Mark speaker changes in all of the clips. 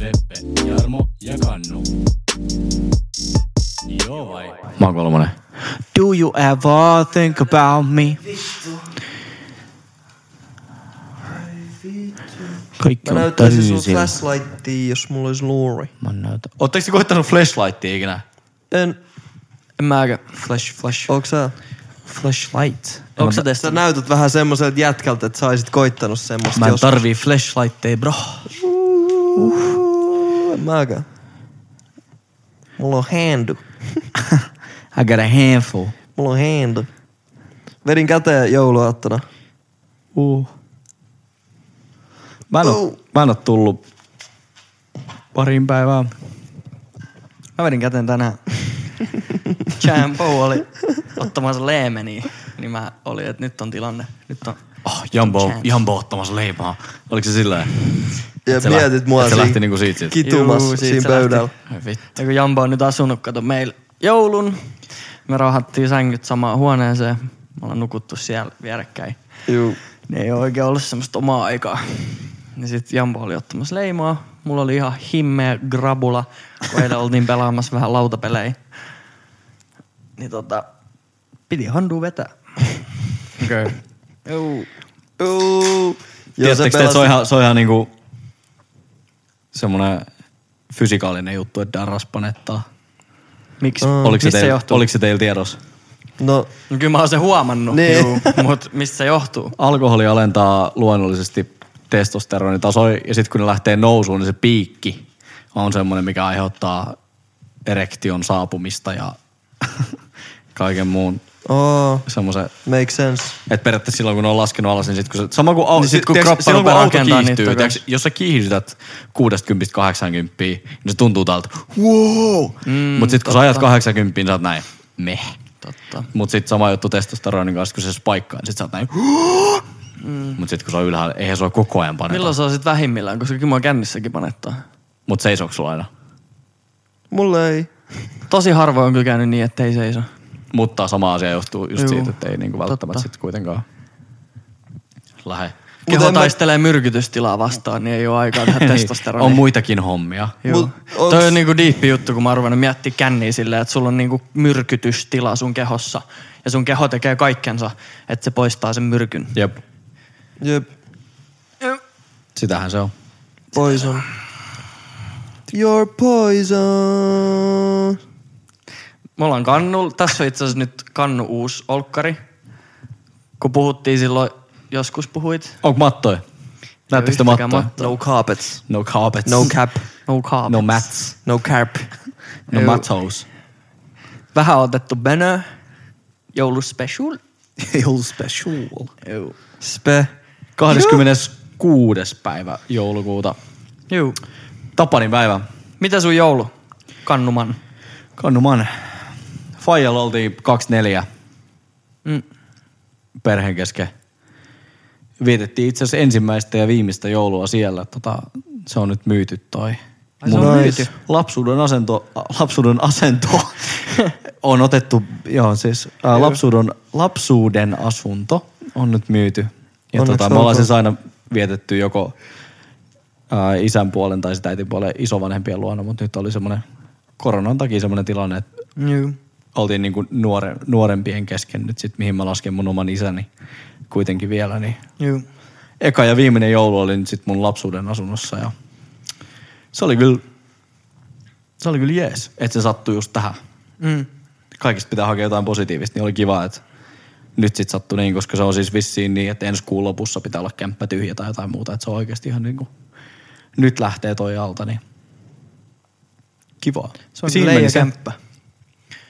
Speaker 1: Veppe, Jarmo ja Kannu. Joo vai?
Speaker 2: Mä oon kolmonen.
Speaker 3: Do you ever think about me? Kaikki
Speaker 2: Mä
Speaker 3: on
Speaker 2: näyttäisin sun
Speaker 3: täysillä.
Speaker 2: flashlightia, jos mulla olisi luuri.
Speaker 3: Mä näytän.
Speaker 2: Ootteko te koittanut flashlightia ikinä? En.
Speaker 3: En mäkä. Flash, flash.
Speaker 2: Onks sä?
Speaker 3: Flashlight.
Speaker 2: Onks sä Sä näytät vähän semmoiselta jätkältä, että sä olisit koittanut semmoista.
Speaker 3: Mä en
Speaker 2: joskus.
Speaker 3: tarvii flashlightteja, bro.
Speaker 2: En mäkään. Mulla on handu.
Speaker 3: I got a handful.
Speaker 2: Mulla on handu. Vedin käteen jouluaattona.
Speaker 3: Uh. Mä en, oo,
Speaker 2: Uh.
Speaker 3: mä en oo tullut pariin päivään. Mä vedin käteen tänään. Champo oli ottamassa leemeniä, niin mä olin, että nyt on tilanne. Nyt on.
Speaker 2: Ah,
Speaker 4: Oh, Jambo,
Speaker 3: Chance.
Speaker 4: Jambo ottamassa leipää. Oliko se silleen?
Speaker 2: Ja
Speaker 4: Et se
Speaker 2: mietit
Speaker 4: lähti-
Speaker 2: mua
Speaker 4: et se
Speaker 2: siinä
Speaker 4: lähti niinku siitä sit?
Speaker 2: Kitumas
Speaker 3: Juu, siitä
Speaker 2: siinä
Speaker 3: se lähti.
Speaker 2: pöydällä.
Speaker 4: Ai vittu.
Speaker 3: Ja kun Jambo on nyt asunut, kato meillä joulun. Me rauhattiin sängyt samaan huoneeseen. Me ollaan nukuttu siellä vierekkäin.
Speaker 2: Juu.
Speaker 3: Ne ei ole oikein ollut semmoista omaa aikaa. Niin sit Jambo oli ottamassa leimaa. Mulla oli ihan himmeä grabula, kun eilen oltiin pelaamassa vähän lautapelejä. Niin tota, piti handuu vetää.
Speaker 4: Okei. Okay.
Speaker 3: Juu.
Speaker 2: Juu. Joo, se
Speaker 4: Tiedättekö te, että se on
Speaker 2: pelasi.
Speaker 4: ihan, se on ihan niinku semmonen fysikaalinen juttu, että darras panettaa.
Speaker 3: Miksi?
Speaker 4: Oliko se,
Speaker 3: mistä se
Speaker 4: teil,
Speaker 3: johtuu?
Speaker 4: oliko se teillä tiedossa?
Speaker 2: No,
Speaker 3: No Kyllä mä oon sen huomannut,
Speaker 2: Niin.
Speaker 3: juu, mutta mistä se johtuu?
Speaker 4: Alkoholi alentaa luonnollisesti testosteronitasoja ja sitten kun ne lähtee nousuun, niin se piikki on semmoinen, mikä aiheuttaa erektion saapumista ja kaiken muun
Speaker 2: oh,
Speaker 4: semmoisen
Speaker 2: make sense.
Speaker 4: Et periaatteessa silloin, kun ne on laskenut alas, niin sitten kun se, sama kuin, au,
Speaker 3: Niin
Speaker 4: niin
Speaker 3: sit, kun kroppa
Speaker 4: silloin, kun
Speaker 3: rupeaa
Speaker 4: auto
Speaker 3: rakentaa niin tota- niitä
Speaker 4: kiihtyy,
Speaker 3: takaisin.
Speaker 4: tiiäks, jos sä kiihdytät 60-80, niin se tuntuu tältä, wow! Mm, Mutta sitten kun sä ajat 80, niin sä oot näin, meh.
Speaker 3: Totta.
Speaker 4: Mutta sitten sama juttu testosteronin kanssa, kun se spaikkaa, niin sit sä oot näin, mm. Mutta sitten kun se on ylhäällä, eihän se ole koko ajan paneta.
Speaker 3: Milloin se on sit vähimmillään, koska kyllä mä oon kännissäkin panettaa.
Speaker 4: Mutta seisoks sulla aina?
Speaker 2: Mulla ei.
Speaker 3: Tosi harvoin on kyllä käynyt niin, ettei seiso.
Speaker 4: Mutta sama asia johtuu just
Speaker 3: Juu,
Speaker 4: Juu, siitä, että ei niinku välttämättä
Speaker 3: totta.
Speaker 4: sitten kuitenkaan lähe.
Speaker 3: Keho
Speaker 2: en mä-
Speaker 3: taistelee myrkytystilaa vastaan, niin ei ole aikaa tehdä testosteronia.
Speaker 4: on muitakin hommia.
Speaker 3: Joo.
Speaker 2: Mut onks-
Speaker 3: Toi on niinku diippi juttu, kun mä oon ruvennut miettiä känniä silleen, että sulla on niinku myrkytystila sun kehossa. Ja sun keho tekee kaikkensa, että se poistaa sen myrkyn.
Speaker 4: Jep,
Speaker 2: Jep.
Speaker 4: sitähän se on.
Speaker 2: Poison. You're poison.
Speaker 3: Me ollaan kannu, tässä on itse asiassa nyt kannu uusi olkkari. Kun puhuttiin silloin, joskus puhuit.
Speaker 4: Onko mattoja? Näyttekö te
Speaker 3: yhtäkään
Speaker 4: mattoja?
Speaker 3: mattoa.
Speaker 2: No carpets.
Speaker 4: No carpets.
Speaker 2: No cap.
Speaker 3: No carpets.
Speaker 4: No mats.
Speaker 2: No carp.
Speaker 4: No mattos.
Speaker 3: Vähän otettu bönö. Jouluspecial.
Speaker 2: You're special. Spe.
Speaker 4: 26. päivä joulukuuta.
Speaker 3: Juu.
Speaker 4: Tapanin päivä.
Speaker 3: Mitä sun joulu? Kannuman.
Speaker 4: Kannuman. Fajalla oltiin 24
Speaker 3: Mm.
Speaker 4: perheen kesken. Vietettiin itse asiassa ensimmäistä ja viimeistä joulua siellä. Tota, se on nyt myyty toi.
Speaker 3: Ai se on
Speaker 4: Nice.
Speaker 3: myyty.
Speaker 4: Lapsuuden asento, lapsuuden asento on otettu, joo siis ää, lapsuuden, lapsuuden asunto on nyt myyty. Ja
Speaker 2: Onneksi
Speaker 4: tota, me ollaan
Speaker 2: olkoon.
Speaker 4: siis aina vietetty joko ää, isän puolen tai sitä äitin puolen isovanhempien luona, mutta nyt oli semmoinen koronan takia semmoinen tilanne, että
Speaker 3: Juu.
Speaker 4: oltiin niin kuin nuore, nuorempien kesken nyt sit, mihin mä lasken mun oman isäni kuitenkin vielä, niin
Speaker 3: Juu.
Speaker 4: eka ja viimeinen joulu oli nyt sit mun lapsuuden asunnossa ja se oli kyllä, se oli kyllä jees, että se sattui just tähän.
Speaker 3: Mm.
Speaker 4: Kaikista pitää hakea jotain positiivista, niin oli kiva, että nyt sit sattui niin, koska se on siis vissiin niin, että ensi kuun lopussa pitää olla kämppä tyhjä tai jotain muuta, että se on oikeasti ihan niin kuin, nyt lähtee toi alta, niin kiva.
Speaker 3: Se on Siinä
Speaker 4: meni se.
Speaker 3: leijakämppä.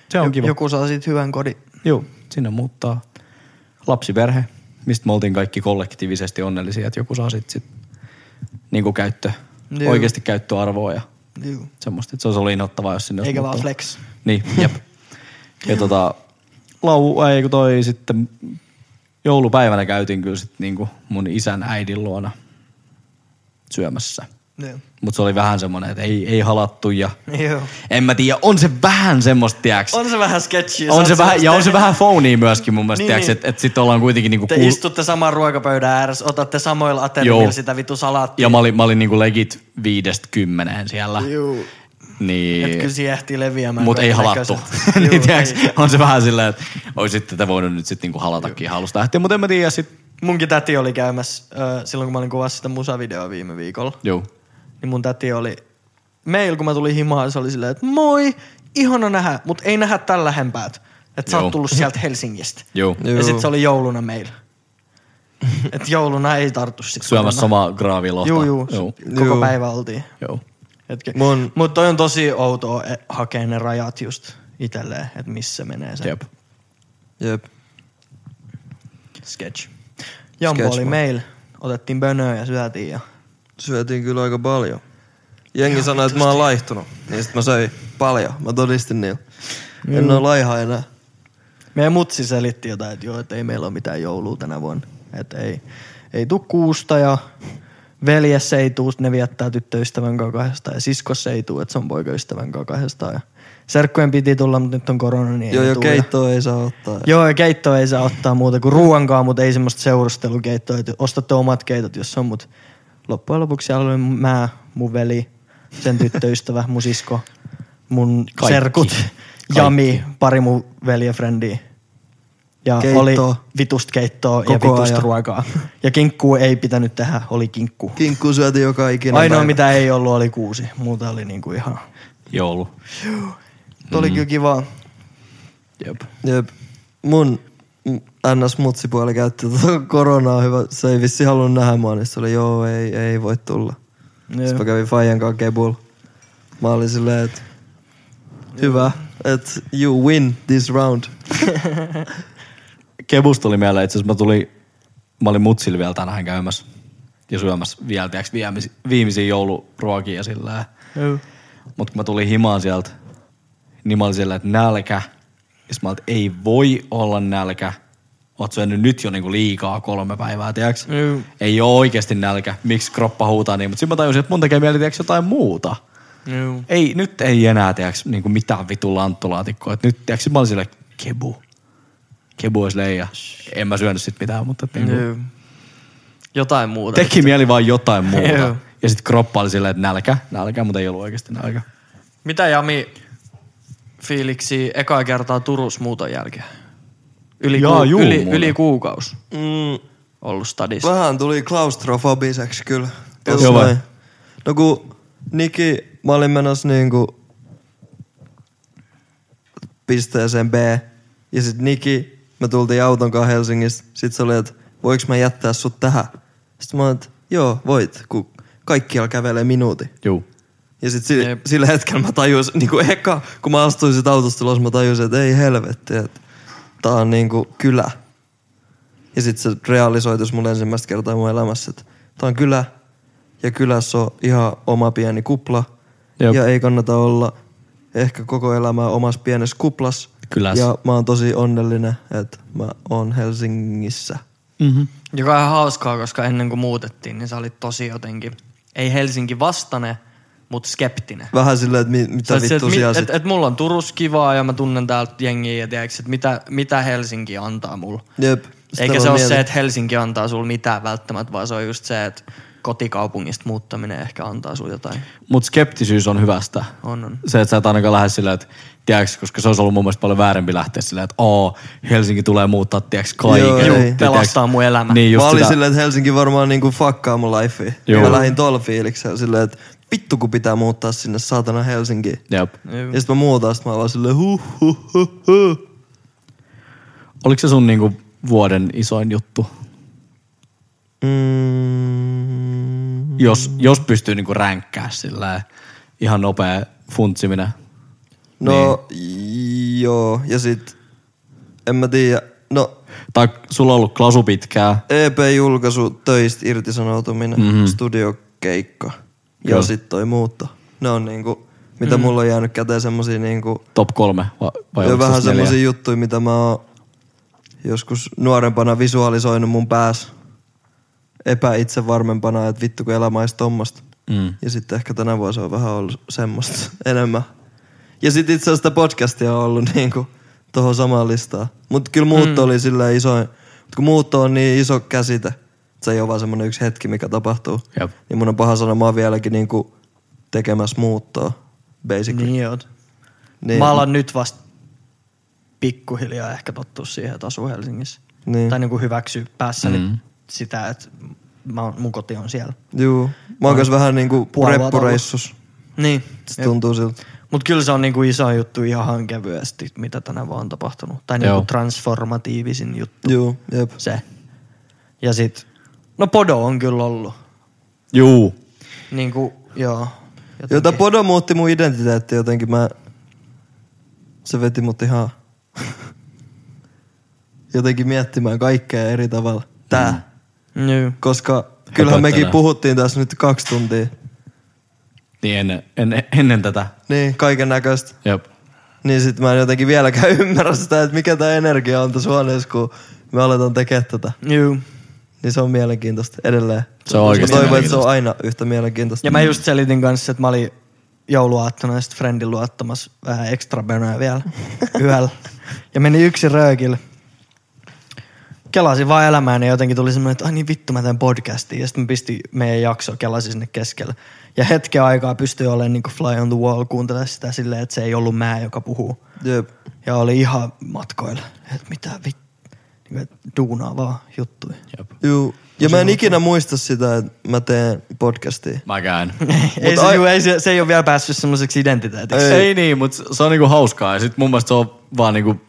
Speaker 4: Se on kiva.
Speaker 3: Joku saa siitä hyvän kodin.
Speaker 4: Joo, sinne muuttaa lapsiperhe, mistä me oltiin kaikki kollektiivisesti onnellisia, että joku saa sitten sit, niinku käyttö,
Speaker 3: Joo.
Speaker 4: oikeasti käyttöarvoa ja
Speaker 5: Juu.
Speaker 4: Semmoista, että se olisi ollut inhottavaa, jos sinne olisi
Speaker 5: Eikä vaan
Speaker 4: muuttanut.
Speaker 5: flex.
Speaker 4: Niin, jep. Ja tota, lau, ei kun toi sitten joulupäivänä käytiin kyllä sit niinku mun isän äidin luona syömässä.
Speaker 5: Joo.
Speaker 4: Mutta se oli vähän semmoinen, että ei, ei halattu ja
Speaker 5: Joo.
Speaker 4: en mä tiedä, on se vähän semmoista, tiiäks.
Speaker 3: On se vähän sketchy.
Speaker 4: On
Speaker 3: oot
Speaker 4: se vähän, ja on se
Speaker 3: semmoista-
Speaker 4: vähän phony myöskin mun mielestä,
Speaker 3: Niin,
Speaker 4: niin, tiiäks,
Speaker 3: niin.
Speaker 4: että et sit ollaan kuitenkin niinku
Speaker 3: Te
Speaker 4: kuul-
Speaker 3: istutte saman ruokapöydän ääressä, otatte samoilla
Speaker 4: Joo.
Speaker 3: ateriilla sitä vitu salaattia.
Speaker 4: Ja mä olin, mä olin niinku legit viidestä kymmeneen siellä. Juu. Niin.
Speaker 3: Että kyllä siihen ehtii leviämään.
Speaker 4: Mutta ei halattu.
Speaker 3: kaikennäköiset.
Speaker 4: niin,
Speaker 3: Juu,
Speaker 4: tiiäks,
Speaker 3: ei.
Speaker 4: on se vähän silleen, että olisit tätä voinut nyt sitten niinku halatakin halusta lähteä, mutta en mä tiedä sit.
Speaker 3: Munkin täti oli käymässä äh, silloin, kun mä olin kuvassa sitä musavideoa viime viikolla.
Speaker 4: Joo.
Speaker 3: Niin mun täti oli, meillä kun mä tulin himaan, se oli silleen, että moi, ihana nähdä, mutta ei nähdä tällä lähempäät. Että sä
Speaker 4: Joo.
Speaker 3: oot tullut sieltä Helsingistä.
Speaker 4: Joo.
Speaker 3: Ja sit se oli jouluna meillä. Et jouluna ei tarttu sit.
Speaker 4: Syömässä samaa graavilohta.
Speaker 3: Juu, juu.
Speaker 4: Joo.
Speaker 3: Koko
Speaker 2: Juu.
Speaker 3: päivä oltiin.
Speaker 4: Joo.
Speaker 3: Hetki.
Speaker 2: Mun-
Speaker 3: Mut toi on tosi outoa e, hakea ne rajat just itselleen, että missä menee se
Speaker 4: Jep.
Speaker 2: Jep.
Speaker 3: sketch. Jambo
Speaker 2: Sketch
Speaker 3: oli
Speaker 2: vaan.
Speaker 3: meillä. Otettiin bönöä ja syötiin ja
Speaker 2: Syötiin kyllä aika paljon. Jengi sanoi, että mä oon laihtunut. Niin sit mä söin paljon. Mä todistin niillä. En oo laiha enää.
Speaker 3: Meidän mutsi selitti jotain, että joo, että ei meillä ole mitään joulua tänä vuonna. Että ei, ei tuu kuusta ja veljes ei tuu, ne viettää tyttöystävän kanssa kahdestaan. Ja siskos ei tuu, että se on poikaystävän kanssa kahdestaan. Ja serkkujen piti tulla, mutta nyt on korona, niin
Speaker 2: Joo,
Speaker 3: ei
Speaker 2: jo
Speaker 3: tuu.
Speaker 2: keittoa ei saa ottaa.
Speaker 3: Ja, joo, ja keittoa ei saa ottaa muuta kuin ruuankaan, mutta ei semmoista seurustelukeittoa. Että ostatte omat keitot, jos on, mutta loppujen lopuksi siellä oli mä, mun veli, sen tyttöystävä, mun sisko, mun
Speaker 4: Kaikki.
Speaker 3: Kaikki. serkut, Jami, pari mun veljefrendiä. Ja
Speaker 2: Keittoa.
Speaker 3: keittoa. oli vitust keittoa ja
Speaker 2: Koko
Speaker 3: vitust
Speaker 2: ajan.
Speaker 3: ruokaa. Ja kinkkuu ei pitänyt tehdä, oli kinkku.
Speaker 2: Kinkku syötiin joka ikinen
Speaker 3: Ainoa
Speaker 2: päivä.
Speaker 3: mitä ei ollut oli kuusi, muuta oli niinku ihan...
Speaker 4: Joulu.
Speaker 3: Mm. Oli kyllä kivaa.
Speaker 4: Jep.
Speaker 2: Jep. Mun mm, NS-mutsipuoli käytti tuota koronaa hyvä. Se ei vissi halunnut nähdä mua, niin se oli joo, ei, ei voi tulla. Sitten mä kävin Fajan kanssa kebulla. Mä olin silleen, että hyvä, että you win this round.
Speaker 4: Kebus tuli mieleen, itse asiassa mä tulin, mä olin mutsilla vielä tänään käymässä ja syömässä vielä, tiiäks, viimeisiä, viimeisiä jouluruokia sillä Mutta kun mä tulin himaan sieltä, niin mä olin siellä, että nälkä. Ja sit mä olin, että ei voi olla nälkä. Oot syönyt nyt jo niinku liikaa kolme päivää, tiiäks?
Speaker 3: Juu.
Speaker 4: Ei oo oikeesti nälkä. Miksi kroppa huutaa niin? Mutta sitten mä tajusin, että mun tekee mieli, tiiäks, jotain muuta.
Speaker 3: Juu.
Speaker 4: Ei, nyt ei enää, tiiäks, niinku mitään vitu lanttulaatikkoa. Et nyt, tiiäks, mä olin siellä, kebu. Kebu olisi leija. En mä syönyt sit mitään, mutta et niinku,
Speaker 3: Jotain muuta.
Speaker 4: teki mieli vaan jotain muuta.
Speaker 3: Joo.
Speaker 4: ja sitten kroppa oli silleen, että nälkä, nälkä, mutta ei ollut oikeasti nälkä.
Speaker 3: Mitä Jami fiiliksi ekaa kertaa Turus muuton jälkeen? Yli,
Speaker 4: Jaa,
Speaker 3: Jaa,
Speaker 4: juu,
Speaker 3: juu, yli,
Speaker 4: muuten.
Speaker 3: yli kuukaus
Speaker 2: Mm,
Speaker 3: ollut stadissa.
Speaker 2: vähän tuli klaustrofobiseksi kyllä.
Speaker 4: Joo,
Speaker 2: Tossa
Speaker 4: vai?
Speaker 2: noin. No kun Niki, mä olin menossa niinku pisteeseen B. Ja sit Niki, me tultiin auton kanssa Helsingistä. Sit se oli, että voiks mä jättää sut tähän? Sitten mä olin, että joo, voit, kun kaikkialla kävelee minuutin.
Speaker 4: Juu.
Speaker 2: Ja sit sillä, sillä hetkellä mä tajusin, niinku eka, kun mä astuin sit autosta ulos, mä tajusin, että ei helvetti, että tää on niinku kylä. Ja sit se realisoitus mulle ensimmäistä kertaa mun elämässä, että tää on kylä, ja kylässä on ihan oma pieni kupla,
Speaker 4: Jep.
Speaker 2: Jop. ja ei kannata olla ehkä koko elämää omassa pienessä kuplas.
Speaker 4: Kylässä.
Speaker 2: Ja mä oon tosi onnellinen, että mä oon Helsingissä.
Speaker 3: Joka on ihan hauskaa, koska ennen kuin muutettiin, niin sä olit tosi jotenkin, ei Helsinki vastane, mutta skeptinen.
Speaker 2: Vähän silleen, että mi- mitä
Speaker 3: Sä oot se,
Speaker 2: vittu
Speaker 3: mi-
Speaker 2: siellä sit.
Speaker 3: et, et mulla on Turus kivaa ja mä tunnen täältä jengiä ja tiedätkö, että mitä, mitä Helsinki antaa mulla.
Speaker 2: Jep.
Speaker 3: Sitä Eikä se ole se, että Helsinki antaa sulle mitään välttämättä, vaan se on just se, että kotikaupungista muuttaminen ehkä antaa sulle jotain.
Speaker 4: Mutta skeptisyys on hyvästä.
Speaker 3: On, on.
Speaker 4: Se, että sä et ainakaan lähde silleen, että tiiäks, koska se olisi ollut mun mielestä paljon väärempi lähteä silleen, että oo, Helsinki tulee muuttaa, tiiäks, kaiken.
Speaker 2: Joo, ei.
Speaker 4: Tiiäks,
Speaker 3: Pelastaa mun elämä.
Speaker 4: Niin,
Speaker 2: Just mä
Speaker 4: just
Speaker 2: olin
Speaker 4: sitä.
Speaker 2: silleen, että Helsinki varmaan niinku fuckkaa mun lifea.
Speaker 4: Joo.
Speaker 2: Joo. Mä lähdin tuolla fiiliksellä silleen, että vittu kun pitää muuttaa sinne saatana Helsinkiin.
Speaker 4: Jep.
Speaker 2: Ja sit mä muutan, sit mä oon vaan silleen huh huh huh huh.
Speaker 4: Oliko se sun niinku vuoden isoin juttu?
Speaker 2: Mm,
Speaker 4: Jos, jos pystyy niinku ränkkää silleen, ihan nopea funtsiminen.
Speaker 2: no joo, ja sit en mä tiedä. No E
Speaker 4: Tai sulla on ollut klasu pitkään.
Speaker 2: EP-julkaisu, töistä irtisanoutuminen, mm-hmm. studiokeikka ja
Speaker 4: Joo.
Speaker 2: sit toi muutto. Ne on niinku, mitä mm. mulla on jäänyt käteen semmosia niinku,
Speaker 4: Top kolme va- vai
Speaker 2: jo
Speaker 4: onko
Speaker 2: vähän
Speaker 4: se neljä?
Speaker 2: semmosia juttuja, mitä mä oon joskus nuorempana visualisoinut mun pääs epäitsevarmempana, että vittu kun elämä olisi tommosta. Mm. Ja sitten ehkä tänä vuonna se on vähän ollut semmoista enemmän. Ja sitten itse asiassa sitä podcastia on ollut niinku tohon samaan listaan. Mutta kyllä muutto mm. oli silleen isoin. Mutta kun muutto on niin iso käsite, että se ei ole vaan semmoinen yksi hetki, mikä tapahtuu.
Speaker 4: Jep.
Speaker 2: Niin mun on paha sanoa, mä oon vieläkin niinku tekemässä muuttoa, basically.
Speaker 3: Niin oot. Niin. Mä alan nyt vasta pikkuhiljaa ehkä tottua siihen, että asuu Helsingissä.
Speaker 2: Niin.
Speaker 3: Tai niin kuin hyväksyä päässäni mm. sitä, että mä oon, mun koti on siellä.
Speaker 2: Juu. Mä oon myös vähän niinku
Speaker 3: puoli vuotta
Speaker 2: reppureissus.
Speaker 3: Niin.
Speaker 2: Se tuntuu siltä.
Speaker 3: Mutta kyllä se on niinku iso juttu ihan kevyesti, mitä tänä vaan on tapahtunut. Tai
Speaker 4: Joo.
Speaker 3: niinku transformatiivisin juttu
Speaker 2: Juu, jep.
Speaker 3: se. Ja sit, no podo on kyllä ollut.
Speaker 4: Juu.
Speaker 3: Niinku, joo.
Speaker 2: Joo, tää
Speaker 3: Jotenkin.
Speaker 2: podo muutti mun identiteetti jotenkin. Mä... Se veti mut ihan... jotenkin miettimään kaikkea eri tavalla. Tää. Mm.
Speaker 3: Joo.
Speaker 2: Koska kyllähän mekin
Speaker 4: Höpöttänä.
Speaker 2: puhuttiin tässä nyt kaksi tuntia.
Speaker 4: Niin ennen, ennen, ennen tätä.
Speaker 2: Niin, kaiken näköistä.
Speaker 4: Jep.
Speaker 2: Niin sit mä en jotenkin vieläkään ymmärrä sitä, että mikä tää energia on tässä huoneessa, kun me aletaan tekemään tätä.
Speaker 3: Joo.
Speaker 2: Niin se on mielenkiintoista edelleen.
Speaker 4: Se on oikeesti
Speaker 2: Mä toivon, että se on aina yhtä mielenkiintoista.
Speaker 3: Ja mä just selitin kanssa, että mä olin jouluaattona ja sitten friendin luottamassa vähän ekstra bönöä vielä yöllä. Ja meni yksi röökille. Kelasin vaan elämään ja jotenkin tuli semmoinen, että ai niin vittu mä teen podcastia. Ja sitten mä pistin meidän jakso, kelasin sinne keskelle. Ja hetken aikaa pystyi olemaan niin fly on the wall kuuntelemaan sitä silleen, että se ei ollut mä, joka puhuu.
Speaker 2: Jep.
Speaker 3: Ja oli ihan matkoilla. Että mitä vittu. Niin duunaa vaan juttuja.
Speaker 2: Juu. Ja mä en ikinä muista sitä, että mä teen podcastia.
Speaker 4: Mäkään.
Speaker 3: ei, se,
Speaker 2: ai-
Speaker 3: juu, ei, se, se ei ole vielä päässyt semmoiseksi identiteetiksi.
Speaker 4: ei. ei niin, mutta se on niinku hauskaa. Ja sit mun mielestä se on vaan niinku,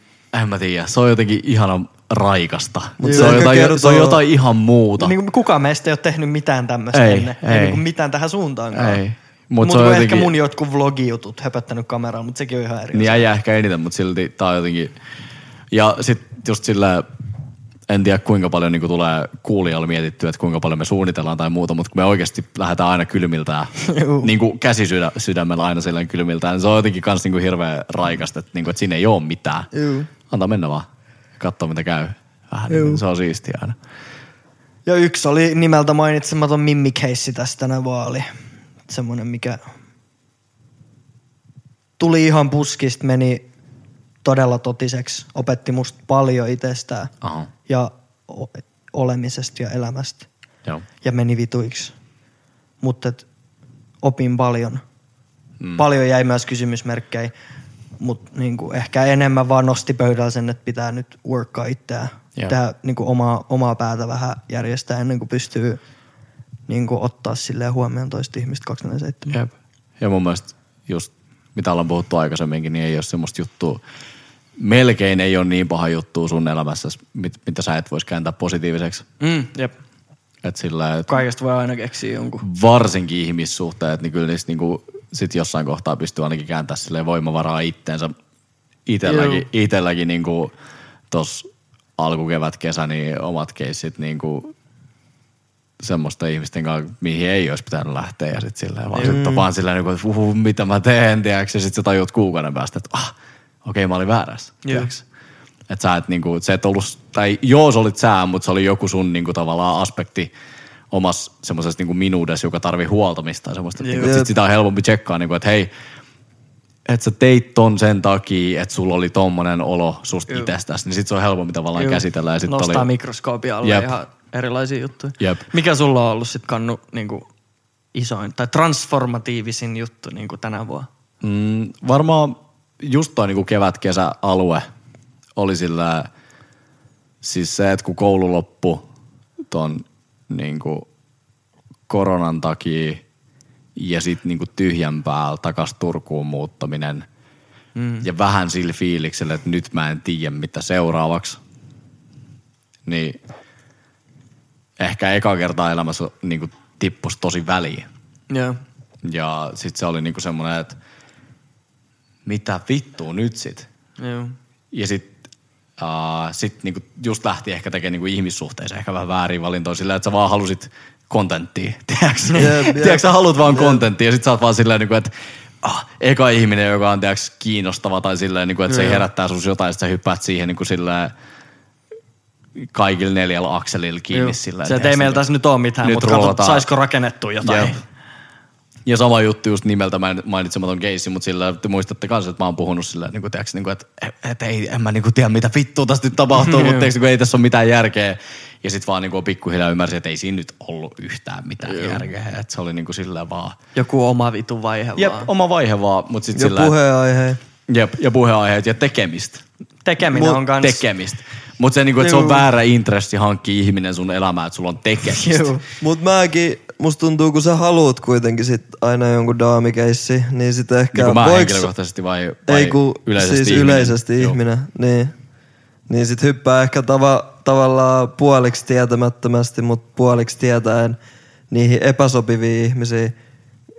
Speaker 4: en mä tiedä, se on jotenkin ihanan raikasta.
Speaker 2: Mut
Speaker 4: Mut
Speaker 2: se
Speaker 4: se, on
Speaker 2: ehkä
Speaker 4: jotain,
Speaker 2: kertoo- Niinku-
Speaker 4: se on jotain ihan muuta.
Speaker 3: Niin kuin kukaan meistä ei ole tehnyt mitään tämmöistä
Speaker 4: Ei,
Speaker 3: ennen. Ei,
Speaker 4: ei.
Speaker 3: niin kuin mitään tähän suuntaan.
Speaker 4: Ei.
Speaker 3: Mutta
Speaker 4: Mut
Speaker 3: Mut
Speaker 4: se on
Speaker 3: kun ehkä
Speaker 4: jotenkin-
Speaker 3: mun jotkut vlogijutut höpöttänyt kameraa, mutta sekin on ihan eri
Speaker 4: Niin
Speaker 3: asia.
Speaker 4: äijä ehkä eniten, mutta silti tää on jotenkin... Ja sit just sillä, en tiedä kuinka paljon niin tulee kuulijalle mietittyä, että kuinka paljon me suunnitellaan tai muuta, mutta kun me oikeasti lähdetään aina kylmiltään, niin kuin käsi sydä, sydämellä aina sillä kylmiltään, niin se on jotenkin kans niin kuin hirveän raikasta, että, niin kuin, että siinä ei ole mitään. Juu. Antaa mennä vaan, katsoa mitä käy. Vähän niin, kuin se on siistiä aina.
Speaker 3: Ja yksi oli nimeltä mainitsematon mimmikeissi tässä tänä vaali. Semmoinen, mikä tuli ihan puskista, meni todella totiseksi. Opetti musta paljon itsestään
Speaker 4: Aha.
Speaker 3: ja o- olemisesta ja elämästä.
Speaker 4: Joo.
Speaker 3: ja meni vituiksi. Mutta opin paljon. Mm. Paljon jäi myös kysymysmerkkejä, mutta niinku ehkä enemmän vaan nosti pöydällä sen, että pitää nyt workkaa itseään.
Speaker 4: Joo.
Speaker 3: Pitää niinku omaa, omaa päätä vähän järjestää ennen kuin pystyy niinku ottaa silleen huomioon toista ihmistä 247.
Speaker 4: Jep. Ja mun mielestä just, mitä ollaan puhuttu aikaisemminkin, niin ei ole semmoista juttua, melkein ei ole niin paha juttu sun elämässä, mit, mitä sä et voisi kääntää positiiviseksi.
Speaker 3: Mm, jep.
Speaker 4: Et sillä, et
Speaker 3: Kaikesta voi aina keksiä jonkun.
Speaker 4: varsinkin ihmissuhteet, niin kyllä niistä niinku, sit jossain kohtaa pystyy ainakin kääntämään silleen voimavaraa itteensä. Itelläkin, itelläkin niinku tos alkukevät, kesä, niin omat keissit niinku semmoista ihmisten kanssa, mihin ei olisi pitänyt lähteä ja sitten silleen, vaan mm. sitten vaan silleen, niinku, että uhu, mitä mä teen, tiedäks, ja sitten sä tajut kuukauden päästä, että ah, okei, okay, mä olin väärässä, tiedäks. Että sä et niinku, se et ollut, tai joo, se olit sä, mutta se oli joku sun niinku tavallaan aspekti omassa semmoisessa niinku minuudessa, joka tarvii huoltamista ja semmoista. että Niinku, et sit sitä on helpompi tsekkaa, niinku, että hei, että sä teit ton sen takia, että sulla oli tommonen olo susta itsestäsi, niin sit se on helpompi tavallaan Juu. käsitellä. Ja sit
Speaker 3: Nostaa
Speaker 4: oli,
Speaker 3: mikroskoopia alle
Speaker 4: Jep.
Speaker 3: ihan erilaisia juttuja.
Speaker 4: Jep.
Speaker 3: Mikä sulla on ollut sit kannu niinku, isoin tai transformatiivisin juttu niinku tänä vuonna?
Speaker 4: Mm, varmaan just toi niinku kevät-kesä-alue oli sillä, siis se, että kun koulu loppui ton niinku koronan takia ja sitten niinku tyhjän päällä takas Turkuun muuttaminen mm. ja vähän sillä fiiliksellä, että nyt mä en tiedä mitä seuraavaksi, niin ehkä eka kertaa elämässä niinku tippus tosi väliin.
Speaker 3: Joo.
Speaker 4: Ja sitten se oli niinku semmoinen, että mitä vittua nyt sit?
Speaker 3: Joo.
Speaker 4: Ja sitten uh, sit niinku just lähti ehkä tekemään niinku ihmissuhteissa ehkä vähän väärin valintoja sillä, että sä vaan halusit kontenttia. Tiedätkö,
Speaker 2: Jep, jep.
Speaker 4: tiedätkö sä haluat vaan kontenttia ja sit sä oot vaan silleen, niin kuin, että ah, eka ihminen, joka on tiedätkö, kiinnostava tai silleen, niin kuin, että se herättää sus jotain ja sit sä hyppäät siihen niin kuin silleen kaikilla neljällä akselilla kiinni. Silleen,
Speaker 3: Se et
Speaker 4: tiedätkö,
Speaker 3: ei meillä
Speaker 4: niin kuin-
Speaker 3: tässä nyt ole mitään,
Speaker 4: Nyt
Speaker 3: mutta katso,
Speaker 4: rullataan.
Speaker 3: saisiko rakennettua jotain.
Speaker 4: Jep. Ja sama juttu just nimeltä main- mainitsematon keissi, mutta sillä te muistatte kanssa, että mä oon puhunut sillä, niin kuin, tiiäks, niin kuin, että et, ei, en mä niin kuin, tiedä mitä vittua tästä nyt tapahtuu, mutta tiiäks, niin kuin, ei tässä ole mitään järkeä. Ja sitten vaan niin kuin, pikkuhiljaa ymmärsin, että ei siinä nyt ollut yhtään mitään Joo. järkeä. Että se oli niin kuin, sillä vaan.
Speaker 3: Joku oma vitu vaihe
Speaker 4: Jep,
Speaker 3: vaan.
Speaker 4: oma vaihe vaan, mutta sitten
Speaker 2: Ja
Speaker 4: sillä...
Speaker 2: puheenaihe.
Speaker 4: Jep, ja puheenaiheet ja tekemistä.
Speaker 3: Tekeminen on kans.
Speaker 4: Tekemistä. Mutta se, niinku, että se on väärä intressi hankkia ihminen sun elämään, että sulla on tekemistä.
Speaker 3: Juu.
Speaker 2: Mut mäkin, musta tuntuu, kun sä haluut kuitenkin sit aina jonkun daamikeissi, niin sit ehkä...
Speaker 4: Niin kuin mä
Speaker 2: voiks-
Speaker 4: henkilökohtaisesti vai, vai
Speaker 2: Ei kun,
Speaker 4: yleisesti
Speaker 2: siis
Speaker 4: ihminen?
Speaker 2: yleisesti
Speaker 4: Joo.
Speaker 2: ihminen, niin. Niin sit hyppää ehkä tava, tavallaan puoliksi tietämättömästi, mut puoliksi tietäen niihin epäsopiviin ihmisiin.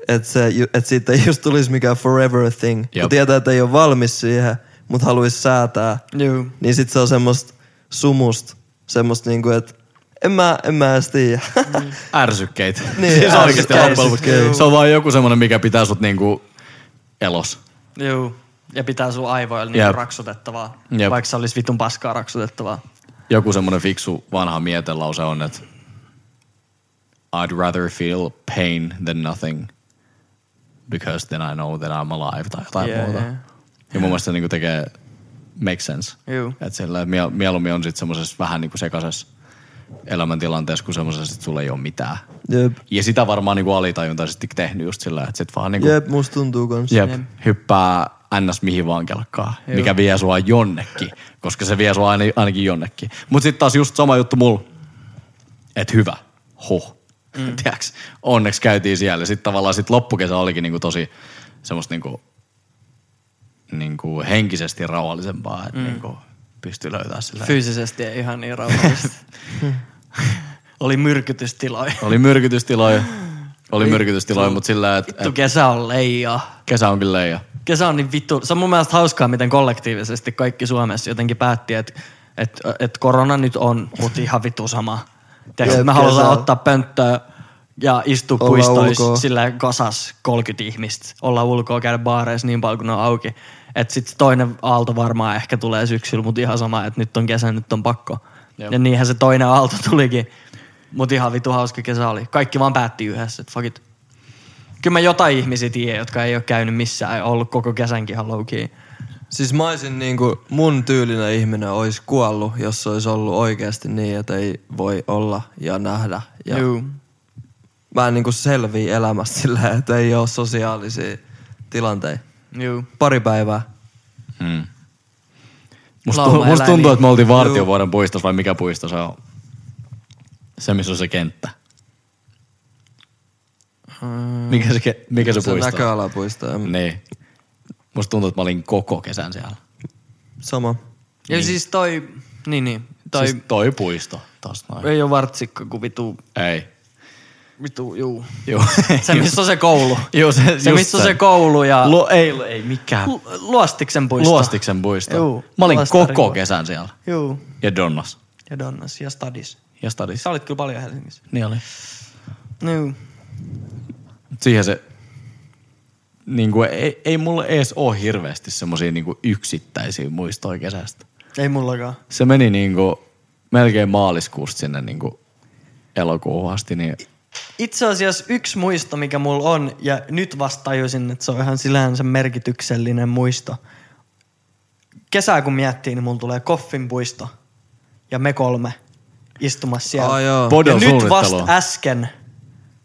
Speaker 2: Että se, ju- et siitä ei just tulisi mikään forever thing. Kun
Speaker 4: Jep.
Speaker 2: tietää, että ei ole valmis siihen, mut haluaisi säätää.
Speaker 3: Juu.
Speaker 2: Niin sit se on semmoista sumusta. Semmoista niinku, että en mä, en mä edes tiedä.
Speaker 4: ärsykkeitä.
Speaker 2: Niin,
Speaker 4: Niin, siis oikeasti
Speaker 2: ärsykkeitä.
Speaker 4: loppujen lopuksi.
Speaker 2: Ärsykkeitä.
Speaker 4: Se on vaan joku semmoinen, mikä pitää sut niinku elos.
Speaker 3: Juu. Ja pitää sun aivoilla niin
Speaker 4: Jep.
Speaker 3: raksutettavaa,
Speaker 4: Jep.
Speaker 3: vaikka se olisi vitun paskaa raksutettavaa.
Speaker 4: Joku semmoinen fiksu vanha mietelause on, että I'd rather feel pain than nothing because then I know that I'm alive tai jotain
Speaker 3: Yeah,
Speaker 4: yeah, muuta.
Speaker 3: yeah.
Speaker 4: Yeah. Ja mun mielestä se niinku tekee make sense.
Speaker 3: Juu.
Speaker 4: Että sillä miel- mieluummin on sitten semmoisessa vähän niinku sekaisessa elämäntilanteessa kuin semmoisessa, että sulla ei ole mitään.
Speaker 2: Jep,
Speaker 4: Ja sitä varmaan niinku alitajuntaisesti tehnyt just sillä, että sit vaan niinku
Speaker 2: jep, musta tuntuu kans.
Speaker 4: Jep, hyppää ns. mihin vaan kelkkaa, mikä vie sua jonnekin, koska se vie sua aina, ainakin jonnekin. Mutta sitten taas just sama juttu mulla, että hyvä, huh. Mm. Tiedäks, onneksi käytiin siellä. Sitten tavallaan sit loppukesä olikin niinku tosi semmoista niinku, niinku henkisesti rauhallisempaa, että mm. niinku pystyy löytämään sillä.
Speaker 3: Fyysisesti ei ihan niin rauhallista. Oli myrkytystiloja.
Speaker 4: oli myrkytystiloja, oli myrkytystiloja, mutta sillä, että
Speaker 3: Vittu
Speaker 4: et
Speaker 3: kesä on leija.
Speaker 4: kesä on kyllä leija.
Speaker 3: Kesä on niin vittu. Se on mun mielestä hauskaa, miten kollektiivisesti kaikki Suomessa jotenkin päätti, että et, et korona nyt on, mutta ihan vittu sama. Tiedätkö,
Speaker 2: Jep,
Speaker 3: me halutaan
Speaker 2: kesä.
Speaker 3: ottaa pönttöä ja istua
Speaker 2: Olla ulkoa.
Speaker 3: puistoissa sillä kasas 30 ihmistä. Olla ulkoa, käydä baareissa niin paljon kuin ne on auki. Että sitten toinen aalto varmaan ehkä tulee syksyllä, mutta ihan sama, että nyt on kesä, nyt on pakko. Jep.
Speaker 4: Jep.
Speaker 3: Ja niinhän se toinen aalto tulikin. Mutta ihan vittu hauska kesä oli. Kaikki vaan päätti yhdessä, että fuck it. Kyllä mä jotain ihmisiä tiedän, jotka ei ole käynyt missään ja ollut koko kesänkin ihan low key.
Speaker 2: Siis mä olisin niinku, mun tyylinen ihminen olisi kuollut, jos se olisi ollut oikeasti niin, että ei voi olla ja nähdä. Ja
Speaker 3: Juu.
Speaker 2: mä en niinku selvii elämästä sillä, että ei ole sosiaalisia tilanteita.
Speaker 3: Juu.
Speaker 2: Pari päivää.
Speaker 4: Mm. Musta,
Speaker 3: Lauma
Speaker 4: tu- musta
Speaker 3: elää
Speaker 4: tuntuu,
Speaker 3: niin.
Speaker 4: että me oltiin Vartiovuoren puistossa vai mikä puisto se on? Se, missä on se kenttä. Mikä se, ke- mikä se,
Speaker 2: Se
Speaker 4: puisto on?
Speaker 2: näköalapuisto. ja
Speaker 4: Niin. Musta tuntuu, että mä olin koko kesän siellä.
Speaker 2: Sama.
Speaker 3: Ja siis toi, niin niin, toi
Speaker 4: Tai... Siis toi puisto. Taas noin.
Speaker 3: ei ole vartsikka kuin vitu,
Speaker 4: Ei.
Speaker 3: vitu, juu.
Speaker 4: Joo.
Speaker 3: Se missä on se koulu.
Speaker 4: Joo, se,
Speaker 3: Se
Speaker 4: just
Speaker 3: missä on se koulu ja
Speaker 4: Lu- ei, lu- ei mikään.
Speaker 3: Lu- Luostiksen puisto.
Speaker 4: Luostiksen puisto.
Speaker 3: Juu,
Speaker 4: mä olin
Speaker 3: Luostari.
Speaker 4: koko kesän siellä.
Speaker 3: Juu.
Speaker 4: Ja Donnas.
Speaker 3: Ja Donnas ja Stadis.
Speaker 4: Ja Stadis.
Speaker 3: Sä olit kyllä paljon Helsingissä.
Speaker 4: Niin oli.
Speaker 3: Juu.
Speaker 4: siihen se, niin kuin, ei, ei mulla edes ole hirveästi semmoisia niin yksittäisiä muistoja kesästä.
Speaker 3: Ei mullakaan.
Speaker 4: Se meni niin kuin, melkein maaliskuusta sinne niin kuin, elokuuhun asti, niin
Speaker 3: Itse asiassa yksi muisto, mikä mulla on, ja nyt vasta tajusin, että se on ihan sillänsä merkityksellinen muisto. Kesää kun miettii, niin mulla tulee Koffin puisto ja me kolme istumassa siellä.
Speaker 2: Ai joo.
Speaker 3: ja
Speaker 4: Podon
Speaker 3: nyt vasta
Speaker 4: suunnittelua.
Speaker 3: äsken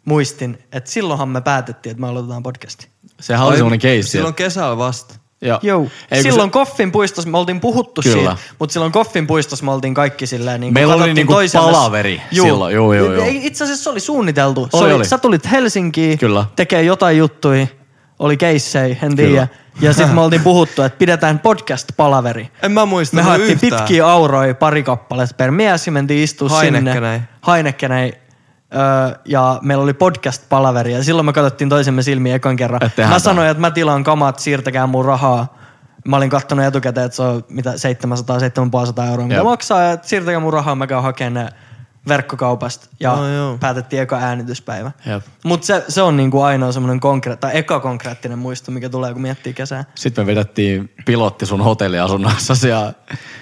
Speaker 3: muistin, että silloinhan me päätettiin, että me aloitetaan podcasti.
Speaker 4: sehän oli semmoinen keissi.
Speaker 2: Silloin kesällä vasta.
Speaker 4: ja,
Speaker 3: Joo.
Speaker 4: ei, kun
Speaker 3: silloin
Speaker 4: se,
Speaker 3: Koffin puistossa me oltiin puhuttu
Speaker 4: Kyllä.
Speaker 3: siitä, mutta silloin Koffin puistossa me oltiin kaikki silleen niin
Speaker 4: Meillä oli niinku palaveri silloin, joo, joo, joo.
Speaker 3: Itse asiassa se oli suunniteltu. Oli, se
Speaker 4: Oli,
Speaker 3: oli,
Speaker 4: oli.
Speaker 3: Sä tulit Helsinkiin
Speaker 4: Kyllä.
Speaker 3: tekee jotain juttuja, oli keissei, en
Speaker 4: Kyllä.
Speaker 3: tiedä. Ja sitten me oltiin puhuttu, että pidetään podcast-palaveri.
Speaker 2: En mä muista
Speaker 3: Me haettiin
Speaker 2: yhtään.
Speaker 3: pitkiä auroja pari kappaletta per mies ja mentiin istua sinne.
Speaker 2: Heineckenei.
Speaker 3: Heineckenei. Öö, ja meillä oli podcast-palaveri ja silloin me katsottiin toisemme silmiin ekan kerran.
Speaker 4: Et tehdään
Speaker 3: Mä
Speaker 4: tämä.
Speaker 3: sanoin, että mä tilaan kamat, siirtäkää mun rahaa. Mä olin kattonut etukäteen, että se on mitä 700-700 euroa, mitä
Speaker 4: Jep.
Speaker 3: maksaa. Ja siirtäkää mun rahaa, mä käyn hakemaan ne verkkokaupasta ja
Speaker 2: No joo.
Speaker 3: no, päätettiin eka äänityspäivä.
Speaker 4: Jep.
Speaker 3: Mutta se, se, on niinku ainoa semmoinen konkre- tai eka konkreettinen muisto, mikä tulee, kun miettii kesää.
Speaker 4: Sitten me vedettiin pilotti sun hotelliasunnossa ja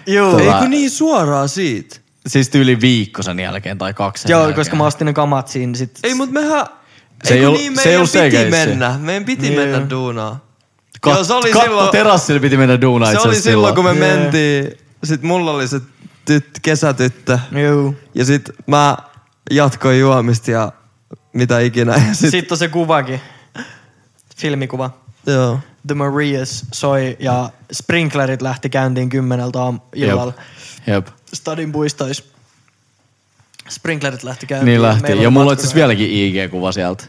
Speaker 3: Juu.
Speaker 2: Ei kun niin suoraan siitä.
Speaker 4: siis tyyli viikko sen jälkeen tai kaksi sen
Speaker 3: Joo,
Speaker 4: jälkeen.
Speaker 3: koska mä ostin ne kamat siinä. Sit
Speaker 2: Ei, mut mehän...
Speaker 4: Se ei
Speaker 2: kun
Speaker 4: ollut-
Speaker 2: niin,
Speaker 4: se
Speaker 2: meidän
Speaker 4: ei ollut se
Speaker 2: piti
Speaker 4: keissi. Niin.
Speaker 2: mennä. Meidän piti mennä duunaan.
Speaker 4: Kat-
Speaker 2: Joo, se oli
Speaker 4: katto
Speaker 2: silloin-
Speaker 4: terassille piti mennä duunaan
Speaker 2: se
Speaker 4: itse
Speaker 2: oli
Speaker 4: asiassa
Speaker 2: silloin, kun me mentiin. Sitten mulla oli se tyt, kesätyttö.
Speaker 3: Juu.
Speaker 2: Ja sit mä jatkoin juomista ja mitä ikinä. Ja sit,
Speaker 3: Sitten on se kuvakin. Filmikuva.
Speaker 2: joo.
Speaker 3: The Marias soi ja sprinklerit lähti käyntiin kymmeneltä aam- illalla.
Speaker 4: Jep.
Speaker 3: Stadin puistois. Sprinklerit lähti käyntiin.
Speaker 4: Niin lähti.
Speaker 3: Meillä
Speaker 4: Ja
Speaker 3: oli siis
Speaker 4: mulla on itse asiassa
Speaker 3: matkura-
Speaker 4: vieläkin IG-kuva sieltä.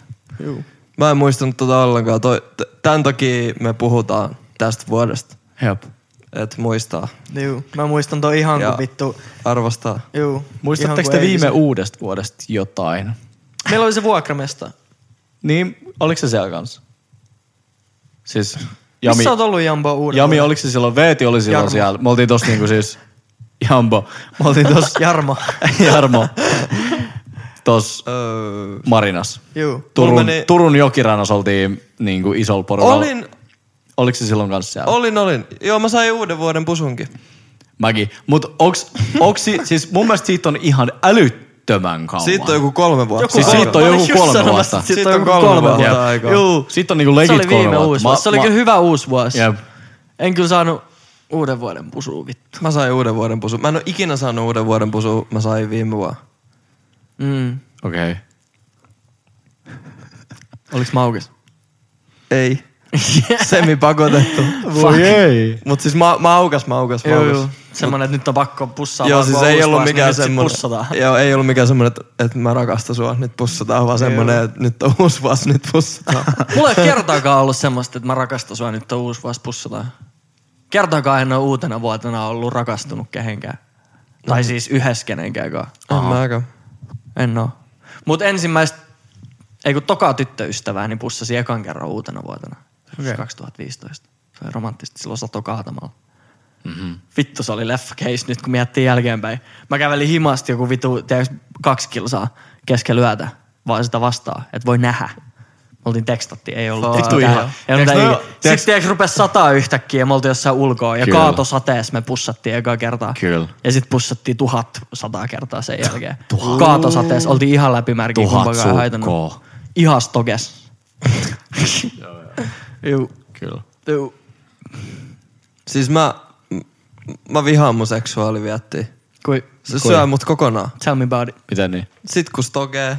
Speaker 2: Mä en muistanut tota ollenkaan. Toi, t- tämän takia me puhutaan tästä vuodesta.
Speaker 4: Jep.
Speaker 2: Et muistaa
Speaker 3: Juu. Mä muistan toi ihan
Speaker 2: Joo.
Speaker 3: kuin vittu.
Speaker 2: arvostaa.
Speaker 3: Juu. ihan
Speaker 4: Muistatteko
Speaker 3: kuin
Speaker 4: te viime
Speaker 3: eilisen.
Speaker 4: uudesta vuodesta jotain?
Speaker 3: Meillä oli se vuokramesta.
Speaker 4: Niin, oliko se siellä kanssa? Siis
Speaker 3: Jami.
Speaker 4: Jami,
Speaker 3: Missä oot ollut Jambo uudella?
Speaker 4: Jami oliko se silloin? Veeti oli silloin
Speaker 3: Jarmo.
Speaker 4: siellä. Me oltiin tossa niinku siis... Jambo. Me oltiin tossa...
Speaker 3: Jarmo.
Speaker 4: Jarmo. Tossa
Speaker 2: Öö,
Speaker 4: Marinas.
Speaker 3: Juu.
Speaker 4: Turun,
Speaker 2: Mulla meni-
Speaker 4: Turun jokirannassa oltiin niinku isolla porukalla.
Speaker 2: olin,
Speaker 4: Oliko se silloin kanssa siellä?
Speaker 2: olin, olin. Joo, mä sain uuden vuoden pusunkin.
Speaker 4: Mäkin. Mut onks, onks, si- siis mun mielestä siitä on ihan älyttömän kauan.
Speaker 2: Siitä on Oh, joku kolme vuotta.
Speaker 4: Joku Siis
Speaker 2: aikaa.
Speaker 4: siitä on
Speaker 3: Mä olin
Speaker 4: joku
Speaker 3: just
Speaker 4: kolme
Speaker 3: sanomassa,
Speaker 4: vuotta.
Speaker 3: että siitä
Speaker 2: Siitä
Speaker 3: on
Speaker 2: on
Speaker 3: joku
Speaker 2: kolme
Speaker 3: kolme
Speaker 2: vuotta.
Speaker 3: vuotta.
Speaker 4: Jep.
Speaker 2: aikaa.
Speaker 3: Juu.
Speaker 4: Siitä on niinku
Speaker 3: Se
Speaker 4: legit
Speaker 3: oli
Speaker 4: kolme
Speaker 3: viime
Speaker 4: vuotta.
Speaker 3: uusi
Speaker 4: Mä-
Speaker 3: vuosi. Se oli
Speaker 4: mä-
Speaker 3: kyllä hyvä uusi vuosi.
Speaker 4: Jep.
Speaker 3: En kyllä saanut uuden vuoden pusua vittu.
Speaker 2: Mä sain uuden vuoden pusun. Mä en ole ikinä saanut uuden vuoden pusun. Mä sain viime vuonna.
Speaker 3: Mm.
Speaker 4: Okei. Okay.
Speaker 3: Oliks mä aukes?
Speaker 2: Ei. Semi pakotettu.
Speaker 4: Voi ei.
Speaker 2: Mut siis ma- maukas, maukas,
Speaker 3: Joo,
Speaker 2: maukas.
Speaker 3: joo. Semmoinen, että nyt on pakko pussaa.
Speaker 2: Joo,
Speaker 3: vaan,
Speaker 2: siis
Speaker 3: kun on
Speaker 2: ei
Speaker 3: uusi
Speaker 2: ollut
Speaker 3: vuosi, niin
Speaker 2: mikään
Speaker 3: nyt sit
Speaker 2: semmoinen,
Speaker 3: pussataan.
Speaker 2: joo, ei ollut mikään semmoinen, että, että mä rakastan sua, nyt pussataan, vaan semmoinen, että nyt on uusi vuosi, nyt pussataan.
Speaker 3: Mulla ei ole kertaakaan ollut semmoista, että mä rakastan sua nyt on uusi vuosi pussataan. Kertaakaan en ole uutena vuotena ollut rakastunut kehenkään.
Speaker 2: Mm.
Speaker 3: Tai siis yhdessä kenenkäänkaan.
Speaker 2: en mäkään.
Speaker 3: En oo. Mut ensimmäistä, ei kun tokaa tyttöystävää, niin pussasi ekan kerran uutena vuotena. Okay. 2015. Se oli romanttista silloin sato kaatamalla. Mm-hmm. Vittu se oli leffa case nyt, kun miettii jälkeenpäin. Mä kävelin himasti joku vitu, tiedäks, kaksi kilsaa keskellä yötä, vaan sitä vastaa, että voi nähdä. Me oltiin tekstattiin, ei ollut
Speaker 2: Vittu
Speaker 3: mitään.
Speaker 2: ihan.
Speaker 3: Ei ollut
Speaker 4: Tiedäks,
Speaker 3: mitään.
Speaker 4: no-
Speaker 3: Sitten tiedäks, rupes sataa yhtäkkiä ja me oltiin jossain ulkoa ja
Speaker 4: Kyllä.
Speaker 3: kaatosateessa me pussattiin eka kertaa.
Speaker 4: Kyllä.
Speaker 3: Ja sitten pussattiin tuhat sataa kertaa sen jälkeen. Kaatosateessa oltiin ihan läpimärkiä,
Speaker 4: Tuhat
Speaker 3: kumpikaan ei haitannut.
Speaker 4: sukkoa.
Speaker 3: Ihan stokes. Juu.
Speaker 4: Kyllä.
Speaker 3: Juu.
Speaker 2: Siis mä, m- mä vihaan mun seksuaaliviettiä.
Speaker 3: Kui,
Speaker 2: Se syö mut kokonaan.
Speaker 3: tell me about it.
Speaker 4: Miten niin?
Speaker 2: Sit kun stokee,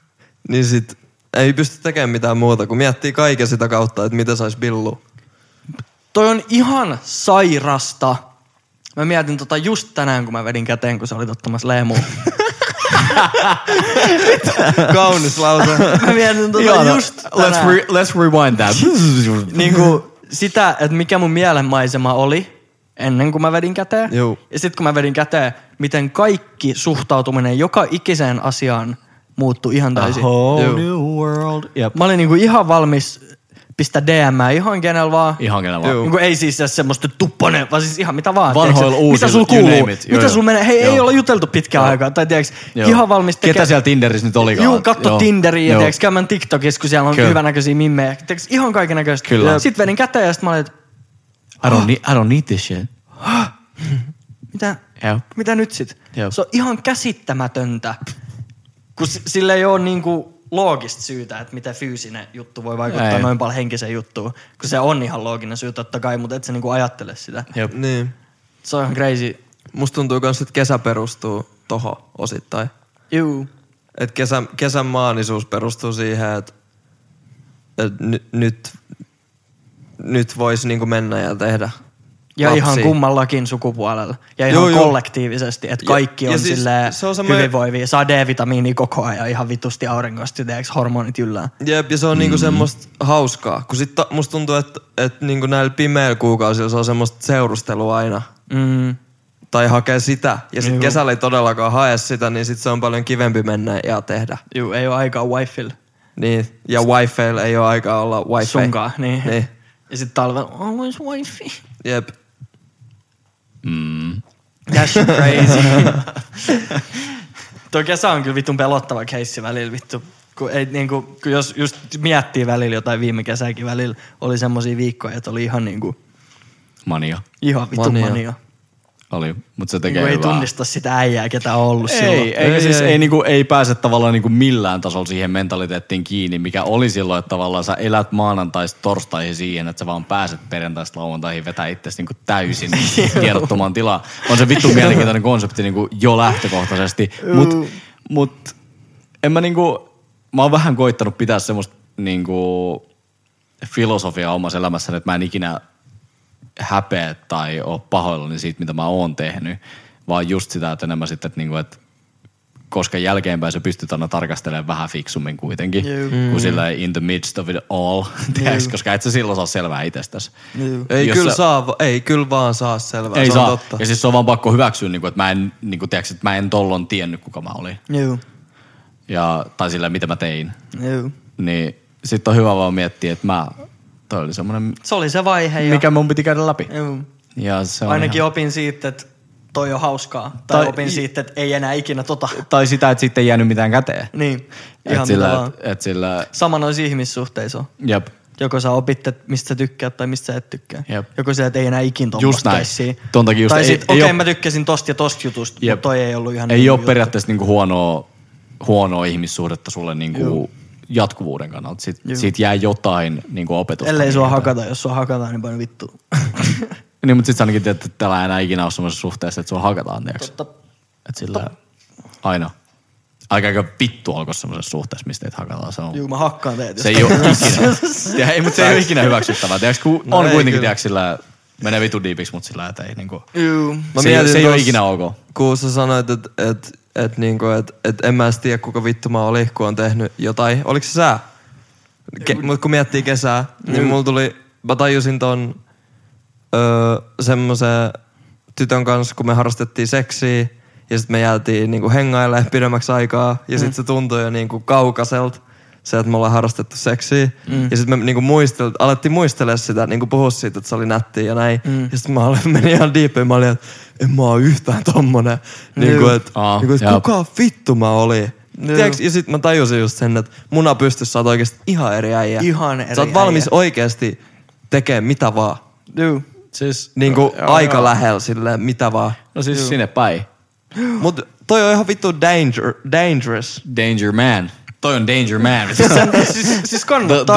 Speaker 2: niin sit ei pysty tekemään mitään muuta, kun miettii kaiken sitä kautta, että mitä sais billua.
Speaker 3: Toi on ihan sairasta. Mä mietin tota just tänään, kun mä vedin käteen, kun sä olit ottamassa leemua.
Speaker 2: Kaunis lause.
Speaker 3: Mä mietin tota just
Speaker 4: let's,
Speaker 3: tänään.
Speaker 4: re- let's rewind that.
Speaker 3: niin kuin sitä, että mikä mun mielenmaisema oli ennen kuin mä vedin käteen.
Speaker 2: Juu.
Speaker 3: Ja sitten kun mä vedin käteen, miten kaikki suhtautuminen joka ikiseen asiaan muuttui ihan täysin.
Speaker 4: whole
Speaker 2: Juu.
Speaker 4: new world. Jep.
Speaker 3: Mä olin niinku ihan valmis pistää DM ihan kenellä vaan.
Speaker 4: Ihan kenellä vaan.
Speaker 2: Juu.
Speaker 3: Niinku ei siis edes semmoista tupponen, vaan siis ihan mitä vaan.
Speaker 4: Vanhoilla
Speaker 3: tiedätkö? Mitä
Speaker 4: uusilla,
Speaker 3: sul
Speaker 4: you
Speaker 3: kuuluu?
Speaker 4: name it. Joo,
Speaker 3: Mitä
Speaker 4: joo.
Speaker 3: sul menee? Hei, ei
Speaker 4: Joo.
Speaker 3: olla juteltu pitkään aikaa. Tai tiiäks,
Speaker 4: Joo.
Speaker 3: ihan valmis
Speaker 4: Ketä siellä Tinderissä nyt olikaan?
Speaker 3: Juu, katso
Speaker 4: Joo.
Speaker 3: Tinderiä ja
Speaker 4: Joo.
Speaker 3: tiiäks, käymään TikTokissa, kun siellä on
Speaker 4: Kyllä.
Speaker 3: hyvänäköisiä mimmejä. Tiiäks, ihan kaiken näköistä.
Speaker 4: Kyllä.
Speaker 3: Sitten vedin käteen ja sitten mä olin, että
Speaker 4: I don't, need, I don't need this shit.
Speaker 3: mitä,
Speaker 4: Joo.
Speaker 3: mitä nyt sit?
Speaker 4: Joo.
Speaker 3: Se on ihan käsittämätöntä, kun s- sillä ei ole niinku loogista syytä, että mitä fyysinen juttu voi vaikuttaa
Speaker 4: Ei.
Speaker 3: noin paljon henkiseen juttuun. Kun se on ihan looginen syy totta kai, mutta et sä niinku ajattele sitä.
Speaker 4: Jep.
Speaker 2: niin.
Speaker 3: Se on ihan crazy.
Speaker 2: Musta tuntuu myös, että kesä perustuu tohon osittain.
Speaker 3: Juu.
Speaker 2: Et kesän, kesän maanisuus perustuu siihen, että et ny, nyt, nyt voisi niinku mennä ja tehdä
Speaker 3: Ja
Speaker 2: lapsia.
Speaker 3: ihan kummallakin sukupuolella. Ja ihan
Speaker 2: Joo, joo.
Speaker 3: kollektiivisesti, että
Speaker 2: Ja-
Speaker 3: kaikki
Speaker 2: ja
Speaker 3: on
Speaker 2: siis
Speaker 3: silleen
Speaker 2: se on semmoinen-
Speaker 3: hyvinvoivia. Saa D-vitamiinia koko ajan ihan vitusti auringosta, ja hormonit yllään.
Speaker 2: Jep, ja se on
Speaker 4: Mm.
Speaker 2: niinku semmoista hauskaa. Kun sit ta, musta tuntuu, että et niinku näillä pimeillä kuukausilla se on semmoista seurustelua aina.
Speaker 3: Mm.
Speaker 2: Tai hakee sitä. Ja sit kesällä ei todellakaan hae sitä, niin sit se on paljon kivempi mennä ja tehdä.
Speaker 3: Juu, ei ole aikaa wifeille.
Speaker 2: Niin. Ja wifiilla ei ole aikaa olla wifi.
Speaker 3: Sunkaan, niin.
Speaker 2: Niin.
Speaker 3: Ja sitten talven, always wifey.
Speaker 2: Jep.
Speaker 3: That's crazy. Tuo kesä on kyllä vitun pelottava keissi välillä vittu. Kun ei, niin kuin, kun jos just miettii välillä jotain viime kesäkin välillä, oli semmoisia viikkoja, että oli ihan niin kuin,
Speaker 4: Mania
Speaker 3: ihan vitun
Speaker 2: Mania.
Speaker 3: mania. mania.
Speaker 4: oli, mutta se
Speaker 3: Niin
Speaker 4: tekee
Speaker 3: kuin ei
Speaker 4: hyvää.
Speaker 3: tunnista sitä äijää, ketä on ollut
Speaker 4: Ei,
Speaker 3: silloin.
Speaker 4: ei, ei, siis ei, niinku, ei pääse tavallaan niinku millään tasolla siihen mentaliteettiin kiinni, mikä oli silloin, että tavallaan sä elät maanantaista torstaihin siihen, että sä vaan pääset perjantaista lauantaihin vetää itsesi niinku täysin tiedottomaan tilaa. On se vittu mielenkiintoinen konsepti niinku jo lähtökohtaisesti, mut, mut en mä niinku, mä oon vähän koittanut pitää semmoista niinku filosofiaa omassa elämässäni, että mä en ikinä häpeä tai ole pahoillani siitä, mitä mä oon tehnyt, vaan just sitä, että enemmän sitten, että, niinku, että koska jälkeenpäin sä pystyt aina tarkastelemaan vähän fiksummin kuitenkin, mm. kuin sillä in the midst of it all, tiiäks, koska et sä silloin saa selvää itsestäsi.
Speaker 2: Ei,
Speaker 4: Jos
Speaker 2: kyllä
Speaker 4: sä-
Speaker 2: saa, va- ei kyllä vaan saa selvää.
Speaker 4: Ei
Speaker 2: se
Speaker 4: saa.
Speaker 2: on totta.
Speaker 4: Ja siis se on vaan pakko hyväksyä, niinku, että mä en, niinku, tiiäks, että mä en tollon tiennyt, kuka mä olin.
Speaker 3: Juu,
Speaker 4: Ja, tai sillä, mitä mä tein.
Speaker 3: juu.
Speaker 4: Niin sitten on hyvä vaan miettiä, että mä, toi oli semmoinen,
Speaker 3: Se oli se vaihe. Ja,
Speaker 4: mikä mun piti käydä läpi.
Speaker 3: Juu.
Speaker 4: Ja se on
Speaker 3: Ainakin
Speaker 4: ihan,
Speaker 3: opin siitä, että toi on hauskaa. Tai,
Speaker 4: Tai-
Speaker 3: opin siitä, että ei enää ikinä tota.
Speaker 4: tai sitä, että sitten ei jäänyt mitään käteen.
Speaker 3: Niin,
Speaker 4: Et
Speaker 3: ihan mitä
Speaker 4: sillä,
Speaker 3: vaan.
Speaker 4: et, et sillä,
Speaker 3: Sama noissa ihmissuhteissa on.
Speaker 4: jep,
Speaker 3: Joko sä opit, että mistä sä tykkäät tai mistä sä et tykkää.
Speaker 4: Jep.
Speaker 3: Joko sä et ei enää ikin
Speaker 4: Just
Speaker 3: tommoista
Speaker 4: näin.
Speaker 3: keissiä.
Speaker 4: Ton takia just
Speaker 3: tai
Speaker 4: ei-
Speaker 3: sit,
Speaker 4: ei
Speaker 3: okei
Speaker 4: oo-
Speaker 3: mä tykkäsin tosta ja tosta jutusta,
Speaker 4: jep.
Speaker 3: mutta toi ei ollut ihan
Speaker 4: Ei
Speaker 3: niin
Speaker 4: ole
Speaker 3: juttu.
Speaker 4: periaatteessa niinku huonoa, huonoa ihmissuhdetta sulle niinku jatkuvuuden kannalta. Siit, siitä jää jotain niinku opetusta.
Speaker 3: Ellei sua
Speaker 4: niiltä.
Speaker 3: hakata, jos sua hakataan, niin paljon vittu.
Speaker 4: Niin, mutta sit sä ainakin tiedät, että täällä ei enää ikinä ole semmoisessa suhteessa, että sua hakataan, tiiäks?
Speaker 3: Totta.
Speaker 4: Et sillä aina. Aika aika vittu alkoi semmoisessa suhteessa, mistä teitä hakataan. Se on
Speaker 3: Juu, mä hakkaan teet.
Speaker 4: Se ei ole ikinä. Tiedä, ei, mutta se ei ole ikinä hyväksyttävää. Tiedäks, kun
Speaker 3: No
Speaker 4: on kuitenkin, tiedäks, sillä menee vitu diipiksi, mutta sillä että ei niinku...
Speaker 3: Juu.
Speaker 4: se, ei- se ei ole
Speaker 2: tossa,
Speaker 4: ikinä ok.
Speaker 2: Kun sä sanoit, että et, et, niinku, et, et en mä edes tiedä, kuka vittu mä olin, kun on tehnyt jotain. Oliko se sä? Ke, mut kun miettii kesää, niin mulla tuli, mä tajusin ton öö, semmoisen tytön kanssa, kun me harrastettiin seksiä. Ja sitten me jäätiin niinku hengailemaan pidemmäksi aikaa. Ja sitten se tuntui jo niinku kaukaiselta se, että me ollaan harrastettu seksiä. Mm. Ja sitten me niinku muistel, alettiin muistella sitä, niinku puhua siitä, että se oli nätti ja näin. Mm. Ja sitten mä olin, menin ihan diippiin, mä olin, että en mä oo yhtään tommonen. Niinku, et,
Speaker 4: Aa,
Speaker 2: niinku, et
Speaker 4: jep.
Speaker 2: kuka vittu mä olin? Tiedätkö, ja sitten mä tajusin just sen, että muna pystyssä sä oot oikeasti ihan eri äijä.
Speaker 3: Ihan eri
Speaker 2: Sä oot valmis
Speaker 3: äijä.
Speaker 2: oikeasti tekemään mitä vaan.
Speaker 3: Juu.
Speaker 4: Siis,
Speaker 2: Niinku aika lähellä silleen mitä vaan.
Speaker 4: No siis sinne päin.
Speaker 2: Mut toi on ihan vittu danger, dangerous.
Speaker 4: Danger man. Toi on danger man.
Speaker 3: siis, siis kannattaa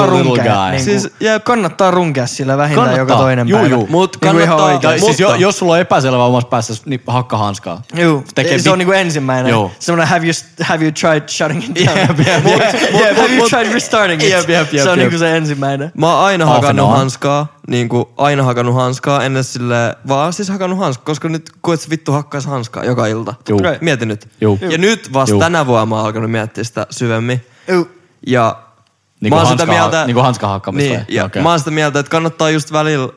Speaker 4: The- the little
Speaker 3: runkea.
Speaker 4: guy.
Speaker 3: Niin
Speaker 2: Siis,
Speaker 3: siis, kannattaa runkea sillä vähintään
Speaker 4: Kannattaa.
Speaker 3: joka toinen
Speaker 4: Juu,
Speaker 3: päivä.
Speaker 4: juu.
Speaker 2: Mut
Speaker 3: Niinku ihan
Speaker 2: kannattaa-
Speaker 4: tai
Speaker 3: oikeesti.
Speaker 4: siis jo,
Speaker 2: Mutta-
Speaker 4: jos sulla on epäselvä omassa päässä, niin hakka hanskaa.
Speaker 3: Juu,
Speaker 4: Tekee
Speaker 3: se on
Speaker 4: vit-
Speaker 3: niinku ensimmäinen.
Speaker 4: Joo.
Speaker 3: Semmoinen have you, have you tried shutting it down?
Speaker 4: Jep, jep,
Speaker 3: Mut-
Speaker 4: jep,
Speaker 3: mut-
Speaker 4: jep,
Speaker 3: have you
Speaker 4: mut-
Speaker 3: tried restarting it?
Speaker 4: Jep, jep, jep,
Speaker 3: se
Speaker 4: jep.
Speaker 3: on niinku se ensimmäinen.
Speaker 2: Mä oon aina
Speaker 4: Off and
Speaker 2: hakannut
Speaker 4: on.
Speaker 2: hanskaa, niinku aina hakannut hanskaa, ennen sille vaan siis hakannut hanskaa, koska nyt kuet se vittu hakkaisi hanskaa joka ilta.
Speaker 4: Juu.
Speaker 2: Right. Mieti nyt.
Speaker 4: Juu.
Speaker 2: Ja nyt vasta
Speaker 4: Juu.
Speaker 2: tänä vuonna mä oon alkanut miettiä sitä syvemmin.
Speaker 3: Juu.
Speaker 2: Ja
Speaker 4: Niinku
Speaker 2: mä oon
Speaker 4: hanskaa-
Speaker 2: sitä mieltä...
Speaker 4: niinku hanskan hakkaamista
Speaker 2: Niin,
Speaker 4: vai?
Speaker 2: ja
Speaker 4: Okei.
Speaker 2: mä oon sitä mieltä, että kannattaa just välillä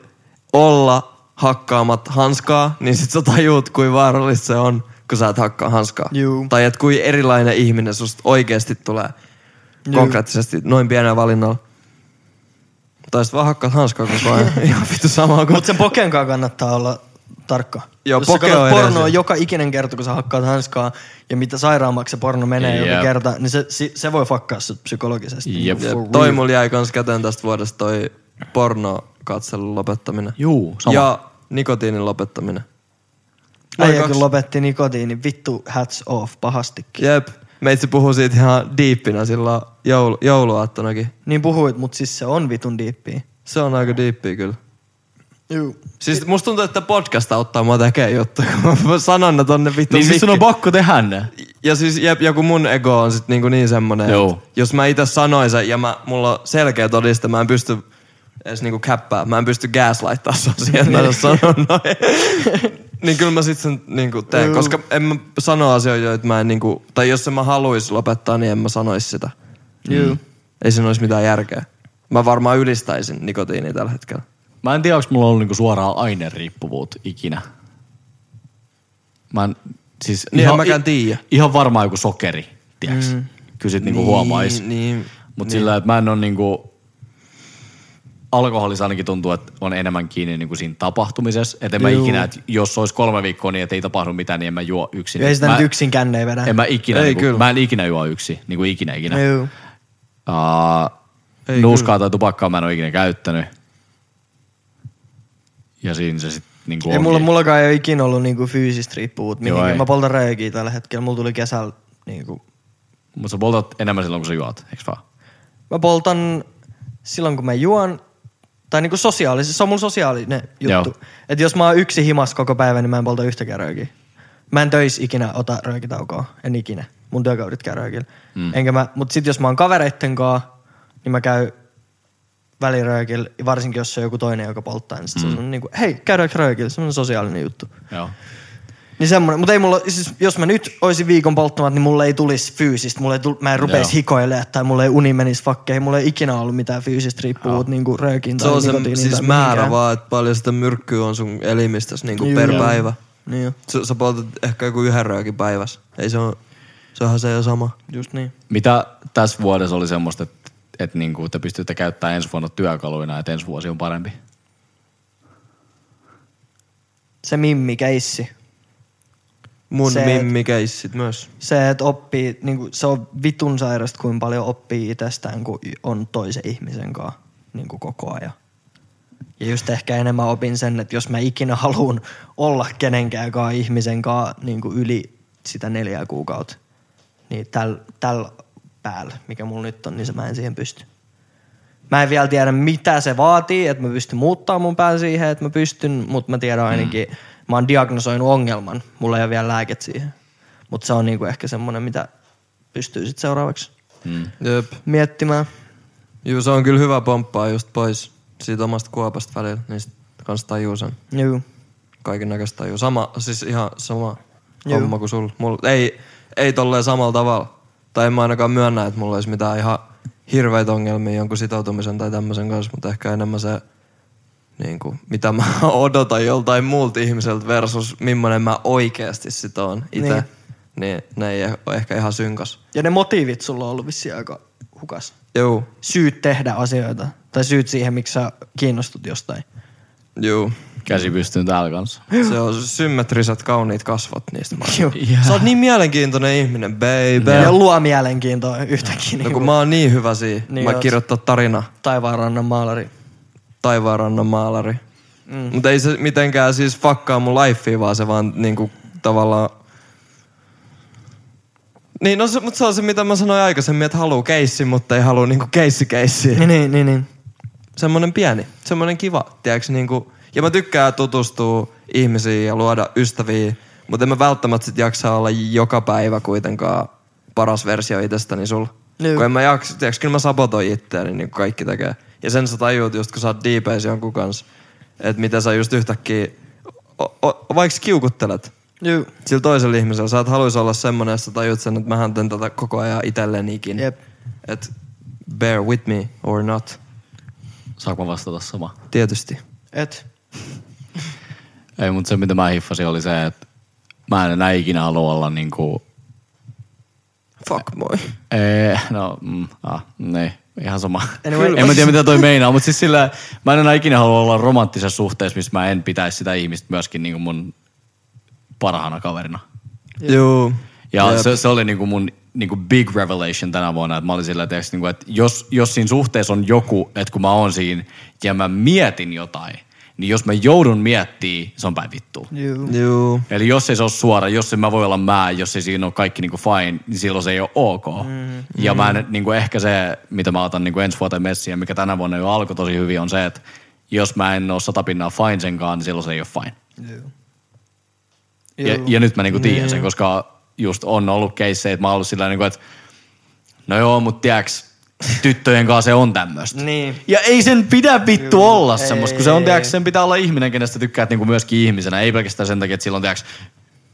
Speaker 2: olla hakkaamat hanskaa, niin sit sä tajuut, kuin vaarallista se on, kun sä et hakkaa hanskaa.
Speaker 3: Juu.
Speaker 2: Tai että kuin erilainen ihminen susta oikeasti tulee
Speaker 3: Juu.
Speaker 2: konkreettisesti noin pienellä valinnalla. Tai sit vaan hakkaat hanskaa koko ajan. Ihan vittu samaa kuin...
Speaker 3: Mut sen pokenkaan kannattaa olla tarkka.
Speaker 2: Joo,
Speaker 3: Jos sä
Speaker 2: poke on
Speaker 3: katsot
Speaker 2: eri
Speaker 3: pornoa
Speaker 2: asia.
Speaker 3: joka ikinen kerta, kun sä hakkaat hanskaa, ja mitä sairaammaksi se porno menee joka
Speaker 4: Jep.
Speaker 3: kerta, niin se, si- se voi fakkaa sut psykologisesti.
Speaker 4: Jep.
Speaker 2: Ja toi mulla jäi kans käteen tästä vuodesta toi pornokatselun lopettaminen.
Speaker 4: Juu, sama.
Speaker 2: Ja nikotiinin lopettaminen. Noi
Speaker 3: Äijä
Speaker 2: kaksi.
Speaker 3: kun lopetti nikotiinin, vittu hats off pahastikin.
Speaker 2: Jep. Meitsi puhuu siitä ihan diippinä sillä joulu, jouluaattonakin.
Speaker 3: Niin puhuit, mut siis se on vitun diippiä.
Speaker 2: Se on aika diippiä kyllä.
Speaker 3: Juu.
Speaker 4: Niin.
Speaker 2: Siis musta tuntuu, että podcast auttaa mua tekemään juttuja, kun mä sanon ne tonne vittu
Speaker 4: Niin siis sun on
Speaker 2: mikki-
Speaker 4: pakko tehdä ne.
Speaker 2: Ja siis jep, joku mun ego on sit niinku niin semmonen,
Speaker 4: Joo.
Speaker 2: että jos mä itse sanoin sen ja mä, mulla on selkeä todiste, mä en pysty edes niinku käppää, mä en pysty gaslightaa sun siihen, että mä en
Speaker 4: Niin.
Speaker 2: oo sanonut noin. niin kyllä mä sit sen niinku teen, koska en mä sano asioita, joita mä en niinku, tai jos en mä haluais lopettaa, niin en mä sanois sitä.
Speaker 4: Mm.
Speaker 3: Juu.
Speaker 2: Ei siinä olisi mitään järkeä. Mä varmaan ylistäisin nikotiinia tällä hetkellä.
Speaker 4: Mä en tiedä, onko mulla ollut niinku suoraa aineriippuvuutta ikinä. Mä en, siis
Speaker 2: Niin, en mäkään tiedä.
Speaker 4: Ihan varmaan joku sokeri, tiiäks.
Speaker 3: Niin
Speaker 4: Mm. Kyllä sit niinku huomais.
Speaker 2: niin,
Speaker 4: Mut sillä, että mä en oo niinku... alkoholissa ainakin tuntuu, että on enemmän kiinni niin kuin siinä tapahtumisessa. Että en mä
Speaker 3: Juu.
Speaker 4: ikinä, että jos olisi kolme viikkoa niin, että ei tapahdu mitään, niin en mä juo yksin.
Speaker 3: Ei sitä
Speaker 4: mä,
Speaker 3: nyt yksin känneen vedä.
Speaker 4: En mä ikinä,
Speaker 2: Ei
Speaker 4: niin kuin,
Speaker 2: kyllä.
Speaker 4: mä en ikinä juo yksin, niin kuin ikinä ikinä.
Speaker 3: Juu.
Speaker 4: Uh,
Speaker 2: Ei
Speaker 4: nuuskaa tai tupakkaa mä en ole ikinä käyttänyt. Ja siinä se sitten niin
Speaker 3: Ei mulla, mullakaan ei ole ikinä ollut niinku fyysistä riippuvuutta.
Speaker 4: Joo,
Speaker 3: mihinkään.
Speaker 4: ei.
Speaker 3: Mä poltan röökiä tällä hetkellä. Mulla tuli kesällä niinku...
Speaker 4: Mutta sä poltat enemmän silloin, kun sä juot, eikö vaan?
Speaker 3: Mä poltan silloin, kun mä juon. Tai niinku sosiaalisesti. Se on mun sosiaalinen juttu.
Speaker 4: Joo.
Speaker 3: Että jos mä oon yksi himas koko päivän, niin mä en polta yhtäkään röökiä. Mä en töissä ikinä ota röökitaukoa. En ikinä. Mun työkaudit käy röökillä. Mm. Enkä mä, mut sit jos mä oon kavereitten kanssa, niin mä käyn väliröökillä, varsinkin jos se on joku toinen, joka polttaa, niin sit mm. se on niinku, hei, käydäänkö röökillä? Se on sosiaalinen juttu.
Speaker 4: Joo.
Speaker 3: Niin semmoinen, mutta ei mulla, siis jos mä nyt olisin viikon polttamat, niin mulle ei tulisi fyysistä, mulle ei tul, mä en rupeisi
Speaker 4: Joo.
Speaker 3: hikoilemaan tai mulle ei uni menisi fakkeihin, mulle ei ikinä ollut mitään fyysistä riippuvuutta niin kuin röökin
Speaker 2: Se
Speaker 3: tai
Speaker 2: on se
Speaker 3: nikotiinin
Speaker 2: siis
Speaker 3: tai
Speaker 2: määrä
Speaker 3: mihinkään.
Speaker 2: vaan, että paljon sitä myrkkyä on sun elimistössä niinku per
Speaker 3: Joo.
Speaker 2: päivä.
Speaker 3: Niin jo,
Speaker 2: Sä, sä poltat ehkä joku yhden röökin päivässä. Ei se on, se onhan se jo sama.
Speaker 3: just niin.
Speaker 4: Mitä tässä vuodessa oli semmoista, että, että niinku te pystytte käyttämään ensi vuonna työkaluina, että ensi vuosi on parempi?
Speaker 3: Se mimmi-keissi.
Speaker 2: Mun
Speaker 3: Se-
Speaker 2: mimmikeissit myös.
Speaker 3: Se, että oppii, niin kuin, se on vitun sairasta, kuinka paljon oppii itsestään, kun on toisen ihmisen kanssa niin kuin koko ajan. Ja just ehkä enemmän opin sen, että jos mä ikinä haluan olla kenenkään ihmisen kanssa niin kuin yli sitä neljää kuukautta, niin tällä täl päällä, mikä mulla nyt on, niin se mä en siihen pysty. Mä en vielä tiedä, mitä se vaatii, että mä pystyn muuttaa mun pään siihen, että mä pystyn, mutta mä tiedän ainakin, mm. mä oon diagnosoinut ongelman. Mulla ei ole vielä lääket siihen. Mutta se on niinku ehkä semmoinen, mitä pystyy sitten seuraavaksi
Speaker 2: Jep.
Speaker 3: miettimään.
Speaker 2: Juu, se on kyllä hyvä pomppaa just pois siitä omasta kuopasta välillä, niin sit kans tajuu sen.
Speaker 3: Juu.
Speaker 2: Kaiken näköistä tajuu. Sama, siis ihan sama
Speaker 3: Juu.
Speaker 2: Juu. homma kuin sulla. Mulla, ei, ei tolleen samalla tavalla. Tai en mä ainakaan myönnä, että mulla olisi mitään ihan hirveitä ongelmia jonkun sitoutumisen tai tämmöisen kanssa, mutta ehkä enemmän se, niin kuin, mitä mä odotan joltain muulta ihmiseltä versus millainen mä oikeasti sitoon itse.
Speaker 3: Niin.
Speaker 2: Niin. niin. ne ei ole ehkä ihan synkas.
Speaker 3: Ja ne motiivit sulla on ollut vissiin aika hukas.
Speaker 2: Juu,
Speaker 3: Syyt tehdä asioita. Tai syyt siihen, miksi sä kiinnostut jostain.
Speaker 2: juu.
Speaker 4: Käsi pystyy täällä kanssa.
Speaker 2: Se on symmetriset kauniit kasvot niistä. Mä
Speaker 3: Juu.
Speaker 2: yeah. Sä oot niin mielenkiintoinen ihminen, baby.
Speaker 3: Ja luo mielenkiintoa yhtäkkiä.
Speaker 2: No
Speaker 3: Niin
Speaker 2: kun mä oon niin hyvä siinä.
Speaker 3: Niin
Speaker 2: Niin mä
Speaker 3: oot.
Speaker 2: kirjoittaa tarina.
Speaker 3: Taivaanrannan maalari.
Speaker 2: Taivaanrannan maalari. Mm. Mutta ei se mitenkään siis fakkaa mun lifea, vaan se vaan niinku tavallaan... Niin, no se, mutta se on se, mitä mä sanoin aikaisemmin, että haluu keissi, mutta ei halua niinku keissi keissi.
Speaker 3: Niin, niin, niin. niin.
Speaker 2: Semmoinen pieni, semmoinen kiva, tiedäks niinku... Ja mä tykkään tutustua ihmisiin ja luoda ystäviä, mutta en mä välttämättä sit jaksa olla joka päivä kuitenkaan paras versio itsestäni sulla.
Speaker 3: Niin.
Speaker 2: Kun en mä jaksa, tiedäks, kyllä mä sabotoin itseäni, niin kuin kaikki tekee. Ja sen sä tajuut just, kun sä oot diipeis jonkun kanssa, että mitä sä just yhtäkkiä, o- o- vaikka sä kiukuttelet
Speaker 3: Juu.
Speaker 2: sillä toisella ihmisellä, sä et haluaisi olla semmonen, että sä tajut sen, että mähän teen tätä koko ajan itsellenikin.
Speaker 3: Jep.
Speaker 2: Et bear with me or not,
Speaker 4: Saanko mä vastata sama?
Speaker 2: tietysti.
Speaker 3: Et.
Speaker 4: Ei, mutta se mitä mä hiffasin oli se, että mä en enää ikinä halua olla niinku...
Speaker 2: Fuck moi.
Speaker 4: Ee, no, mm, ah, niin, ihan sama.
Speaker 3: Anyway.
Speaker 4: en mä tiedä mitä toi meinaa, mutta siis sillä mä en enää ikinä halua olla romanttisessa suhteessa, missä mä en pitäisi sitä ihmistä myöskin niinku mun parhaana kaverina.
Speaker 2: Joo.
Speaker 4: Ja se, se oli niinku mun niinku big revelation tänä vuonna, että mä olin sillä tietysti, niinku, että jos, jos siinä suhteessa on joku, että kun mä oon siinä ja mä mietin jotain, niin jos mä joudun miettimään, se on päin vittua.
Speaker 3: Juu.
Speaker 2: Joo.
Speaker 4: Eli jos ei se ole suora, jos en mä voi olla mä, jos ei siinä ole kaikki niinku fine, niin silloin se ei ole ok. Mm. Ja mä en, niinku ehkä se, mitä mä otan niinku ensi vuoteen messiin, ja mikä tänä vuonna jo alkoi tosi hyvin, on se, että jos mä en ole satapinnaa fine senkaan, niin silloin se ei ole fine. Ja, ja nyt mä niinku tiedän sen, koska just on ollut keissejä, että mä oon ollut sillä niinku, että no joo, mut tiiäks, tyttöjen kanssa se on tämmöistä.
Speaker 3: Niin.
Speaker 4: Ja ei sen pidä vittu Juu, olla semmoista, kun se on,
Speaker 3: ei,
Speaker 4: tiiäks, sen pitää olla ihminen, kenestä tykkäät niinku myöskin ihmisenä. Ei pelkästään sen takia, että sillä on, tiiäks,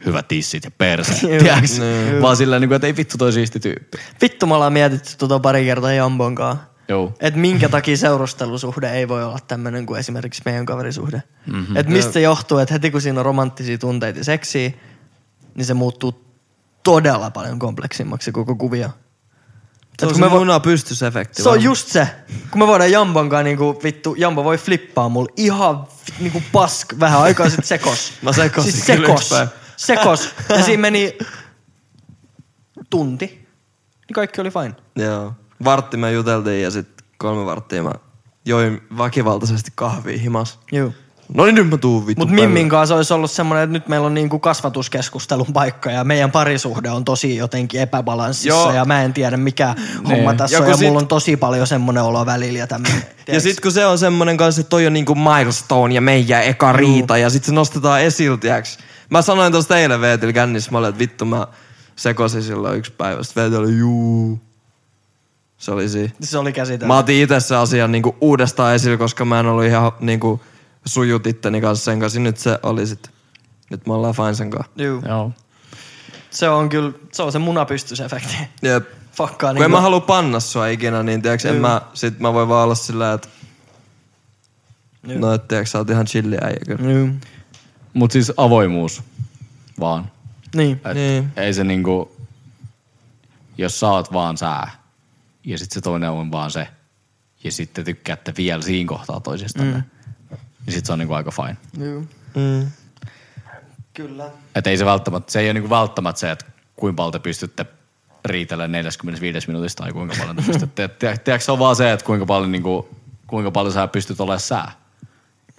Speaker 4: hyvät tissit ja perse, tiiäks. Vaan sillä niinku, että ei vittu toi siisti tyyppi.
Speaker 3: Vittu me ollaan mietitty tota pari kertaa Jambon kanssa.
Speaker 4: Joo.
Speaker 3: Että minkä takia seurustelusuhde ei voi olla tämmöinen kuin esimerkiksi meidän kaverisuhde. Mm-hmm. Että mistä se johtuu, että heti kun siinä on romanttisia tunteita ja seksiä, niin se muuttuu todella paljon kompleksimmaksi se koko kuvio.
Speaker 2: Se on
Speaker 3: kun
Speaker 2: se
Speaker 3: me vo-
Speaker 2: muna pystyssä efekti.
Speaker 3: Se on just se. Kun me voidaan Jambankaan niinku, vittu, Jamba voi flippaa mulle ihan vi- niinku pask, vähän aikaa sit sekos.
Speaker 2: Mä sekosin
Speaker 3: siis
Speaker 2: No kyllä
Speaker 3: sekos.
Speaker 2: yksi päivä.
Speaker 3: Sekos. Ja siinä meni tunti. Niin kaikki oli fine.
Speaker 2: Joo. Vartti me juteltiin ja sitten kolme varttia mä join väkivaltaisesti kahvia himas.
Speaker 3: Joo.
Speaker 2: No niin nyt mä tuun vittu
Speaker 3: Mut
Speaker 2: pöydälle.
Speaker 3: Mimmin kanssa olisi ollut semmoinen, että nyt meillä on niinku kasvatuskeskustelun paikka ja meidän parisuhde on tosi jotenkin epäbalanssissa
Speaker 2: Joo. Niin.
Speaker 3: ja mä en tiedä mikä homma tässä
Speaker 2: Ja
Speaker 3: ja on
Speaker 2: kun
Speaker 3: ja
Speaker 2: sit-
Speaker 3: mulla on tosi paljon semmoinen olo välillä ja tämmöinen.
Speaker 2: Ja sit kun se on semmonen kanssa, että toi on niinku milestone ja meidän eka riita ja sit se nostetaan esiltiäks. Mä sanoin tosta teille Veetil kännissä, mä olin, että vittu mä sekosin silloin yksi päivä. Sit Veetil oli juu. Se oli siinä.
Speaker 3: se oli käsitelty.
Speaker 2: Mä otin itse sen asian niinku uudestaan esille, koska mä en ollut ihan niinku sujut itteni kanssa sen kanssa. Nyt se oli sit. Nyt me ollaan fine sen kanssa.
Speaker 3: Juu.
Speaker 4: Joo.
Speaker 3: Se on kyllä, se on se munapystysefekti.
Speaker 2: Jep.
Speaker 3: Fakkaa
Speaker 2: Kun en
Speaker 3: niin
Speaker 2: mä halua panna sua ikinä, niin tiiäks, en mä, sit mä voin vaan olla sillä, että
Speaker 3: Juu.
Speaker 2: no et tiiäks, sä oot ihan chilli äijä kyllä.
Speaker 3: Niin.
Speaker 4: Mutta siis avoimuus vaan.
Speaker 3: niin.
Speaker 4: Et
Speaker 2: Niin.
Speaker 4: Ei se niinku, jos sä oot vaan sää ja sit se toinen on vaan se ja sitten tykkäätte vielä siinä kohtaa toisistanne, mm. niin sit se on niinku aika fine.
Speaker 2: Mm.
Speaker 3: Kyllä.
Speaker 4: Et ei se välttämättä, se ei ole niinku välttämättä se, että kuinka paljon te pystytte riitellä 45 minuutista tai kuinka paljon te pystytte. Et tiedä- Tiedätkö, se on vaan se, että kuinka paljon, niinku, kuinka paljon sä pystyt olemaan sää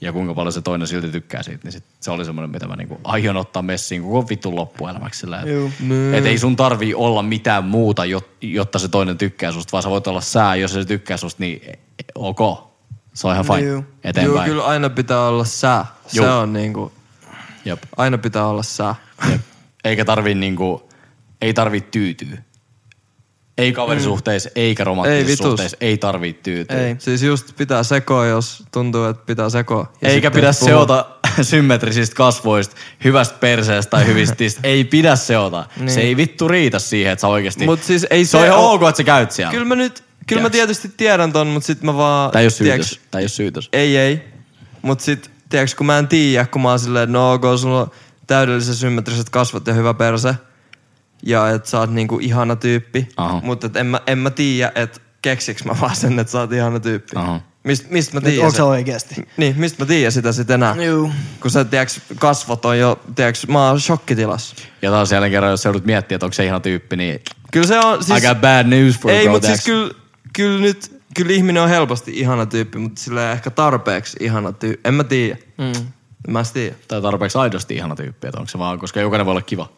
Speaker 4: ja kuinka paljon se toinen silti tykkää siitä, niin sit se oli semmoinen, mitä mä niinku aion ottaa messiin koko vittu loppuelämäksi. Sillä, et,
Speaker 3: Juu.
Speaker 4: et ei sun tarvii olla mitään muuta, jot- jotta se toinen tykkää susta, vaan sä voit olla sää, jos se tykkää susta, niin ok, se on ihan fine,
Speaker 3: Juu.
Speaker 2: Joo,
Speaker 4: eteenpäin.
Speaker 2: kyllä aina pitää olla sä. Joo. Se
Speaker 4: Juu.
Speaker 2: on niinku,
Speaker 4: Jep.
Speaker 2: aina pitää olla sä.
Speaker 4: Jep. Eikä tarvi niinku, ei tarvi tyytyä. Ei kaverisuhteissa, eikä
Speaker 2: Mm. Ei
Speaker 4: romanttisissa
Speaker 2: vitus.
Speaker 4: suhteissa, ei tarvi tyytyä.
Speaker 2: Ei. Siis just pitää sekoa, jos tuntuu, että pitää sekoa. Ja
Speaker 4: Eikä
Speaker 2: sitten
Speaker 4: pidä
Speaker 2: puhua.
Speaker 4: seota symmetrisistä kasvoista, hyvästä perseestä tai hyvistä tistä. Ei pidä seota. Niin. Se ei vittu riitä siihen, että sä oikeesti...
Speaker 2: Mut siis ei
Speaker 4: se, on
Speaker 2: se
Speaker 4: ihan
Speaker 2: oo-
Speaker 4: ok, että sä käyt siellä.
Speaker 2: Kyllä mä nyt, kyllä mä
Speaker 4: Tiedäks?
Speaker 2: tietysti tiedän ton, mut sit mä vaan...
Speaker 4: Tää ei oo
Speaker 2: tiedäks,
Speaker 4: syytös. Tää ei oo syytös.
Speaker 2: Ei, ei. Mut sit, tiedäks, kun mä en tiedä, kun mä oon silleen, no ok, sulla on täydellisen symmetriset kasvot ja hyvä perse. Ja et sä oot niinku ihana tyyppi.
Speaker 4: Aha.
Speaker 2: Mut et en mä, en mä tiedä, et keksiks mä vaan sen, että sä oot ihana tyyppi.
Speaker 4: Aha.
Speaker 2: Mist, mistä mä
Speaker 3: Nyt
Speaker 2: tiedän
Speaker 3: onko se oikeesti?
Speaker 2: Niin, mistä mä tiedän sitä sit enää?
Speaker 3: Juu.
Speaker 2: Kun sä, tiedäks, kasvot on jo, tiedäks, mä oon shokkitilassa.
Speaker 4: Ja taas jälleen kerran, jos sä joudut miettiä, että onko se ihan tyyppi, niin...
Speaker 2: Kyllä se on,
Speaker 4: Siis,
Speaker 2: siis...
Speaker 4: I got bad news for you,
Speaker 2: ei,
Speaker 4: bro,
Speaker 2: mutta siis
Speaker 4: tiedäks?
Speaker 2: kyllä, kyllä nyt, kyllä ihminen on helposti ihana tyyppi, mutta sillä ei ehkä tarpeeksi ihana tyyppi. En mä tiedä. Mm. Mä en tiedä.
Speaker 4: tai tarpeeksi aidosti ihana tyyppi, että onko se vaan, koska jokainen voi olla kiva.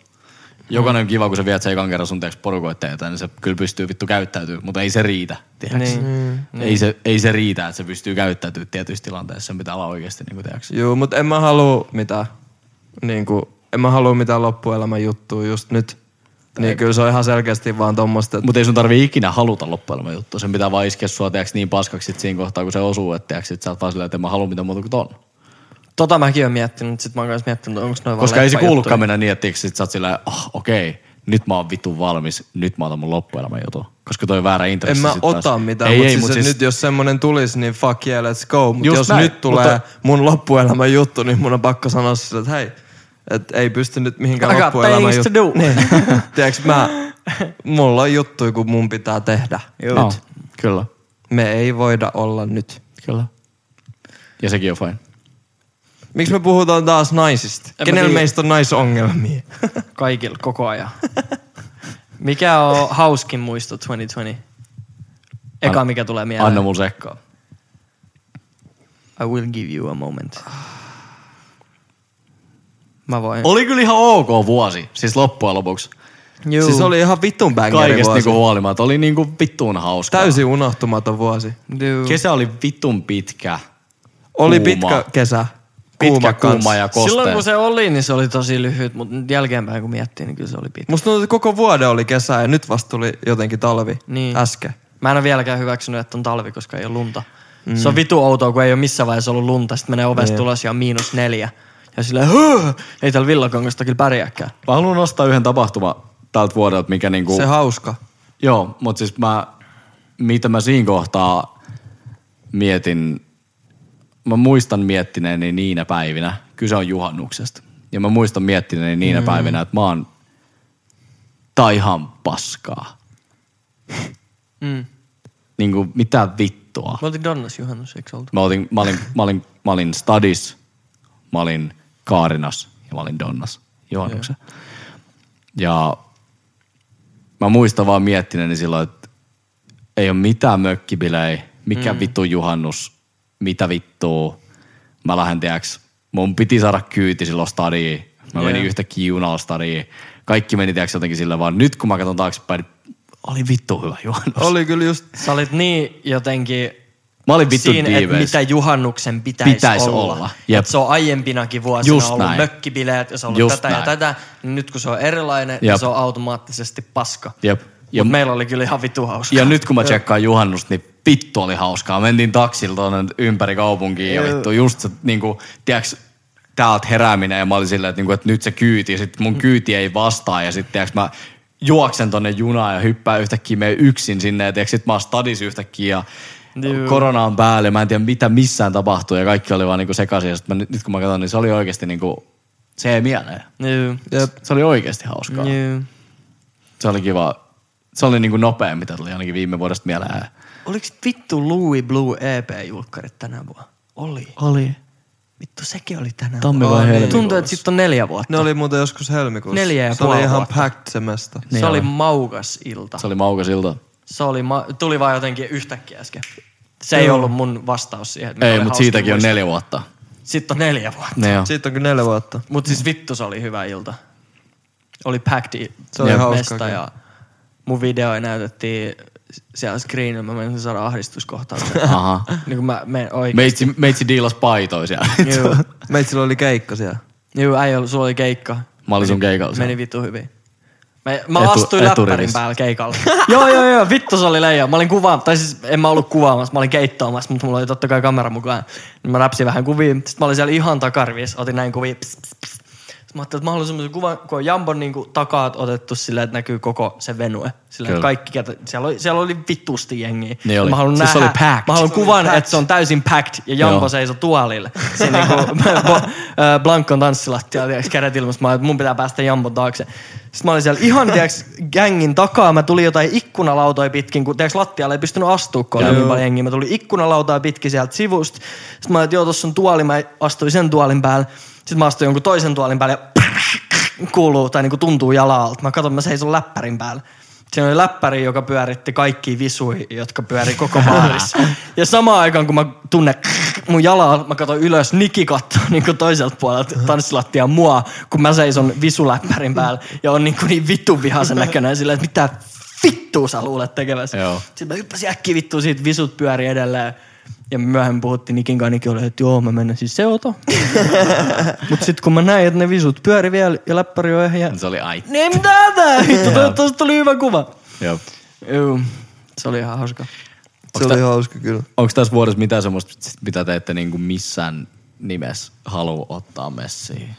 Speaker 4: Jokainen on kiva, kun sä viet se ekan kerran sun teeksi porukoitteen eteen, niin se kyllä pystyy vittu käyttäytyy, mutta ei se riitä, niin,
Speaker 2: Mm.
Speaker 4: niin. Ei, se, ei se riitä, että se pystyy käyttäytyy tietyissä tilanteissa, sen pitää olla oikeasti niin kuin
Speaker 2: Joo, mutta en mä halua mitään, niin kuin, en mä halua mitään loppuelämän juttua just nyt. Niin kyllä se on ihan selkeästi vaan tommoista, että
Speaker 4: Mutta ei sun tarvi ikinä haluta loppuelämän juttu, sen pitää vaan iskeä sua teeksi niin paskaksi että siinä kohtaa, kun se osuu, että teeksi, että sä oot vaan silleen, että en mä halua mitään muuta kuin ton.
Speaker 3: Tota mäkin oon miettinyt, sit mä oon kanssa miettinyt, onko noin vaan
Speaker 4: Koska ei se
Speaker 3: leppajuttuja.
Speaker 4: kuulukaan mennä niin, että tiiäks, sit sä oot silleen, oh, okei, okay, nyt mä oon vitun valmis, nyt mä otan mun loppuelämän jutun. Koska toi on väärä
Speaker 2: en
Speaker 4: intressi.
Speaker 2: mä
Speaker 4: sit taas.
Speaker 2: ota mitään. mutta siis, mut siis, nyt jos semmonen tulisi, niin fuck yeah, let's go. Mutta
Speaker 4: Just
Speaker 2: jos
Speaker 4: näin,
Speaker 2: nyt tulee
Speaker 4: mutta-
Speaker 2: mun loppuelämän juttu, niin mun on pakko sanoa sille, että hei, et ei pysty nyt mihinkään
Speaker 3: I got
Speaker 2: loppuelämän
Speaker 3: things to
Speaker 2: juttu.
Speaker 3: do.
Speaker 2: Tiedätkö, mä, mulla on juttuja, kun mun pitää tehdä.
Speaker 3: Juu.
Speaker 4: No, kyllä,
Speaker 2: Me ei voida olla nyt.
Speaker 4: kyllä. Ja sekin on fine.
Speaker 2: Miksi me puhutaan taas naisista?
Speaker 3: mä
Speaker 2: Kenellä
Speaker 3: tiedä.
Speaker 2: meistä on naisongelmia?
Speaker 3: Kaikilla koko ajan. Mikä on hauskin muisto 2020? Eka
Speaker 4: An-
Speaker 3: mikä tulee mieleen.
Speaker 4: Anna mun sekkaa.
Speaker 3: I will give you a moment. Mä voin.
Speaker 4: Oli kyllä ihan ok vuosi, siis loppujen lopuksi.
Speaker 3: Juu.
Speaker 2: Siis oli ihan vittun bängeri
Speaker 4: Kaikesta
Speaker 2: vuosi.
Speaker 4: niinku huolimatta. Oli niinku vittuun hauskaa.
Speaker 2: Täysin unohtumaton vuosi.
Speaker 3: Juu.
Speaker 4: Kesä oli vitun pitkä.
Speaker 2: Oli
Speaker 4: Kuuma.
Speaker 2: pitkä kesä.
Speaker 4: Pitkä, kuuma,
Speaker 2: kans.
Speaker 4: ja kosteja.
Speaker 3: Silloin kun se oli, niin se oli tosi lyhyt, mutta nyt jälkeenpäin kun miettii, niin kyllä se oli pitkä.
Speaker 2: Musta tuntuu, että koko vuode oli kesä ja nyt vasta tuli jotenkin talvi
Speaker 3: Niin.
Speaker 2: äsken.
Speaker 3: Mä en ole vieläkään hyväksynyt, että on talvi, koska ei ole lunta. Mm. Se on vitu outoa, kun ei ole missään vaiheessa ollut lunta. Sitten menee ovesta
Speaker 2: Niin.
Speaker 3: ulos ja on miinus neljä. Ja silleen, "Höö, ei täällä villakangasta kyllä pärjääkään.
Speaker 4: Mä haluan nostaa yhden tapahtuman tältä vuodelta, mikä niinku...
Speaker 2: Se hauska.
Speaker 4: Joo, mutta siis mä, mitä mä siinä kohtaa mietin, mä muistan miettineeni niinä päivinä, kyse on juhannuksesta, ja mä muistan miettineeni niinä mm. päivinä, että mä oon taihan paskaa.
Speaker 3: Mm.
Speaker 4: Niin kuin, mitä vittua.
Speaker 3: Mä oltiin Donnas juhannus, eikö oltu?
Speaker 4: Mä, olin, mä, olin, mä, olin, mä olin Stadis, mä olin Kaarinas ja mä olin Donnas juhannuksen. Ja mä muistan vaan miettineeni silloin, että ei ole mitään mökkibilejä, mikä mm. vittu juhannus, mitä vittua. Mä lähden tiiäks, mun piti saada kyyti silloin stadiin. Mä menin yhtä kiunalla stadiin. Kaikki meni tiiäks jotenkin sillä vaan nyt kun mä katson taaksepäin, niin oli vittu hyvä juhannus.
Speaker 2: Oli kyllä just
Speaker 3: Sä olit niin jotenkin
Speaker 4: Mä olin vittu
Speaker 3: siinä, että
Speaker 4: diiveissä.
Speaker 3: mitä juhannuksen pitäisi,
Speaker 4: Pitäis
Speaker 3: olla.
Speaker 4: olla. Jep.
Speaker 3: Et se on aiempinakin vuosina
Speaker 4: Just
Speaker 3: ollut
Speaker 4: näin.
Speaker 3: mökkibileet ja se on ollut
Speaker 4: Just
Speaker 3: tätä
Speaker 4: näin.
Speaker 3: ja tätä. Niin nyt kun se on erilainen,
Speaker 4: Jep.
Speaker 3: niin se on automaattisesti paska.
Speaker 4: Jep. Ja
Speaker 3: Ja Mut meillä oli kyllä ihan vitu hauska.
Speaker 4: Ja nyt kun mä tsekkaan juhannusta, niin vittu oli hauskaa. Mentiin taksilla tuonne ympäri kaupunkiin ja vittu just se, niinku, tiiäks, täältä herääminen ja mä olin silleen, että, niinku, että nyt se kyyti ja sit mun kyyti ei vastaa ja sit tiiäks, mä juoksen tonne junaan ja hyppään yhtäkkiä menen yksin sinne ja tiiäks, sit mä oon stadis yhtäkkiä ja korona on päälle, mä en tiedä mitä missään tapahtuu ja kaikki oli vaan niinku sekaisin ja sit mä, nyt nyt kun mä katson, niin se oli oikeasti niinku, se ei mieleen.
Speaker 3: Juu.
Speaker 4: Se oli oikeasti hauskaa.
Speaker 3: Juu.
Speaker 4: Se oli kiva. Se oli niinku nopea, mitä tuli ainakin viime vuodesta mieleen.
Speaker 3: Oliks vittu Louis Blue EP-julkkarit tänä vuonna? Oli.
Speaker 4: Oli.
Speaker 3: Vittu, sekin oli tänä
Speaker 4: Tammi vai
Speaker 3: vuonna.
Speaker 4: helmikuussa?
Speaker 3: Tuntuu, että sitten on neljä vuotta.
Speaker 2: Ne oli muuten joskus helmikuussa.
Speaker 3: Neljä ja
Speaker 2: Se oli
Speaker 3: puoli
Speaker 2: ihan
Speaker 3: vuotta.
Speaker 2: packed se mesta.
Speaker 3: se oli maukas ilta.
Speaker 4: Niin Se oli maukasilta.
Speaker 3: Se oli ma- tuli vaan jotenkin yhtäkkiä äsken. Se ei ollut mun vastaus siihen. että
Speaker 4: Ei,
Speaker 3: mikä oli
Speaker 4: mutta
Speaker 3: hauska
Speaker 4: siitäkin on
Speaker 3: muistaa.
Speaker 4: neljä vuotta. Siis-
Speaker 3: Sitten on neljä vuotta.
Speaker 4: Ne on.
Speaker 2: Siitä on kyllä neljä vuotta.
Speaker 3: Mut siis vittu se oli hyvä ilta. Oli packed i-
Speaker 2: Se oli
Speaker 3: mesta
Speaker 2: hauska
Speaker 3: ja mun videoja näytettiin siellä screenillä. Mä menin saada ahdistuskohtaan.
Speaker 4: Aha.
Speaker 3: niin kun mä menen oikein.
Speaker 4: Meitsi, meitsi diilas paitoja siellä.
Speaker 3: Juu,
Speaker 2: Meitsillä oli keikka siellä.
Speaker 3: juu äijä, oli- sulla oli keikka.
Speaker 4: Mä olin sun keikalla siellä.
Speaker 3: Meni vittu hyvin. Mä, mä
Speaker 4: Etu-
Speaker 3: astuin läppärin
Speaker 4: eturivissä.
Speaker 3: päällä keikalla. joo, joo, joo, vittu se oli leija. Mä olin kuvaamassa, tai siis en mä ollut kuvaamassa, mä olin keittoamassa, mutta mulla oli totta kai kamera mukaan. Niin mä räpsin vähän kuvia. Sitten mä olin siellä ihan takarivissä, otin näin kuvia. Pss, pss, pss. Sitten mä ajattelin, että mä haluan semmoisen kuvan, kun on Jambon niin kuin takaat otettu silleen, että näkyy koko se venue. Silleen,
Speaker 4: Kyllä.
Speaker 3: että kaikki, ketä, siellä oli, siellä oli vittusti jengiä.
Speaker 4: Niin oli.
Speaker 3: Mä haluan
Speaker 4: Siis se
Speaker 3: nähdä,
Speaker 4: oli packed.
Speaker 3: Mä haluan
Speaker 4: Se
Speaker 3: kuvan, että se on täysin packed ja Jampo
Speaker 4: Joo.
Speaker 3: seisoi tuolilla. Se niinku bo- ö, Blankon tanssilattia, tiiäks, kädet ilmassa. Mä olin, että mun pitää päästä Jampon taakse. Sitten mä olin siellä ihan, tiiäks, gängin takaa. Mä tulin jotain ikkunalautoja pitkin, kun tiiäks, lattialle ei pystynyt astua, kun oli niin paljon jengiä. Mä tulin ikkunalautaa pitkin sieltä sivusta. Sitten mä olin, että joo, tossa on tuoli. Mä astuin sen tuolin päälle. Sitten mä astuin jonkun toisen tuolin päälle ja kuuluu tai niinku tuntuu jalalta. Mä katson, mä seison läppärin päällä. Siinä oli läppäri, joka pyöritti kaikki visui, jotka pyöri koko baarissa. Ja samaan aikaan, kun mä tunnen mun jalaa, mä katson ylös, Niki kattoo niin toiselta puolelta tanssilattia mua, kun mä seison visuläppärin päällä ja on niin, niin vittu vihaisen näköinen silleen, että mitä vittua sä luulet tekeväsi.
Speaker 4: Joo.
Speaker 3: Sitten mä hyppäsin äkkiä vittu siitä, visut pyöri edelleen. Ja myöhemmin puhuttiin Nikin kanssa, Niki oli, että joo, mä menen siis seuto. Mut sit kun mä näin, että ne visut pyöri vielä ja läppäri on ehjä.
Speaker 4: Se oli ai.
Speaker 3: Niin ei mitään tää, vittu, toivottavasti tuli hyvä kuva.
Speaker 4: Joo.
Speaker 3: Juu, se oli ihan hauska.
Speaker 2: Se oli hauska kyllä.
Speaker 4: Onko tässä vuodessa mitään semmoista, mitä te ette niinku missään nimessä halua ottaa messiin?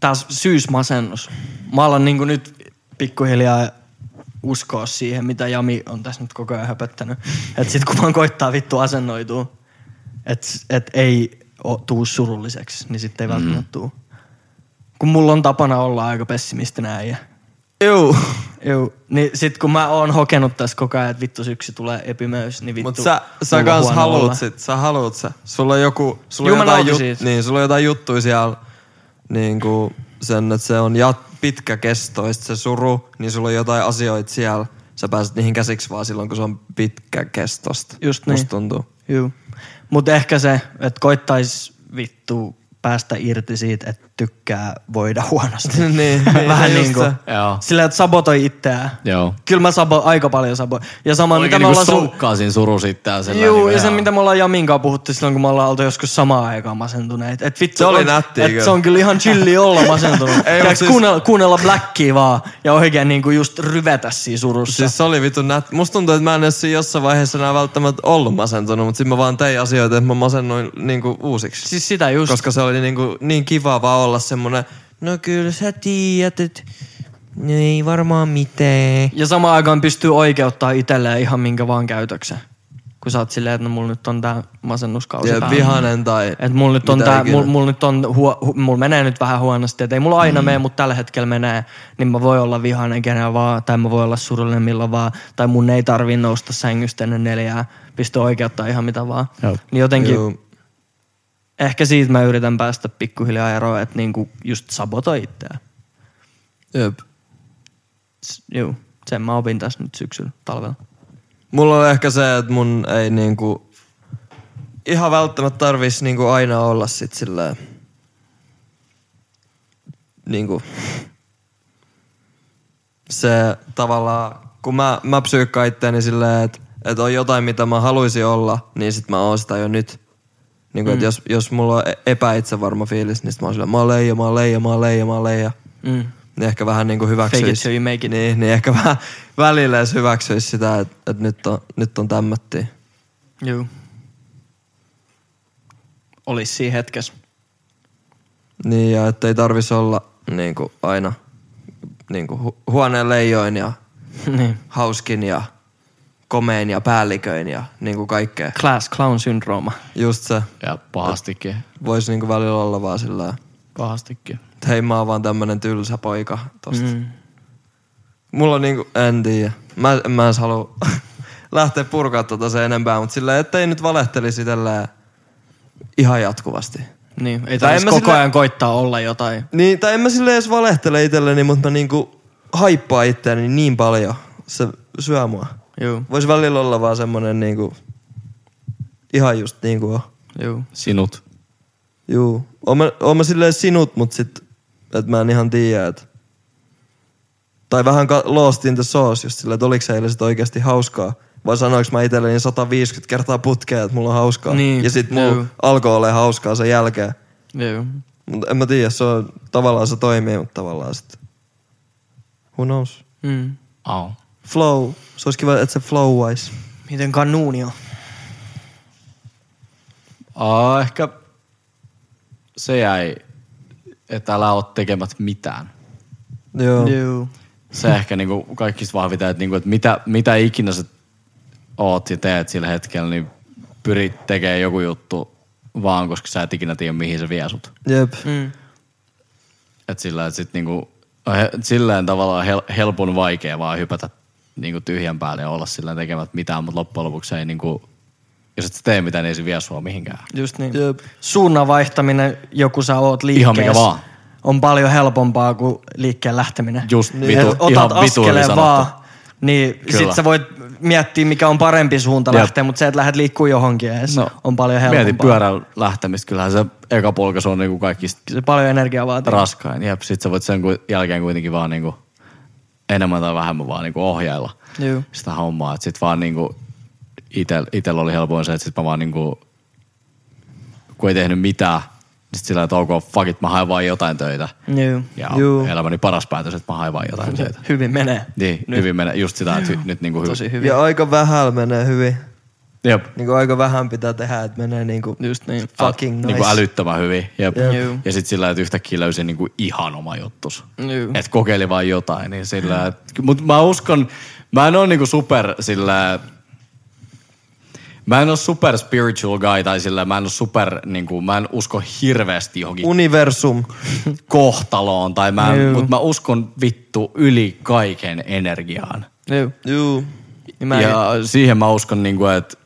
Speaker 3: Taas syysmasennus. Mä alan niinku nyt pikkuhiljaa uskoa siihen, mitä Jami on tässä nyt koko ajan höpöttänyt. Et sit kun vaan koittaa vittu asennoituu, et, et ei o, tuu surulliseksi, niin sit ei välttämättä tuu. Kun mulla on tapana olla aika pessimistinen äijä.
Speaker 2: Juu.
Speaker 3: Joo, niin sit kun mä oon hokenut tässä koko ajan, että vittu syksy tulee epimöys, niin vittu.
Speaker 2: Mut sä, sä
Speaker 3: mulla on
Speaker 2: kans
Speaker 3: huono olla. siis.
Speaker 2: haluut sit. Sä haluut sä. Sulla on joku... Sulla on
Speaker 3: Juu, mä
Speaker 2: jotain,
Speaker 3: nautin siitä.
Speaker 2: niin, sulla on jotain juttuja siellä. Niin kuin sen, että se on jat, pitkä kesto. Ja sit se suru, niin sulla on jotain asioita siellä. Sä pääset niihin käsiksi vaan silloin, kun se on pitkä kestosta.
Speaker 3: Just niin.
Speaker 2: Musta tuntuu.
Speaker 3: Joo. Mutta ehkä se, että koittais vittu päästä irti siitä, että tykkää voida huonosti.
Speaker 2: Niin, niin,
Speaker 3: Vähän
Speaker 2: just
Speaker 3: niin kuin.
Speaker 2: se.
Speaker 4: Joo.
Speaker 3: Sillä, että sabotoi itseään.
Speaker 4: Joo.
Speaker 3: Kyllä mä sabo, aika paljon saboin. Ja sama,
Speaker 4: Oikein
Speaker 3: mitä me
Speaker 4: niinku
Speaker 3: ollaan sun...
Speaker 4: soukkaa siinä suru sitten.
Speaker 3: Joo, ja se mitä me ollaan Jaminkaan puhuttu silloin, kun me ollaan oltu joskus samaan aikaan masentuneet. Et vittu,
Speaker 2: Se oli
Speaker 3: on-
Speaker 2: nättiä
Speaker 3: et
Speaker 2: kyllä.
Speaker 3: se on kyllä ihan chilli olla masentunut.
Speaker 2: Ei,
Speaker 3: Ei,
Speaker 2: mut
Speaker 3: siis...
Speaker 2: siis-
Speaker 3: kuunnella, kuunnella Blackia vaan ja oikein niinku just ryvetä siinä surussa.
Speaker 2: Siis se oli vittu nät. Musta tuntuu, että mä en edes siinä jossain vaiheessa enää välttämättä ollut masentunut, mutta sit mä vaan tein asioita, että mä masennuin niinku uusiksi.
Speaker 3: siis sitä just.
Speaker 2: Koska se oli niinku, niin kiva vaan olla semmonen, no kyllä sä tiedät, et no ei varmaan mitään.
Speaker 3: Ja samaan aikaan pystyy oikeuttaa itselleen ihan minkä vaan käytöksen. kun sä oot silleen, että no, mulla nyt on tää masennuskausi
Speaker 2: Ja
Speaker 3: päällä.
Speaker 2: vihanen tai...
Speaker 3: Et mulla nyt on
Speaker 2: mitä
Speaker 3: tää,
Speaker 2: ikinä.
Speaker 3: mulla, mulla nyt on, huo, hu, mulla menee nyt vähän huonosti, et ei mulla aina mm. mene, mutta tällä hetkellä menee, niin mä voin olla vihainen kenellä vaan, tai mä voin olla surullinen milloin vaan, tai mun ei tarvi nousta sängystä ennen neljää, pistää oikeutta ihan mitä vaan.
Speaker 4: Joo.
Speaker 3: Niin jotenkin,
Speaker 2: Juu.
Speaker 3: ehkä siitä mä yritän päästä pikkuhiljaa eroon, että niinku just sabotoi itseään.
Speaker 2: Jep.
Speaker 3: S- Juu, sen mä opin tässä nyt syksyllä, talvella.
Speaker 2: Mulla on ehkä se, että mun ei niinku... Ihan välttämättä tarvis niinku aina olla sit silleen... Niinku... Se tavallaan... Kun mä, mä psyykkaan itteeni silleen, että et on jotain, mitä mä haluaisin olla, niin sit mä oon sitä jo nyt. Niinku, mm. et jos, jos mulla on e- epäitsevarma fiilis, niin sit mä oon silleen, mä oon leija, mä oon leija, mä oon leija, mä oon leija.
Speaker 3: Mm.
Speaker 2: Niin ehkä vähän niinku hyväksyisi.
Speaker 3: Fake it till you make it.
Speaker 2: Niin, niin ehkä vähän välillä edes hyväksyisi sitä, että, että nyt on, nyt on tämmöttiä.
Speaker 3: Juu. Olis siinä hetkessä.
Speaker 2: Niin, ja että ei tarvitsisi olla niin kuin aina niin kuin hu- huoneen leijoin ja
Speaker 3: niin.
Speaker 2: hauskin ja komein ja päälliköin ja niin kuin kaikkea.
Speaker 3: Class clown syndrooma.
Speaker 2: Just se.
Speaker 4: Ja pahastikin.
Speaker 2: Voisi niin kuin välillä olla vaan sillä
Speaker 4: Pahastikin.
Speaker 2: että hei mä oon vaan tämmönen tylsä poika tosta. Mm. Mulla on niinku, en tiedä. Mä, mä en edes halua lähteä purkaa tota se enempää, mutta silleen, ettei nyt valehtelisi tällä ihan jatkuvasti.
Speaker 3: Niin,
Speaker 2: tarvitsisi
Speaker 3: ei tarvitsisi koko
Speaker 2: koko
Speaker 3: sille... ajan koittaa olla jotain.
Speaker 2: Niin, tai en mä sille edes valehtele itselleni, mutta mä niinku haippaa itseäni niin paljon. Se syö mua.
Speaker 3: Joo,
Speaker 2: Voisi välillä olla vaan semmonen niinku, ihan just niinku on.
Speaker 3: joo.
Speaker 4: Sinut.
Speaker 2: Juu. Oon mä, oon mä silleen sinut, mut sit, et mä en ihan tiedä, et. Tai vähän ka- lost in the sauce just silleen, että oliks se eilen sit oikeesti hauskaa. Vai sanoinko mä itselleni 150 kertaa putkea, että mulla on hauskaa.
Speaker 3: Niin,
Speaker 2: ja sit mulla
Speaker 3: juu.
Speaker 2: alkoi olla hauskaa sen jälkeen.
Speaker 3: Joo.
Speaker 2: Mut en mä tiedä, se on, tavallaan se toimii, mutta tavallaan sit... Who knows?
Speaker 3: Mm.
Speaker 4: Au.
Speaker 2: Flow. Se olisi kiva, että se flow wise.
Speaker 3: Miten kanuuni on?
Speaker 4: Aa, ehkä se jäi, että älä ole tekemät mitään.
Speaker 2: Joo.
Speaker 3: Joo.
Speaker 4: Se ehkä niinku kaikista vahvita, että, niinku, että mitä, mitä ikinä sä oot ja teet sillä hetkellä, niin pyri tekemään joku juttu vaan, koska sä et ikinä tiedä, mihin se vie sut.
Speaker 2: Jep.
Speaker 3: Mm.
Speaker 4: Et sillä, et sit niinku, on he, silleen tavallaan hel, helpon vaikea vaan hypätä niinku tyhjän päälle ja olla sillä tekemät mitään, mutta loppujen lopuksi se ei niinku, jos et sä tee mitään, niin ei se vie sua mihinkään.
Speaker 3: Just niin. Jep. Suunnan vaihtaminen, joku sä oot
Speaker 4: Ihan
Speaker 3: liikkeessä,
Speaker 4: mikä vaan.
Speaker 3: on paljon helpompaa kuin liikkeen lähteminen.
Speaker 4: Just
Speaker 3: Niin,
Speaker 4: vitu-
Speaker 3: et otat
Speaker 4: ihan vitu oli
Speaker 3: askeleen
Speaker 4: sanottu.
Speaker 3: vaan, niin Kyllä. sit
Speaker 4: Kyllä.
Speaker 3: sä voit miettiä, mikä on parempi suunta
Speaker 4: Jep.
Speaker 3: lähteä, mutta se, että lähdet liikkuu johonkin edes, no, on paljon helpompaa.
Speaker 4: Mieti pyörän lähtemistä, kyllähän se eka polkaisu on niinku kaikista
Speaker 3: Se paljon energiaa vaatii.
Speaker 4: Niin. raskain. Jep, sit sä voit sen ku- jälkeen kuitenkin vaan niinku enemmän tai vähemmän vaan niinku ohjailla
Speaker 3: Juu.
Speaker 4: sitä hommaa. Et sit vaan niinku itel, itellä oli helpoin se, että sit mä vaan niinku, kun ei tehnyt mitään, niin sit sillä että ok, fuck it, mä haen vaan jotain töitä.
Speaker 3: Joo.
Speaker 4: Ja
Speaker 3: Juu.
Speaker 4: Juu. elämäni paras päätös, että mä haen vaan jotain töitä.
Speaker 3: Hyvin menee.
Speaker 4: Niin, nyt. hyvin menee, just sitä, että hy, nyt niinku hyvin.
Speaker 3: Tosi hyvin.
Speaker 2: Ja aika vähällä menee hyvin.
Speaker 4: Jep.
Speaker 2: Niinku aika vähän pitää tehdä, että menee niinku
Speaker 3: Just niin.
Speaker 2: fucking
Speaker 4: Äl-
Speaker 2: nice.
Speaker 4: Niinku älyttömän hyvin. Jep.
Speaker 2: Jep.
Speaker 3: Juu.
Speaker 4: Ja sit sillä, että yhtäkkiä löysin niinku ihan oma juttus.
Speaker 3: Juu.
Speaker 4: Että kokeili vaan jotain. Niin sillä, et, mut mä uskon, mä en ole niinku super sillä, mä en ole super spiritual guy tai sillä, mä en ole super, niinku, mä en usko hirveästi johonkin
Speaker 2: Universum.
Speaker 4: kohtaloon. Tai mä, en,
Speaker 3: Juu.
Speaker 4: mut mä uskon vittu yli kaiken energiaan.
Speaker 3: Joo.
Speaker 2: Juu.
Speaker 3: Mä en-
Speaker 4: ja siihen mä uskon, niinku, että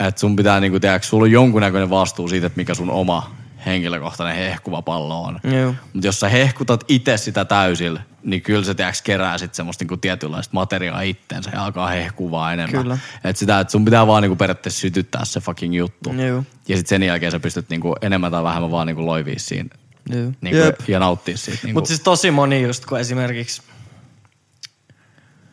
Speaker 4: et sun pitää, niinku, tiedätkö, sulla on jonkunnäköinen vastuu siitä, että mikä sun oma henkilökohtainen hehkuva pallo on.
Speaker 3: Joo.
Speaker 4: Mutta jos sä hehkutat itse sitä täysillä, niin kyllä se tiedätkö, kerää sit semmoista niinku tietynlaista materiaa itteensä ja alkaa hehkuvaa enemmän.
Speaker 3: Kyllä.
Speaker 4: Et sitä, että sun pitää vaan niinku periaatteessa sytyttää se fucking juttu.
Speaker 3: Joo.
Speaker 4: Ja sitten sen jälkeen sä pystyt niinku enemmän tai vähemmän vaan niinku loivii siinä
Speaker 3: Joo.
Speaker 4: niinku,
Speaker 2: Jep.
Speaker 4: ja nauttia siitä. Niinku.
Speaker 3: Mutta siis tosi moni just, kun esimerkiksi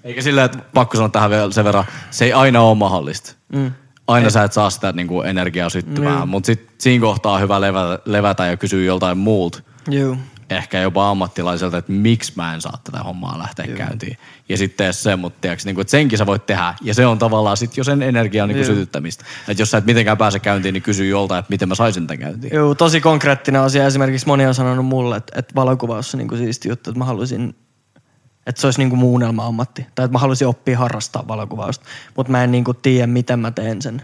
Speaker 4: Eikä sillä, että pakko sanoa tähän vielä sen verran, se ei aina ole mahdollista. Mm. Aina ei. sä et saa sitä niinku energiaa syttymään, mm. mutta sit siinä kohtaa on hyvä levätä, levätä ja kysyä joltain muulta,
Speaker 3: Juu.
Speaker 4: ehkä jopa ammattilaiselta, että miksi mä en saa tätä hommaa lähteä Juu. käyntiin. Ja sitten tee se, mutta tiiäks, niinku, että senkin sä voit tehdä. Ja se on tavallaan sit jo sen energiaa niinku sytyttämistä. Että jos sä et mitenkään pääse käyntiin, niin kysy joltain, että miten mä saisin tämän käyntiin.
Speaker 3: Joo, tosi niinku konkreettinen asia. Esimerkiksi moni on sanonut mulle, että, että valokuvaus on niin siisti juttu, että mä haluaisin, Että se olisi niinku muunnelma ammatti. Tai että mä haluaisin oppia harrastaa valokuvausta. Mutta mä en niinku tiedä, miten mä teen sen.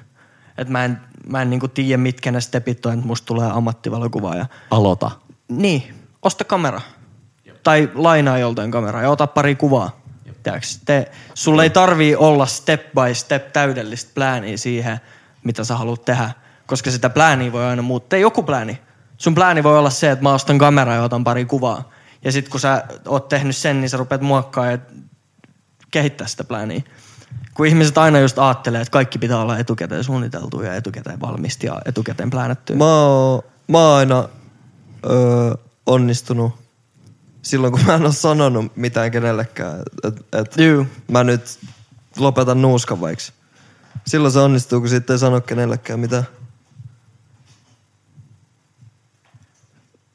Speaker 3: Että mä en, mä en niinku tiedä, mitkä ne stepit on, että musta tulee ammattivalokuvaaja.
Speaker 4: Aloita.
Speaker 3: Niin, osta kamera. Tai lainaa joltain kameraa ja ota pari kuvaa. Tiedäks, Te, sulla ei tarvii olla step by step täydellistä plääniä siihen, mitä sä haluat tehdä. Koska sitä plääniä voi aina muuttaa. Tee joku plääni. Sun plääni voi olla se, että mä ostan kameraa ja otan pari kuvaa. Ja sit kun sä oot tehnyt sen, niin sä rupeat muokkaamaan ja kehittää sitä plääniä. Kun ihmiset aina just ajattelee, että kaikki pitää olla etukäteen suunniteltu ja etukäteen valmista ja etukäteen pläänätty.
Speaker 2: Mä oon, mä oon aina öö, onnistunut silloin, kun mä en ole sanonut mitään kenellekään, että et,
Speaker 3: Juu.
Speaker 2: mä nyt lopetan nuuskan vaikka. Silloin se onnistuu, kun sitten ei sano kenellekään mitään.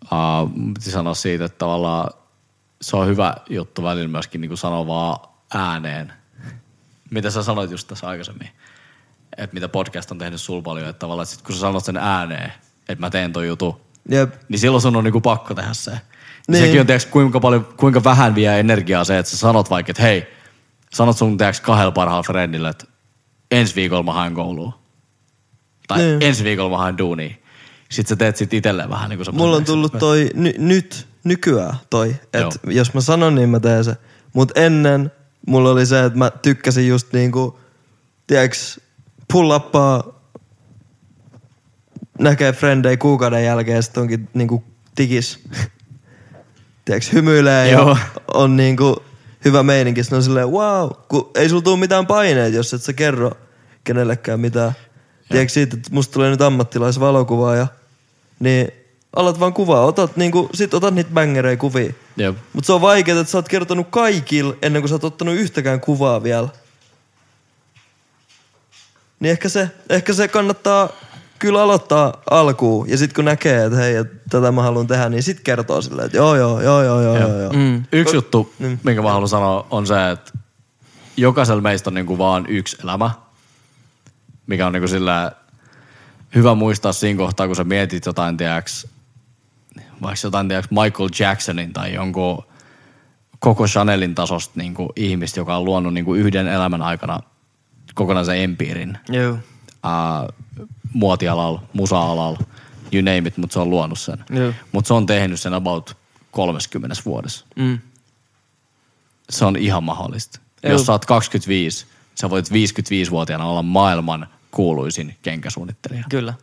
Speaker 4: Uh, sanoa siitä, että tavallaan se on hyvä juttu välillä myöskin niin sanoa vaan ääneen. Mitä sä sanoit just tässä aikaisemmin? Että mitä podcast on tehnyt sul paljon, että tavallaan että sit kun sä sanot sen ääneen, että mä teen ton jutun,
Speaker 2: Jep.
Speaker 4: niin silloin sun on niinku pakko tehdä se.
Speaker 2: Niin.
Speaker 4: Niin. Sekin on, tiiäks, kuinka, paljon, kuinka vähän vie energiaa se, että sä sanot vaikka, että hei, sanot sun tiiäks, kahdella parhaalla frendillä, että ensi viikolla mä haen kouluun. Tai niin. ensi viikolla mä haen duunia. Sitten sä teet sit itselleen vähän niin kuin
Speaker 2: Mulla on tullut toi ny, nyt, nykyään toi,
Speaker 4: Joo.
Speaker 2: että jos mä sanon, niin mä teen se. Mut ennen mulla oli se, että mä tykkäsin just niinku, tiiäks, pull uppaa, näkee frendei kuukauden jälkeen ja sit onkin niinku tikis. tiiäks, hymyilee
Speaker 4: Joo.
Speaker 2: ja on niinku hyvä meininki. Sitten on silleen, wow, kun ei sulla tuu mitään paineita, jos et sä kerro kenellekään mitään. Tiedätkö siitä, että musta tulee nyt ammattilaisvalokuvaaja, niin alat vaan kuvaa, otat niinku, sit otat niitä bängerejä kuvia.
Speaker 4: Jep.
Speaker 2: Mut se on vaikeeta, että sä oot kertonut kaikille ennen kuin sä oot ottanut yhtäkään kuvaa vielä. Niin ehkä se, ehkä se kannattaa kyllä aloittaa alkuun. Ja sit kun näkee, että hei, että tätä mä haluan tehdä, niin sit kertoo silleen, että joo, joo, joo, joo, joo, joo. niin. joo.
Speaker 3: Mm.
Speaker 4: Yksi juttu, minkä mä haluan sanoa, on se, että jokaisella meistä on niinku vaan yksi elämä, mikä on niinku sillä hyvä muistaa siinä kohtaa, kun sä mietit jotain, tiiäks, vaikka jotain, tiiäks, Michael Jacksonin tai jonkun koko Chanelin tasosta niinku ihmistä, joka on luonut niinku yhden elämän aikana kokonaisen empiirin
Speaker 3: Joo.
Speaker 4: ää, muotialalla, musa-alalla, you name it, mutta se on luonut sen.
Speaker 3: Joo.
Speaker 4: Mutta se on tehnyt sen about 30 vuodessa
Speaker 3: Mm.
Speaker 4: se on ihan mahdollista. Joo. Jos sä oot 25, sä voit 55-vuotiaana olla maailman kuuluisin kenkäsuunnittelija.
Speaker 3: Kyllä.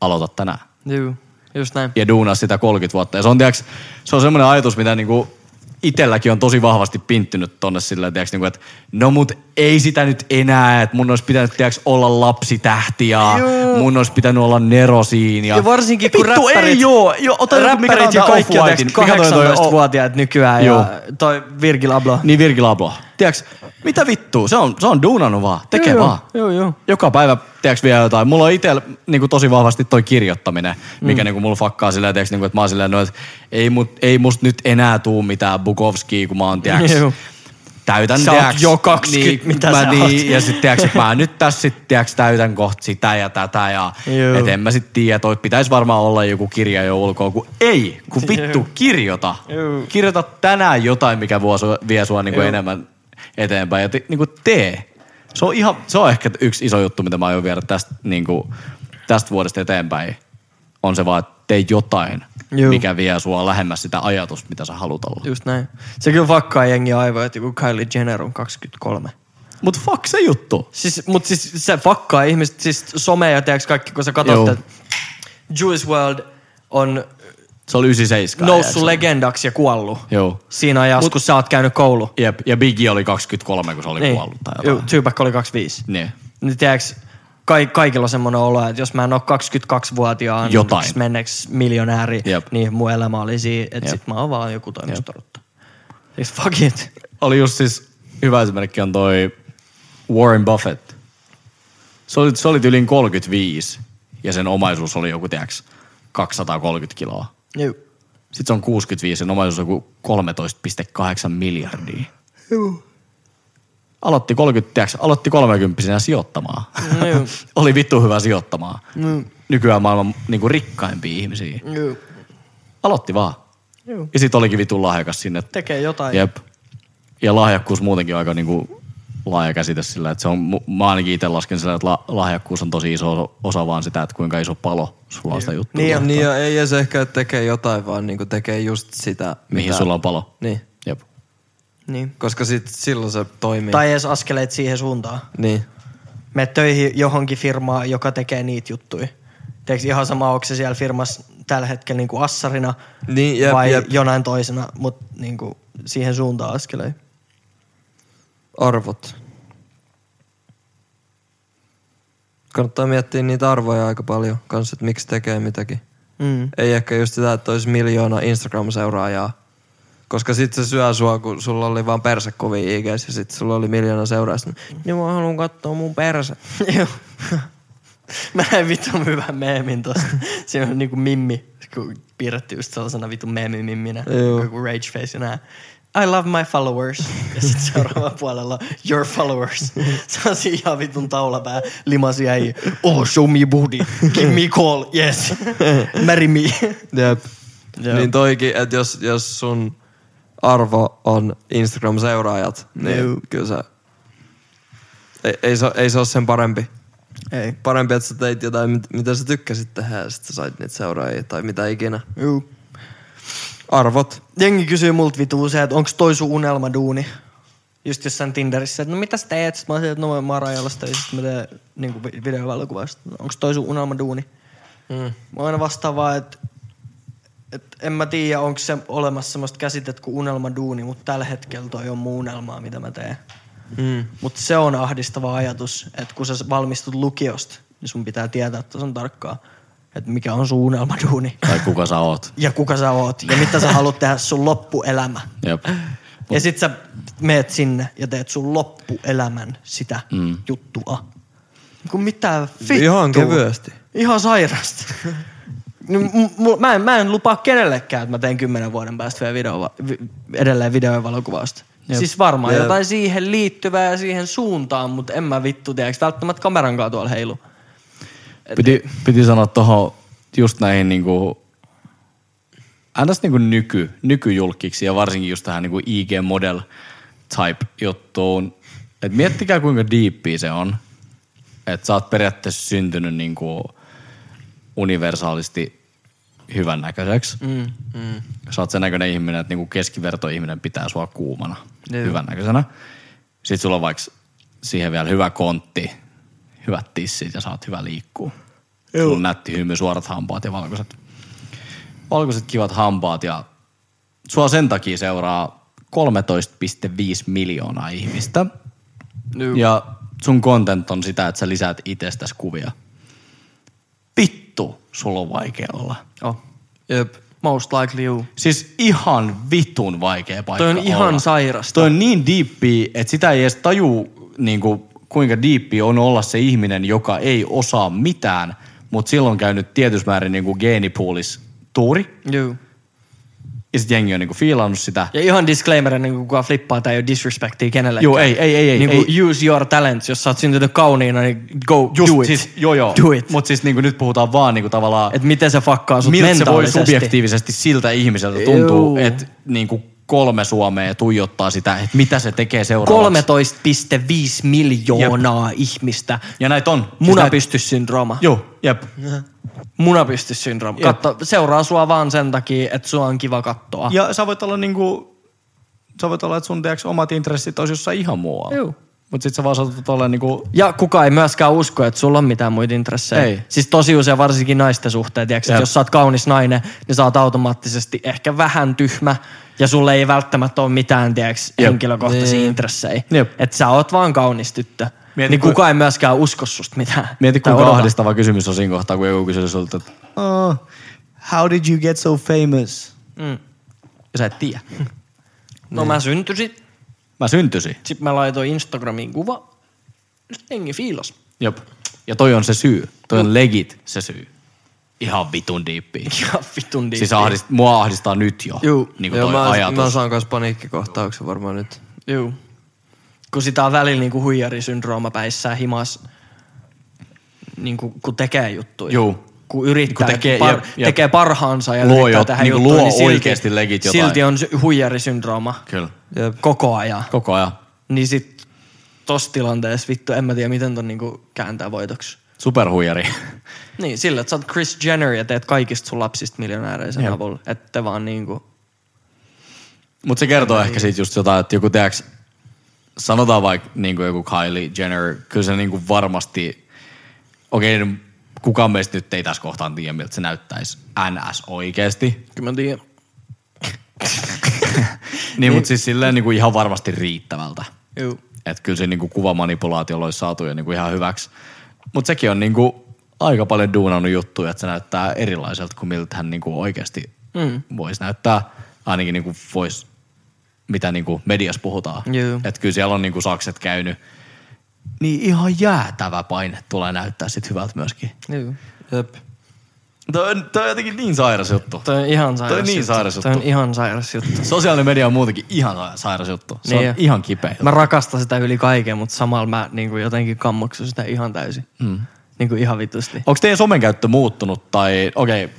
Speaker 4: Aloita tänään.
Speaker 3: Joo, just näin.
Speaker 4: Ja duunaa sitä 30 vuotta. Ja se on, tiiäks, se on semmoinen ajatus, mitä niinku itselläkin on tosi vahvasti pinttynyt tonne sillä, tiiäks, niinku, että no mut ei sitä nyt enää, että mun olisi pitänyt tiiäks, olla lapsitähti ja mun olisi pitänyt olla nerosiin. Ja,
Speaker 3: Ja varsinkin kun
Speaker 4: Vittu,
Speaker 3: räppärit-
Speaker 4: ei joo, joo ota joku, mikä
Speaker 3: Räppärit
Speaker 4: tää
Speaker 3: ja
Speaker 4: on tää
Speaker 3: kaikki on
Speaker 4: Off-Whitein,
Speaker 3: teeksi
Speaker 4: mikä toi toi on-
Speaker 3: 18-vuotiaat nykyään
Speaker 4: Joo.
Speaker 3: ja toi Virgil Abloh.
Speaker 4: Niin Virgil Abloh. Tiedäks, mitä vittua? Se on, se on duunannut vaan. Tekee
Speaker 3: Joo, joo.
Speaker 4: vaan.
Speaker 3: Joo, joo.
Speaker 4: Joka päivä, tiedäks, vielä jotain. Mulla on itsellä niinku, tosi vahvasti toi kirjoittaminen, mikä niinku, mulla fakkaa silleen, tiedäks, niinku, että mä oon silleen, no, että ei, mut, ei musta nyt enää tuu mitään Bukowskia, kun mä oon, tiedäks,
Speaker 3: Joo.
Speaker 4: täytän,
Speaker 3: Sä oot jo 20, niin, mitä
Speaker 4: mä, niin,
Speaker 3: sä oot.
Speaker 4: Ja sit, tiedäks, että mä nyt tässä sit, tiedäks, täytän kohta sitä ja tätä ja
Speaker 3: Joo.
Speaker 4: et en mä sit tiedä, toi pitäis varmaan olla joku kirja jo ulkoa, kun ei, kun vittu, kirjoita.
Speaker 3: Joo.
Speaker 4: Kirjoita tänään jotain, mikä vuo sua, vie sua niinku enemmän eteenpäin ja te, niinku tee. Se on, ihan, se on ehkä yksi iso juttu, mitä mä aion viedä tästä, niinku, tästä vuodesta eteenpäin. On se vaan, että tee jotain,
Speaker 3: Joo.
Speaker 4: mikä vie sua lähemmäs sitä ajatusta, mitä sä haluat olla.
Speaker 3: Just näin. Se kyllä fakkaa jengi aivoja, että joku Kylie Jenner on 23.
Speaker 4: Mut fuck se juttu.
Speaker 3: Siis, mut siis se fakkaa ihmiset, siis some ja teeks kaikki, kun sä
Speaker 4: Joo.
Speaker 3: katsot, että Juice WRLD on
Speaker 4: Se oli 97.
Speaker 3: noussut
Speaker 4: eikö se?
Speaker 3: legendaksi ja kuollut.
Speaker 4: Joo.
Speaker 3: Siinä ajassa, kun sä oot käynyt koulu.
Speaker 4: Jep, ja Biggie oli 23, kun se oli niin. kuollut tai jotain.
Speaker 3: Joo, Tupac oli 25.
Speaker 4: Niin.
Speaker 3: Niin tiedäks, kai, kaikilla on semmoinen olo, että jos mä en ole 22-vuotiaan
Speaker 4: Jotain.
Speaker 3: menneeksi miljonääri,
Speaker 4: Jep.
Speaker 3: niin mun elämä oli siinä, että sit mä oon vaan joku toimistorutta. Siis fuck it.
Speaker 4: Oli just siis, hyvä esimerkki on toi Warren Buffett. Se oli, se oli yli 35 ja sen omaisuus oli joku, tiedäks, 230 kiloa.
Speaker 3: Joo.
Speaker 4: Sitten se on 65 ja sen omaisuus on joku 13,8 miljardia. Joo. Aloitti, 30, tiedäks, aloitti 30 sijoittamaan.
Speaker 3: Joo.
Speaker 4: oli vittu hyvä sijoittamaan. Nykyään maailman niinku, rikkaimpia ihmisiä.
Speaker 3: Joo.
Speaker 4: Aloitti vaan.
Speaker 3: Joo.
Speaker 4: Ja sit olikin vitun lahjakas sinne.
Speaker 3: Tekee jotain.
Speaker 4: Jep. ja lahjakkuus muutenkin on aika niin kuin laaja käsite sillä, että se on, mu- mä ainakin itse lasken sillä, että la- lahjakkuus on tosi iso osa vaan sitä, että kuinka iso palo sulla on sitä juttua.
Speaker 2: Niin, ja, niin ja ei edes ehkä että tekee jotain, vaan niinku tekee just sitä.
Speaker 4: Mihin
Speaker 2: mitä-
Speaker 4: sulla on palo.
Speaker 2: Niin,
Speaker 4: Jep.
Speaker 3: Niin.
Speaker 2: koska sit silloin se toimii.
Speaker 3: Tai edes askeleet siihen suuntaan.
Speaker 2: Niin.
Speaker 3: Mene töihin johonkin firmaan, joka tekee niitä juttuja. Teekö ihan sama, onko se siellä firmassa tällä hetkellä niin kuin assarina
Speaker 2: Niin, jep,
Speaker 3: vai
Speaker 2: jep.
Speaker 3: jonain toisena, mutta niin kuin siihen suuntaan askeleen.
Speaker 2: Arvot. Kannattaa miettiä niitä arvoja aika paljon kanssa, että miksi tekee mitäkin.
Speaker 3: Mm.
Speaker 2: Ei ehkä just sitä, että olisi miljoona Instagram-seuraajaa. Koska sit se syö sua, kun sulla oli vaan persekuvia IGs ja sit sulla oli miljoona seuraajaa. Niin mä haluan katsoa mun perse.
Speaker 3: Joo. Mä näin vitun hyvän meemin tosta. Siinä on niinku mimmi, kun piirretty just sellaisena vitun meemimimminä.
Speaker 2: Joo.
Speaker 3: Joku rage face ja nää. I love my followers. Ja sit seuraavalla puolella your followers. Se on siinä ihan vitun taulapää. Limasi äijä. Oh, show me booty. Give me call. Yes. Marry me.
Speaker 2: Jep.
Speaker 3: Joo.
Speaker 2: Niin toikin, että jos, jos sun arvo on Instagram-seuraajat, niin kyllä se... Ei, ei, se, ei se ole sen parempi.
Speaker 3: Ei.
Speaker 2: Parempi, että sä teit jotain, mit- mitä sä tykkäsit tehdä ja sit sä sait niitä seuraajia tai mitä ikinä.
Speaker 3: Juu.
Speaker 2: Arvot.
Speaker 3: Jengi kysyy multa vitu usein, että onko toi sun unelmaduuni? Just jossain Tinderissä, että no mitä sä teet? Sitten mä oon että no mä oon maarajalasta ja sitten mä teen niin videovalokuvasta. Onko no, toi sun unelmaduuni? Mm. Mä aina vastaan vaan, että et en mä tiedä, onko se olemassa semmoista käsitettä kuin unelmaduuni, mutta tällä hetkellä toi on mun unelmaa, mitä mä teen. Mm. Mutta se on ahdistava ajatus, että kun sä valmistut lukiosta, niin sun pitää tietää tasan tarkkaan, että mikä on sun unelmaduuni
Speaker 4: Tai kuka sä oot.
Speaker 3: ja kuka sä oot ja mitä sä haluat tehdä sun loppuelämä.
Speaker 4: Jep.
Speaker 3: Ja sit sä meet sinne ja teet sun loppuelämän sitä mm. juttua. Kun mitä vittua.
Speaker 2: Ihan kevyesti.
Speaker 3: Ihan sairasta. Niin m- m- mä, en, mä en lupaa kenellekään, että mä teen kymmenen vuoden päästä vielä video, vi- edelleen videojen valokuvausta. Jep. Siis varmaan Jep. jotain siihen liittyvää ja siihen suuntaan, mutta en mä vittu tiedä, välttämättä kamerankaan tuolla heilu.
Speaker 4: Piti, piti sanoa tuohon just näihin niinku, ns. Niinku nyky, nykyjulkiksi ja varsinkin just tähän niinku IG model type juttuun. Et miettikää kuinka diippiä se on. Että sä oot periaatteessa syntynyt niinku universaalisti hyvän näköiseksi. Mm, mm. Sä oot sen näköinen ihminen, että niinku keskiverto ihminen pitää sua kuumana, hyvän näköisenä. Sitten sulla on vaikka siihen vielä hyvä kontti, hyvät tissit ja sä oot hyvä liikkuu. Sulla on nätti hymy, suorat hampaat ja valkoiset, valkoiset kivat hampaat ja sua sen takia seuraa 13,5 miljoonaa ihmistä. Ja sun content on sitä, että sä lisäät itsestäsi kuvia. Vittu, sulla on vaikea olla.
Speaker 3: Oh.
Speaker 2: Jep.
Speaker 3: Most likely you.
Speaker 4: Siis ihan vitun vaikea paikka
Speaker 3: Toi on ihan
Speaker 4: olla.
Speaker 3: sairasta.
Speaker 4: Toi on niin diippi, että sitä ei edes taju, niin kuin, kuinka diippi on olla se ihminen, joka ei osaa mitään, mutta silloin käynyt tietyssä määrin niin kuin geenipuulis tuuri.
Speaker 3: Juu.
Speaker 4: Ja sitten jengi on niin kuin fiilannut sitä.
Speaker 3: Ja ihan disclaimer, niin kuin kukaan flippaa tai ei ole disrespectia kenellekään.
Speaker 4: Joo, ei, ei, ei, ei.
Speaker 3: niin
Speaker 4: ei.
Speaker 3: kuin use your talents, jos sä oot syntynyt kauniina, niin go
Speaker 4: Just,
Speaker 3: do it.
Speaker 4: Siis, joo, joo.
Speaker 3: Do it.
Speaker 4: Mutta siis niin kuin nyt puhutaan vaan niin kuin tavallaan,
Speaker 3: Et miten se fakkaa sut
Speaker 4: miltä se voi
Speaker 3: mentaalisesti.
Speaker 4: subjektiivisesti siltä ihmiseltä tuntuu,
Speaker 3: Juu.
Speaker 4: että niin kuin kolme Suomea tuijottaa sitä, että mitä se tekee seuraavaksi.
Speaker 3: 13,5 miljoonaa Jep. ihmistä.
Speaker 4: Ja näitä on. Siis näitä-
Speaker 3: Munapystyssyndrooma.
Speaker 4: Joo, jep.
Speaker 3: Munapystyssyndrooma. Katso, seuraa sua vaan sen takia, että sua on kiva kattoa.
Speaker 4: Ja sä voit olla niinku, sä voit olla, että sun tiiäks, omat intressit olisi jossain ihan muualla.
Speaker 3: Juu.
Speaker 4: Mut sit sä vaan saatat olla niinku,
Speaker 3: Ja kuka ei myöskään usko, että sulla on mitään muita intressejä.
Speaker 4: Ei.
Speaker 3: Siis tosi usein varsinkin naisten suhteen, tiiäks,
Speaker 4: Jep.
Speaker 3: että jos sä oot kaunis nainen, niin sä oot automaattisesti ehkä vähän tyhmä. Ja sulle ei välttämättä ole mitään tiiäks,
Speaker 4: Jep. Niin.
Speaker 3: henkilökohtaisia intressejä.
Speaker 4: Jep.
Speaker 3: Että sä oot vaan kaunis tyttö.
Speaker 4: Mieti,
Speaker 3: Mieti, niin
Speaker 4: kun-
Speaker 3: kuka ei myöskään usko susta mitään.
Speaker 4: mieti
Speaker 3: Tai
Speaker 4: kuinka
Speaker 3: odota.
Speaker 4: ahdistava kysymys on siinä kohtaa, kun joku kysyy sulta, että oh, how did you get so famous?
Speaker 3: Mm.
Speaker 4: Ja sä et tiedä.
Speaker 3: No
Speaker 4: Niin.
Speaker 3: mä syntyisin,
Speaker 4: Mä syntyisin.
Speaker 3: sit mä laitoin Instagramiin kuva. Sitten jengi fiilas.
Speaker 4: Jep. Ja toi on se syy. Toi on legit se syy. Ihan vitun diippiä.
Speaker 3: Ja vitun diippiä.
Speaker 4: Siis ahdist, mua ahdistaa nyt jo.
Speaker 3: Juu.
Speaker 4: Niin kuin
Speaker 2: Joo,
Speaker 4: toi
Speaker 2: mä,
Speaker 4: ajatus.
Speaker 2: mä saan kanssa paniikkikohtauksen varmaan nyt.
Speaker 3: Juu. Kun sitä on välillä niinku huijarisyndrooma päissään himas, niinku, kun tekee juttuja.
Speaker 4: Juu.
Speaker 3: kun yrittää,
Speaker 4: Kun tekee-
Speaker 3: tekee, par,
Speaker 4: jep, jep.
Speaker 3: tekee parhaansa ja
Speaker 4: Luo
Speaker 3: yrittää
Speaker 4: jo-
Speaker 3: tehdä
Speaker 4: niinku
Speaker 3: juttua,
Speaker 4: luo
Speaker 3: niin silti,
Speaker 4: oikeesti legit jotain.
Speaker 3: silti on sy- huijarisyndrooma
Speaker 4: Kyllä.
Speaker 2: Jep.
Speaker 3: koko ajan.
Speaker 4: Koko ajan.
Speaker 3: Niin sit tossa tilanteessa vittu, en mä tiedä miten ton niinku kääntää voitoksi.
Speaker 4: Superhuijari.
Speaker 3: Niin, sillä, että sä oot Chris Jenner ja teet kaikista sun lapsista miljonäärejä sen avulla. Että vaan niinku,
Speaker 4: Mutta se kertoo ehkä siitä just jotain, että joku teaks, sanotaan vaikka niin kuin joku Kylie Jenner, kyllä se niin kuin varmasti, okei, no kukaan meistä nyt ei tässä kohtaan tiedä, miltä se näyttäisi NS oikeasti.
Speaker 3: kyllä mä tiedän.
Speaker 4: Niin, mutta siis silleen niin kuin ihan varmasti riittävältä.
Speaker 3: Juu.
Speaker 4: Että kyllä se niin kuin kuvamanipulaatiolla olisi saatu jo niin kuin ihan hyväksi. Mutta sekin on niin kuin aika paljon duunannut juttuja, että se näyttää erilaiselta kuin miltä hän niin kuin oikeasti mm. voisi näyttää. Ainakin niin kuin voisi, mitä niin kuin mediassa puhutaan.
Speaker 3: Juu.
Speaker 4: Että kyllä siellä on niin kuin sakset käynyt. Niin ihan jäätävä paine tulee näyttää sit hyvältä myöskin.
Speaker 3: Juu.
Speaker 2: Jep.
Speaker 4: Toi on, toi on jotenkin niin sairas juttu.
Speaker 3: Toi on ihan sairas
Speaker 4: Toi on niin
Speaker 3: juttu.
Speaker 4: sairas juttu.
Speaker 3: Toi on ihan sairas juttu.
Speaker 4: Sosiaalinen media on muutenkin ihan sa- sairas juttu. Se
Speaker 3: Niin
Speaker 4: niin
Speaker 3: jo.
Speaker 4: on ihan kipeä. juttu.
Speaker 3: Mä rakastan sitä yli kaiken, mutta samalla mä niin kuin jotenkin kammoksun sitä ihan täysin. Mm. Niin kuin ihan vitusti.
Speaker 4: Onko teidän somen käyttö muuttunut? Tai okei, okay,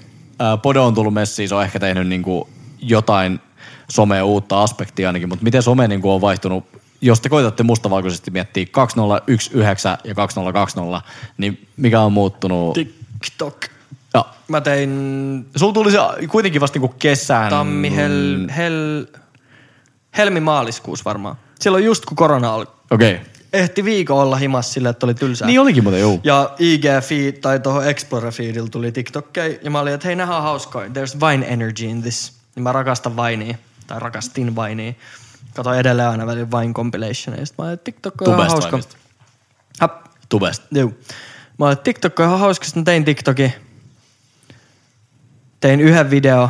Speaker 4: Podo on tullut messiin, se on ehkä tehnyt niinku jotain somea uutta aspektia ainakin, mutta miten some niinku on vaihtunut? Jos te koitatte mustavalkoisesti miettiä 2019 ja 2020, niin mikä on muuttunut?
Speaker 3: TikTok.
Speaker 4: Ja,
Speaker 3: Mä tein
Speaker 4: sulla tuli se kuitenkin vasta niinku kesän.
Speaker 3: tammi, hel, hel, helmi maaliskuussa varmaan. Silloin just kun korona oli.
Speaker 4: Okei. Okay.
Speaker 3: Ehti viikon olla himas sillä, että oli tylsää.
Speaker 4: Niin olikin muuten, juu.
Speaker 3: Ja IG feed tai tuohon Explorer feedillä tuli TikTokkeja ja mä olin, että hei nämä on hauskoja. There's Vine energy in this. Niin mä rakastan Vinea tai rakastin Vinea. Kato edelleen aina välillä Vine compilationeja. Sitten mä olin, että TikTok on ihan
Speaker 4: Tubesta
Speaker 3: hauska.
Speaker 4: vai mistä?
Speaker 3: Häp,
Speaker 4: Tubesta.
Speaker 3: Joo. Mä olin, että TikTok on ihan hauska, sitten mä tein TikTokin. Tein yhden video,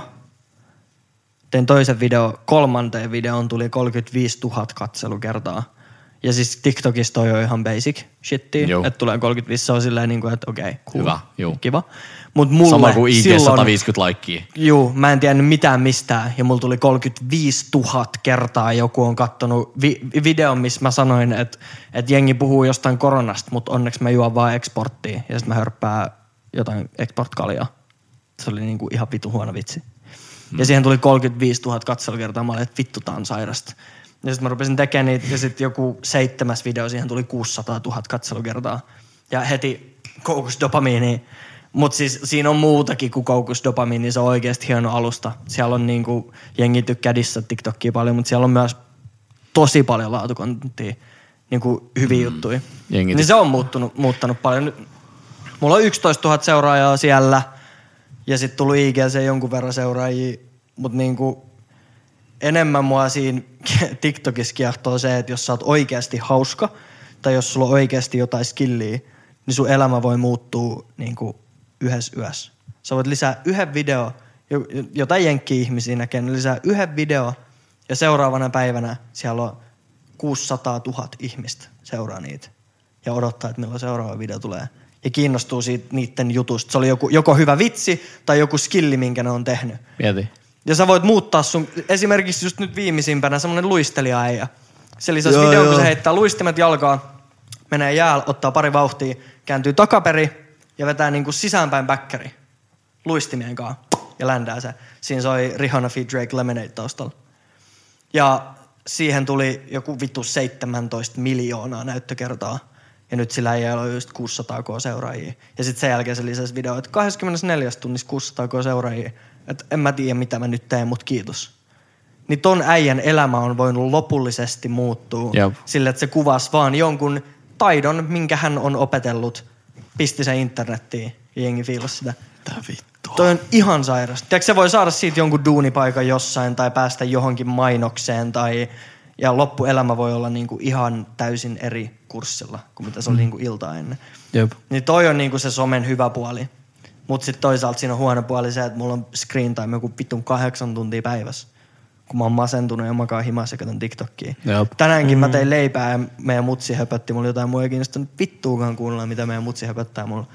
Speaker 3: tein toisen video, kolmanteen videoon tuli 35 000 katselukertaa. Ja siis TikTokista toi on ihan basic shittiä,
Speaker 4: Joo.
Speaker 3: että tulee 35, se on silleen niin kuin, että okei, okay, cool,
Speaker 4: Hyvä, juu.
Speaker 3: kiva. Mut mulle
Speaker 4: Sama kuin IG
Speaker 3: silloin,
Speaker 4: 150 laikkia.
Speaker 3: Juu, mä en tiennyt mitään mistään ja mulla tuli 35 000 kertaa joku on kattonut vi- videon, missä mä sanoin, että et jengi puhuu jostain koronasta, mutta onneksi mä juon vaan eksporttia ja sitten mä hörppään jotain eksportkaljaa. Se oli niinku ihan vitu huono vitsi. Mm. Ja siihen tuli 35 000 katselukertaa, mä olin, että vittu tää on sairasta. Ja sitten mä rupesin tekemään niitä ja sitten joku seitsemäs video, siihen tuli 600 000 katselukertaa. Ja heti koukus dopamiiniin. Mutta siis siinä on muutakin kuin koukus dopamiini, se on oikeasti hieno alusta. Siellä on niinku, jengi tykkää dissa TikTokia paljon, mutta siellä on myös tosi paljon laatukonttia, niinku hyviä mm. juttuja.
Speaker 4: Jengi
Speaker 3: Niin se on muuttunut, muuttanut paljon. Nyt Mulla on 11 000 seuraajaa siellä ja sitten tullut IGC jonkun verran seuraajia, mutta niinku enemmän mua siinä TikTokissa kiehtoo se, että jos sä oot oikeasti hauska tai jos sulla on oikeasti jotain skilliä, niin sun elämä voi muuttua niin kuin yhdessä yössä. Sä voit lisää yhden video, jo- jotain jenkkiä ihmisiä näkee, niin lisää yhden video ja seuraavana päivänä siellä on 600 000 ihmistä seuraa niitä ja odottaa, että milloin seuraava video tulee. Ja kiinnostuu siitä niiden jutusta. Se oli joku, joko hyvä vitsi tai joku skilli, minkä ne on tehnyt.
Speaker 4: Mieti.
Speaker 3: Ja sä voit muuttaa sun, esimerkiksi just nyt viimeisimpänä semmonen luistelijaäijä. Se lisäsi
Speaker 2: Joo,
Speaker 3: videon, kun
Speaker 2: joo.
Speaker 3: se heittää luistimet jalkaan, menee jäällä, ottaa pari vauhtia, kääntyy takaperi ja vetää niinku sisäänpäin bäkkäri luistimien kanssa ja ländää se. Siinä soi Rihanna feat. Drake Lemonade taustalla. Ja siihen tuli joku vittu 17 miljoonaa näyttökertaa. Ja nyt sillä ei ole just 600 k seuraajia. Ja sitten sen jälkeen se lisäsi video, että 24 tunnissa 600 k seuraajia. Että en mä tiedä mitä mä nyt teen, mut kiitos. Niin ton äijän elämä on voinut lopullisesti muuttua
Speaker 4: Jep.
Speaker 3: sillä, että se kuvasi vaan jonkun taidon, minkä hän on opetellut, pisti sen internettiin ja jengi fiilasi sitä. Tää vittu. Toi on ihan sairas. Tiedätkö, se voi saada siitä jonkun duunipaikan jossain tai päästä johonkin mainokseen tai... Ja loppuelämä voi olla niinku ihan täysin eri kurssilla kuin mitä se oli niinku ilta ennen.
Speaker 2: Jep.
Speaker 3: Niin toi on niinku se somen hyvä puoli. Mutta sitten toisaalta siinä on huono puoli se, että mulla on screen time joku vitun kahdeksan tuntia päivässä. Kun mä oon masentunut ja makaan himassa ja katson TikTokia.
Speaker 4: Jep.
Speaker 3: Tänäänkin mä tein leipää ja meidän mutsi höpötti mulla jotain mua ei kiinnostanut vittuukaan kuunnella, mitä meidän mutsi höpöttää mulla.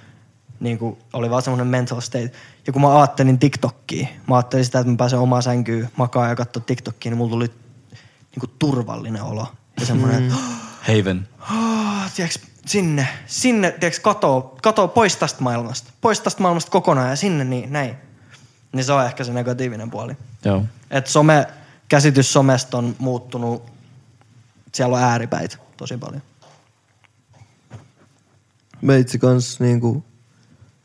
Speaker 3: Niin kuin oli vaan semmoinen mental state. Ja kun mä ajattelin TikTokia, mä ajattelin sitä, että mä pääsen omaan sänkyyn makaa ja katsoa niinku TikTokia, niin mulla tuli niin kuin turvallinen olo. Ja semmoinen, että
Speaker 4: Haven.
Speaker 3: "Ah, tiiäks, sinne, sinne, tiiäks, katoo, katoo pois tästä maailmasta. Pois tästä maailmasta kokonaan ja sinne niin, näin. Niin se on ehkä se negatiivinen puoli.
Speaker 4: Joo.
Speaker 3: Et some, käsitys somesta on muuttunut, siellä on ääripäitä tosi paljon.
Speaker 2: Meitsi kans niinku,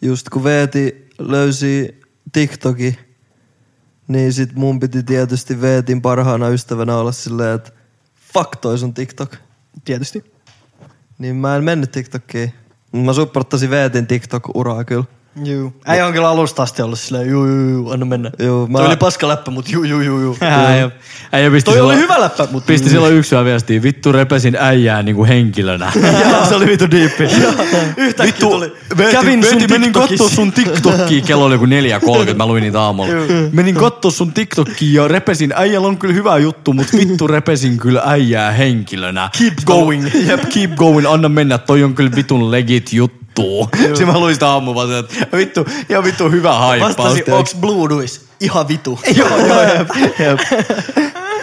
Speaker 2: just kun Veeti löysi TikToki, niin sit mun piti tietysti Veetin parhaana ystävänä olla silleen, että fuck toi sun TikTok.
Speaker 3: Tietysti.
Speaker 2: Niin mä en mennyt TikTokiin. Mut Mä supporttasin Veetin TikTok-uraa kyllä.
Speaker 3: Juu. Äijä on kyllä alusta asti ollut silleen, juu, juu, juu, anna mennä.
Speaker 2: Juu, mä-
Speaker 3: Toi oli paska läppä, mut juu, juu, juu, juu.
Speaker 4: Äijä, äijä pisti
Speaker 3: Toi oli
Speaker 4: silloin-
Speaker 3: hyvä läppä, mut mm.
Speaker 4: Pisti silloin yksi viestiä, vittu repesin äijää niinku henkilönä. se oli vittu diippi.
Speaker 3: yhtäkkiä vittu, tuli.
Speaker 4: Kävin
Speaker 3: Kävin
Speaker 4: Veti,
Speaker 3: sun
Speaker 4: sun menin kattoo
Speaker 3: TikTokissa.
Speaker 4: sun TikTokia, kello oli joku 4.30, mä luin niitä aamulla. menin kattoo sun TikTokia ja repesin, äijällä on kyllä hyvä juttu, mut vittu repesin kyllä äijää henkilönä. Keep going. Jep, keep going, anna mennä, toi on kyllä vitun legit juttu. Sitten mä luin sitä aamulla, vaan se, että vittu, ja vittu hyvä haippaus.
Speaker 3: Vastasin, onks Blue Duis? Ihan vitu. Joo.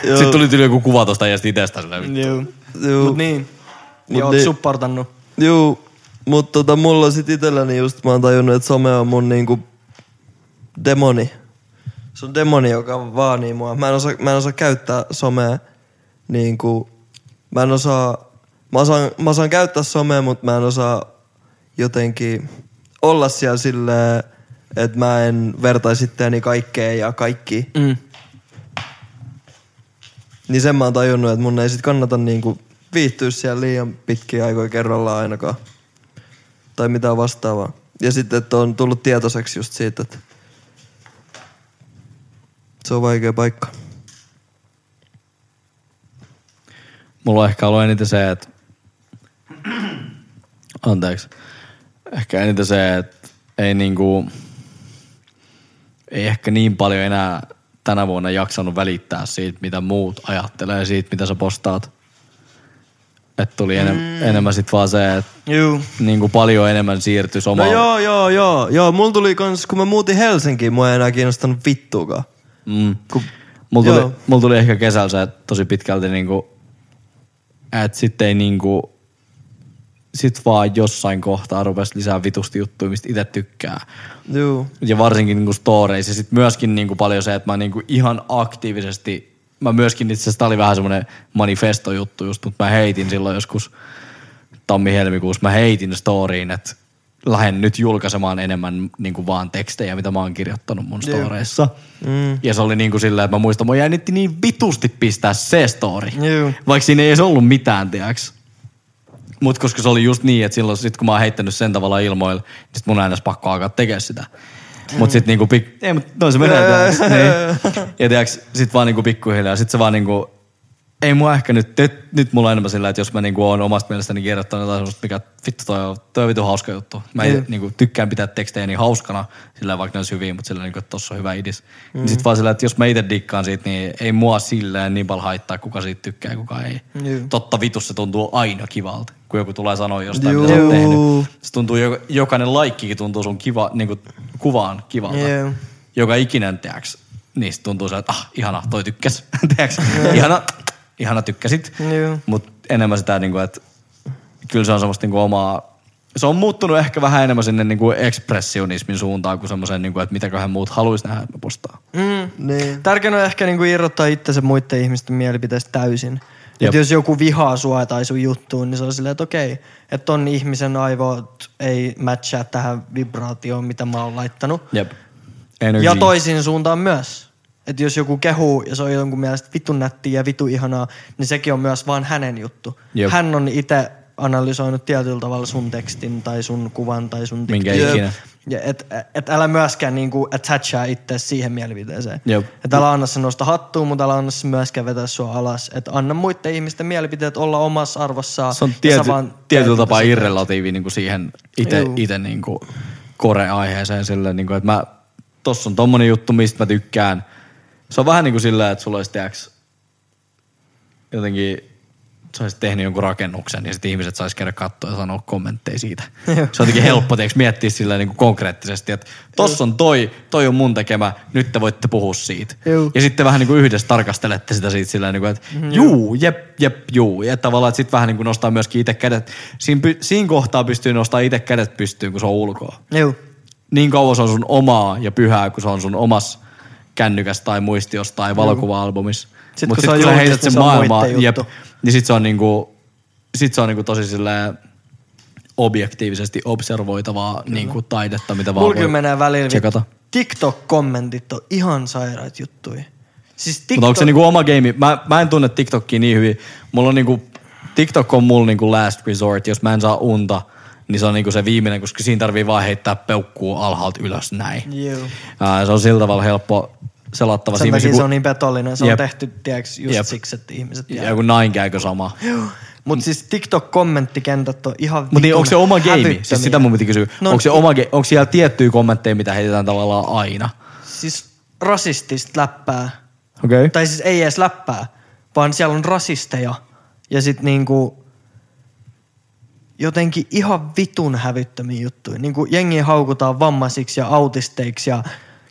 Speaker 4: Sitten tuli tyyli joku kuva tosta äijästä itestä. silleen, vittu.
Speaker 2: Juu.
Speaker 3: Mut niin.
Speaker 2: Mut
Speaker 3: Ja oot
Speaker 2: niin.
Speaker 3: supportannut.
Speaker 2: Juu, mutta tota, mulla sit itselläni just mä oon tajunnut, että some on mun niinku demoni. Se on demoni, joka vaanii mua. Mä en osaa, mä en osaa käyttää somea niinku, mä en osaa, mä osaan, mä osaan käyttää somea, mutta mä en osaa jotenkin olla siellä silleen, että mä en vertaisi itteeni kaikkeen ja kaikkiin.
Speaker 3: Mm.
Speaker 2: Niin sen mä oon tajunnut, että mun ei sit kannata niinku viihtyä siellä liian pitkiä aikoja kerrallaan ainakaan. Tai mitään vastaavaa. Ja sitten, että on tullut tietoiseksi just siitä, että se on vaikea paikka.
Speaker 4: Mulla on ehkä ollut eniten se, että... Anteeksi. Ehkä eniten se, että ei niinku... Ei ehkä niin paljon enää tänä vuonna jaksanut välittää siitä, mitä muut ajattelee siitä, mitä sä postaat. Että tuli enem-
Speaker 2: Mm.
Speaker 4: enemmän sit vaan se, että
Speaker 3: Juu.
Speaker 4: niinku paljon enemmän siirtyi
Speaker 2: No
Speaker 4: omaan...
Speaker 2: joo, joo, joo, joo. Mulla tuli kans, kun mä muutin Helsinkiin, mua ei enää kiinnostanut vittuukaan.
Speaker 4: Mm.
Speaker 2: Kun,
Speaker 4: Mulla tuli,
Speaker 2: Joo.
Speaker 4: mulla tuli ehkä kesällä se että tosi pitkälti niinku, että sitten ei niinku, sit vaan jossain kohtaa rupesi lisää vitusti juttuja, mistä itse tykkää.
Speaker 2: juu.
Speaker 4: Ja varsinkin niinku storeissa. Ja sitten myöskin niinku paljon se, että mä niinku ihan aktiivisesti, mä myöskin itse asiassa, tää oli vähän semmoinen manifestojuttu just, mutta mä heitin silloin joskus tammi-helmikuussa, mä heitin storyin, että lähden nyt julkaisemaan enemmän niinku vaan tekstejä, mitä mä oon kirjoittanut mun storeissa. Mm. Ja se oli niinku silleen, että mä muistan, mä jännitti niin vitusti pistää se story.
Speaker 3: Juu.
Speaker 4: Vaikka siinä ei edes ollut mitään, tiiäks. Mut koska se oli just niin, että silloin sit kun mä oon heittänyt sen tavalla ilmoille, niin sit mun on aina pakko alkaa tekemään sitä. Mut sit niinku pik... Ei, mut noin se menee tiiäks. Niin. Ja tiiäks, sit vaan niinku pikkuhiljaa. Sit se vaan niinku... Ei mua ehkä nyt, nyt, nyt mulla on enemmän sillä, että jos mä niinku oon omasta mielestäni kirjoittanut jotain semmoista, mikä vittu toi on, toi on vitu hauska juttu. Mä
Speaker 3: Niin.
Speaker 4: ei, niinku, tykkään pitää tekstejä niin hauskana, sillä vaikka ne olisi hyviä, mutta sillä niinku, että tossa on hyvä idis. Mm. Niin sit vaan sillä, että jos mä itse dikkaan siitä, niin ei mua silleen niin paljon haittaa, kuka siitä tykkää ja kuka ei.
Speaker 3: Juu.
Speaker 4: Totta vitus se tuntuu aina kivalta, kun joku tulee sanoa jostain, mitä sä
Speaker 2: Juu.
Speaker 4: oot tehnyt. Se tuntuu, jok- jokainen laikkikin tuntuu sun kiva, niin kuin, kuvaan kivalta.
Speaker 3: Juu.
Speaker 4: Joka ikinen, teaks, niistä tuntuu se, että ah, ihana, toi tykkäs. teaks, ihana, ihana tykkäsit.
Speaker 3: Juu.
Speaker 4: Mutta enemmän sitä, niin kuin, että kyllä se on semmoista niin kuin omaa, se on muuttunut ehkä vähän enemmän sinne niin kuin ekspressionismin suuntaan kuin semmoiseen, niin kuin, että mitäköhän muut haluaisi nähdä, että mä postaan.
Speaker 3: Mm.
Speaker 2: Niin.
Speaker 3: Tärkein on ehkä niinku irrottaa itsensä muiden ihmisten mielipiteistä täysin.
Speaker 4: Jep.
Speaker 3: Että jos joku vihaa sua tai sun juttuun, niin se on silleen, että okei, että ton ihmisen aivot ei matchaa tähän vibraatioon, mitä mä oon laittanut.
Speaker 4: Jep. Energy.
Speaker 3: Ja toisin suuntaan myös. Että jos joku kehuu ja se on jonkun mielestä vitun nättiä ja vitu ihanaa, niin sekin on myös vaan hänen juttu.
Speaker 4: Jep.
Speaker 3: Hän on itse analysoinut tietyllä tavalla sun tekstin tai sun kuvan tai sun
Speaker 4: Minkä
Speaker 3: TikTokin.
Speaker 4: ikinä.
Speaker 3: Ja et, et älä myöskään niinku attachaa itse siihen mielipiteeseen.
Speaker 4: Jep.
Speaker 3: Et älä anna sen nostaa hattuun, mutta älä anna sen myöskään vetää sua alas. Et anna muiden ihmisten mielipiteet olla omassa arvossaan.
Speaker 4: Se on
Speaker 3: ja sä
Speaker 4: tiety,
Speaker 3: vaan
Speaker 4: tietyllä
Speaker 3: teet
Speaker 4: tapaa
Speaker 3: sitä.
Speaker 4: irrelatiivi niin kuin siihen ite,
Speaker 3: Juu.
Speaker 4: ite niin kuin kore-aiheeseen silleen, niin kuin, että mä, tossa on tommonen juttu, mistä mä niinku tykkään. Se on vähän niin kuin sillä, että sulla olisi tiiäks, jotenkin sä olisit tehnyt jonkun rakennuksen ja sitten ihmiset sais käydä katsoa ja sanoa kommentteja siitä. Se on jotenkin helppo teeks, miettiä sillä niin konkreettisesti, että tossa on toi, toi on mun tekemä, nyt te voitte puhua siitä.
Speaker 3: Juu.
Speaker 4: Ja sitten vähän niin kuin yhdessä tarkastelette sitä siitä sillä niin kuin, että
Speaker 3: Mhm.
Speaker 4: juu, jep, jep, juu. Ja tavallaan, että sitten vähän niin kuin nostaa myöskin itse kädet. Siinä, py- siinä kohtaa pystyy nostaa itse kädet pystyyn, kun se on ulkoa
Speaker 3: Joo.
Speaker 4: niin kauan se on sun omaa ja pyhää, kun se on sun omas kännykäs tai muistios tai valokuva-albumissa.
Speaker 3: Sit
Speaker 4: Mut
Speaker 3: kun se on
Speaker 4: sä
Speaker 3: julkis,
Speaker 4: heität sen
Speaker 3: niin se on
Speaker 4: maailmaa,
Speaker 3: muitten
Speaker 4: jep,
Speaker 3: juttu.
Speaker 4: niin sit se on niinku, sit se on niinku tosi silleen objektiivisesti observoitavaa niinku taidetta, mitä vaan
Speaker 3: Mulla kyllä
Speaker 4: voi
Speaker 3: menee välillä. vittu.
Speaker 4: tsekata.
Speaker 3: TikTok-kommentit on ihan sairaat juttuja. Siis TikTok...
Speaker 4: Mutta onko se niinku oma game? Mä, mä en tunne TikTokia niin hyvin. Mulla on niinku, TikTok on mulla niinku last resort. Jos mä en saa unta, niin se on niinku se viimeinen, koska siinä tarvii vaan heittää peukkua alhaalta ylös näin.
Speaker 3: Juu.
Speaker 4: Ää, se on sillä tavalla helppo selattava.
Speaker 3: Sen
Speaker 4: Siinä
Speaker 3: takia
Speaker 4: kun-
Speaker 3: se on niin petollinen. Se on
Speaker 4: Jep.
Speaker 3: tehty, tiedäks, just
Speaker 4: Jep.
Speaker 3: siksi, että ihmiset
Speaker 4: Ja kun näin käykö sama.
Speaker 3: Mutta siis TikTok-kommenttikentät on ihan
Speaker 4: Mutta niin, onko se
Speaker 3: vitun
Speaker 4: oma game?
Speaker 3: hävyttömiä.
Speaker 4: Siis sitä mun piti kysyä.
Speaker 3: No-
Speaker 4: No, onko, se oma ge- onko siellä tiettyjä kommentteja, mitä heitetään tavallaan aina?
Speaker 3: Siis rasistista läppää.
Speaker 4: Okei. Okay.
Speaker 3: Tai siis ei edes läppää, vaan siellä on rasisteja. Ja sit niinku jotenkin ihan vitun hävyttömiä juttuja. Niinku jengi haukutaan vammaisiksi ja autisteiksi ja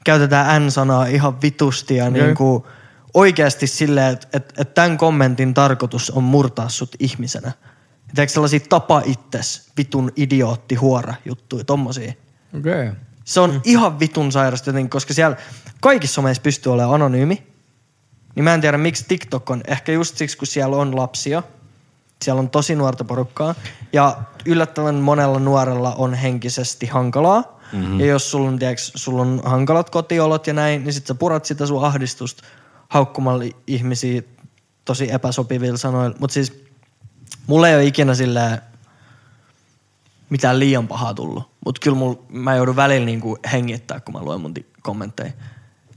Speaker 3: käytetään N-sanaa ihan vitusti ja niinku oikeasti silleen, että et, et tämän kommentin tarkoitus on murtaa sut ihmisenä. Tiedätkö sellaisia tapa itses, vitun idiootti, huora juttuja, tommosia.
Speaker 4: Okei. Okay.
Speaker 3: Se on mm. ihan vitun sairasta jotenkin, koska siellä kaikissa someissa pystyy olemaan anonyymi. Niin mä en tiedä, miksi TikTok on. Ehkä just siksi, kun siellä on lapsia. Siellä on tosi nuorta porukkaa. Ja yllättävän monella nuorella on henkisesti hankalaa. Mm-hmm. Ja jos sulla on, tiedätkö, sulla on hankalat kotiolot ja näin, niin sit sä purat sitä sun ahdistusta haukkumalla ihmisiä tosi epäsopivilla sanoilla. Mutta siis mulla ei ole ikinä silleen mitään liian pahaa tullut. Mutta kyllä mul, mä joudun välillä niinku hengittää, kun mä luen mun ti- kommentteja.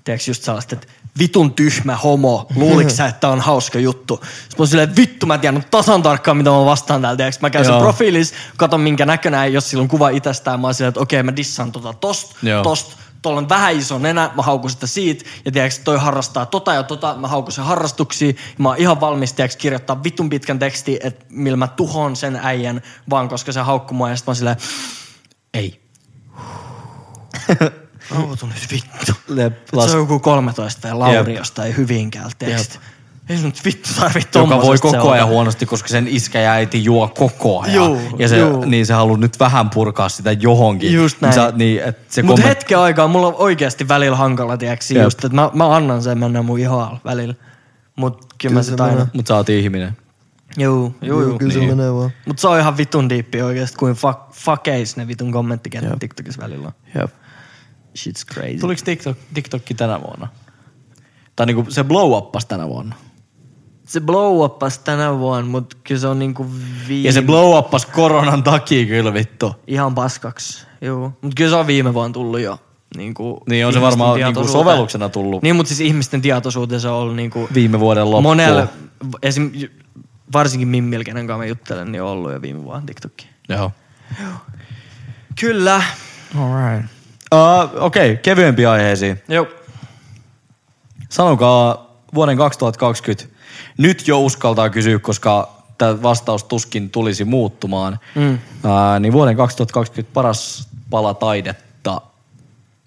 Speaker 3: Tiedätkö just sellaista, että vitun tyhmä homo, luuliks sä, että on hauska juttu? Sitten mä oon silleen, vittu mä tiedän tasan tarkkaan, mitä mä vastaan täällä, tiedätkö? Mä käyn sen
Speaker 4: Joo.
Speaker 3: profiilis, katon minkä näkönään, jos sillä on kuva itsestään, mä oon silleen, että okei mä dissaan tota tosta,
Speaker 4: Joo.
Speaker 3: tosta, tuolla on vähän iso nenä, mä haukun sitä siitä, ja tiedätkö, toi harrastaa tota ja tota, mä haukun sen harrastuksiin, ja mä oon ihan valmis, tiedätkö, kirjoittaa vitun pitkän tekstin, että millä mä tuhon sen äijän, vaan koska se haukkuu mua, ja sit mä oon silleen,
Speaker 4: Ei.
Speaker 3: rauhoitu nyt vittu.
Speaker 4: Lep,
Speaker 3: Las...
Speaker 4: las,
Speaker 3: Se on joku 13 tai Lauri
Speaker 4: Jep.
Speaker 3: jostain hyvinkäältä teksti. Ei sun nyt vittu tarvitse
Speaker 4: joka voi koko ajan huonosti, koska sen iskä ja äiti juo koko ajan.
Speaker 3: Juu,
Speaker 4: ja se,
Speaker 3: juu.
Speaker 4: niin se haluaa nyt vähän purkaa sitä johonkin.
Speaker 3: Just näin.
Speaker 4: Niin, sä, niin että se
Speaker 3: Mutta
Speaker 4: komment-
Speaker 3: hetken aikaa mulla on oikeasti välillä hankala, tiedäksi,
Speaker 4: Jep.
Speaker 3: just, että mä, mä, annan sen mennä mun ihoalle välillä. Mut kyllä mä
Speaker 2: se
Speaker 3: sit aina.
Speaker 4: Mut sä oot ihminen.
Speaker 3: Juu, juu, juu.
Speaker 2: Kyllä se menee vaan.
Speaker 3: Mut se on ihan vitun diippi oikeesti, kuin fuck, fuckeis ne vitun kommenttikentät TikTokissa välillä on.
Speaker 4: Jep.
Speaker 3: Shit's crazy.
Speaker 4: Tuliko TikTok, TikTokki tänä vuonna? Tai niinku se blow uppas tänä vuonna.
Speaker 3: Se blow uppas tänä vuonna, mut kyllä se on niinku viime...
Speaker 4: Ja se blow uppas koronan takia kyllä vittu.
Speaker 3: Ihan paskaksi, joo. Mutta kyllä se on viime vuonna tullut jo. Niin, kuin
Speaker 4: Niin on se varmaan niinku sovelluksena tullut
Speaker 3: Niin, mutta siis ihmisten tietoisuuteen se on ollut niin kuin
Speaker 4: viime vuoden loppuun.
Speaker 3: monella, esim, varsinkin Mimmil, kenen kanssa mä juttelen, niin on ollut jo viime vuonna TikTokki.
Speaker 4: Joo.
Speaker 3: Kyllä.
Speaker 4: Uh, Okei, okay, kevyempiä aiheisiin.
Speaker 3: Joo.
Speaker 4: Sanokaa vuoden 2020. Nyt jo uskaltaa kysyä, koska tämä vastaus tuskin tulisi muuttumaan. Mm. Uh, niin vuoden 2020 paras pala taidetta.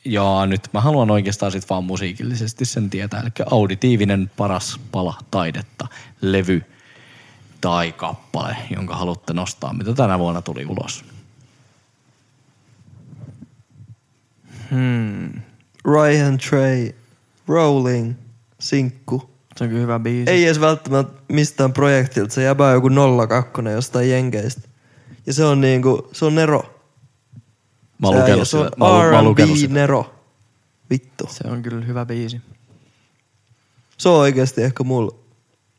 Speaker 4: Ja nyt mä haluan oikeastaan sit vaan musiikillisesti sen tietää. Eli auditiivinen paras pala taidetta. Levy tai kappale, jonka haluatte nostaa, mitä tänä vuonna tuli ulos.
Speaker 2: Ryan Trey, Rolling, sinkku.
Speaker 3: Se on kyllä hyvä biisi.
Speaker 4: Siis-
Speaker 2: Ei edes välttämättä mistään projektilta, se jäbää joku 02 jostain jenkeistä. Ja se on niinku, se on Nero.
Speaker 4: Mä oon
Speaker 2: Se
Speaker 4: lukenut
Speaker 2: äijä, se on
Speaker 4: sitä. Mä oon, mä oon lukenut
Speaker 2: R&B
Speaker 4: sitä.
Speaker 2: Nero. Vittu.
Speaker 3: Se on kyllä hyvä biisi.
Speaker 2: Se on oikeasti ehkä mulla.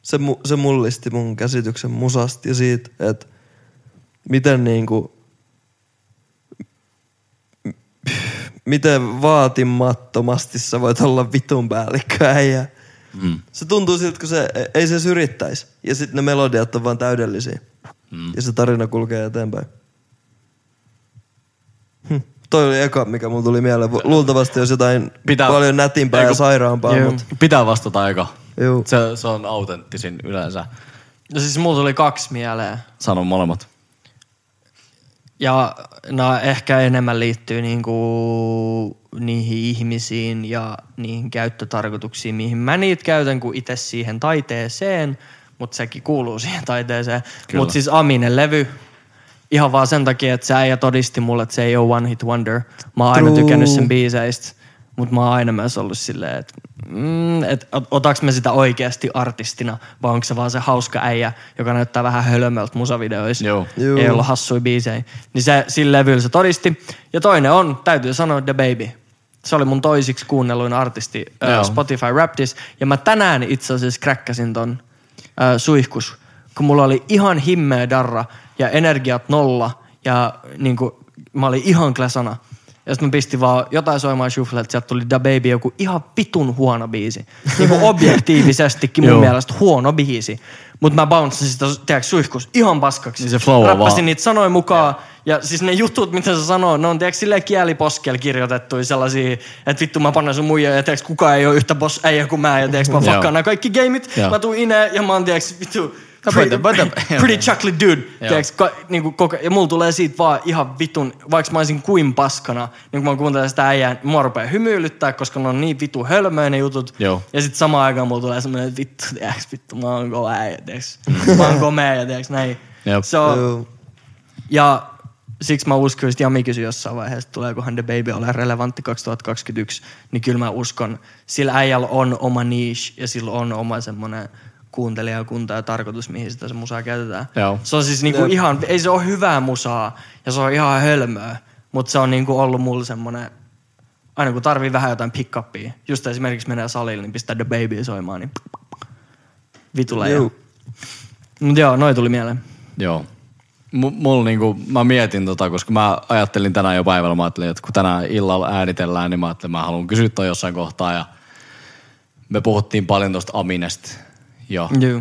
Speaker 2: Se, mu, se mullisti mun käsityksen musasta ja siitä, että miten niinku... m- Miten vaatimattomasti sä voit olla vitun päällikkö äijä. Mm. Se tuntuu siltä, kun se ei se edes yrittäisi. Ja sitten ne melodiat on vaan täydellisiä. Mm. Ja se tarina kulkee eteenpäin. Hm. Toi oli eka, mikä mulla tuli mieleen. Luultavasti olisi jotain Pitää...
Speaker 4: Pitää-
Speaker 2: paljon nätimpää
Speaker 4: Ei
Speaker 2: ja
Speaker 4: kun-
Speaker 2: sairaampaa,
Speaker 3: Juu.
Speaker 2: mutta
Speaker 4: Pitää vastata aika.
Speaker 2: Juu.
Speaker 4: Se, se on autenttisin yleensä.
Speaker 3: No siis mulla tuli kaksi mieleen.
Speaker 4: Sano molemmat.
Speaker 3: Ja nämä ehkä enemmän liittyy niinku niihin ihmisiin ja niihin käyttötarkoituksiin, mihin mä niitä käytän, kuin itse siihen taiteeseen, mutta sekin kuuluu siihen taiteeseen. Mutta siis Aminen levy, ihan vaan sen takia, että se äijä todisti mulle, että se ei ole one hit wonder. Mä oon aina
Speaker 2: True.
Speaker 3: tykännyt sen biiseistä, mutta mä oon aina myös ollut silleen, että mm, et, ot- otaks mä sitä oikeasti artistina, vai onko se vaan se hauska äijä, joka näyttää vähän hölmöltä musavideoissa.
Speaker 4: Joo.
Speaker 2: Juu.
Speaker 3: Ei ollut hassui biisejä. Niin se, sillä levyllä se todisti. Ja toinen on, täytyy sanoa, The Baby. Se oli mun toisiksi kuunnelluin artisti
Speaker 4: Joo.
Speaker 3: äh, Spotify Raptis. Ja mä tänään itse asiassa kräkkäsin ton äh, suihkus, kun mulla oli ihan himmeä darra ja energiat nolla. Ja niin kuin, mä olin ihan klesana. Ja sitten mä pistin vaan jotain soimaan shuffleet, sieltä tuli Da Baby, joku ihan vitun huono biisi. Niin kuin objektiivisestikin mun
Speaker 4: Joo.
Speaker 3: mielestä huono biisi. Mutta mä bouncein sitä, tiedätkö, suihkus ihan paskaksi.
Speaker 4: Niin se flow on
Speaker 3: Räppäsin
Speaker 4: vaan-
Speaker 3: niitä sanoja mukaan. Ja siis ne jutut, mitä se sanoo, ne on tiedätkö silleen kieliposkella kirjoitettu sellaisia, että vittu mä pannan sun muija ja tiedätkö kukaan ei ole yhtä boss äijä kuin mä ja tiedätkö mä
Speaker 4: Joo.
Speaker 3: fakkaan nämä kaikki gameit.
Speaker 4: Joo.
Speaker 3: Mä tuun ineen ja mä oon tiedätkö vittu
Speaker 4: Tapata,
Speaker 3: pretty,
Speaker 4: tapata.
Speaker 3: pretty chocolate dude.
Speaker 4: Joo.
Speaker 3: Tiedätkö, ka, niin kuin koko, ja mulla tulee siitä vaan ihan vitun, vaikka mä olisin kuin paskana, niin kun mä kuuntelen sitä äijää, niin mua rupeaa hymyilyttää, koska ne on niin vitu hölmöjä ne jutut.
Speaker 4: Joo.
Speaker 3: Ja sitten samaan aikaan mulla tulee semmoinen, että vittu, tiedäks, vittu, mä oon kova äijä, tiedäks. Mä oon komea ja tiedäks näin.
Speaker 4: Jep.
Speaker 3: So,
Speaker 2: Joo.
Speaker 3: ja siksi mä uskon, että Jami kysyi jossain vaiheessa, että tuleekohan The Baby ole relevantti 2021, niin kyllä mä uskon. Sillä äijällä on oma niche ja sillä on oma semmoinen kuuntelijakunta ja tarkoitus, mihin sitä se musaa käytetään.
Speaker 4: Joo.
Speaker 3: Se on siis niinku ihan, ei se ole hyvää musaa ja se on ihan hölmöä, mutta se on niinku ollut mulla semmoinen, aina kun tarvii vähän jotain pick upia, just esimerkiksi menee salille, niin pistää The Baby soimaan, niin vitulee.
Speaker 2: Juu.
Speaker 3: Mutta joo, noi tuli mieleen.
Speaker 4: Joo. M- mulla niinku, mä mietin tota, koska mä ajattelin tänään jo päivällä, mä ajattelin, että kun tänään illalla äänitellään, niin mä ajattelin, että mä haluan kysyä toi jossain kohtaa ja me puhuttiin paljon tuosta Aminesta jo
Speaker 3: Joo.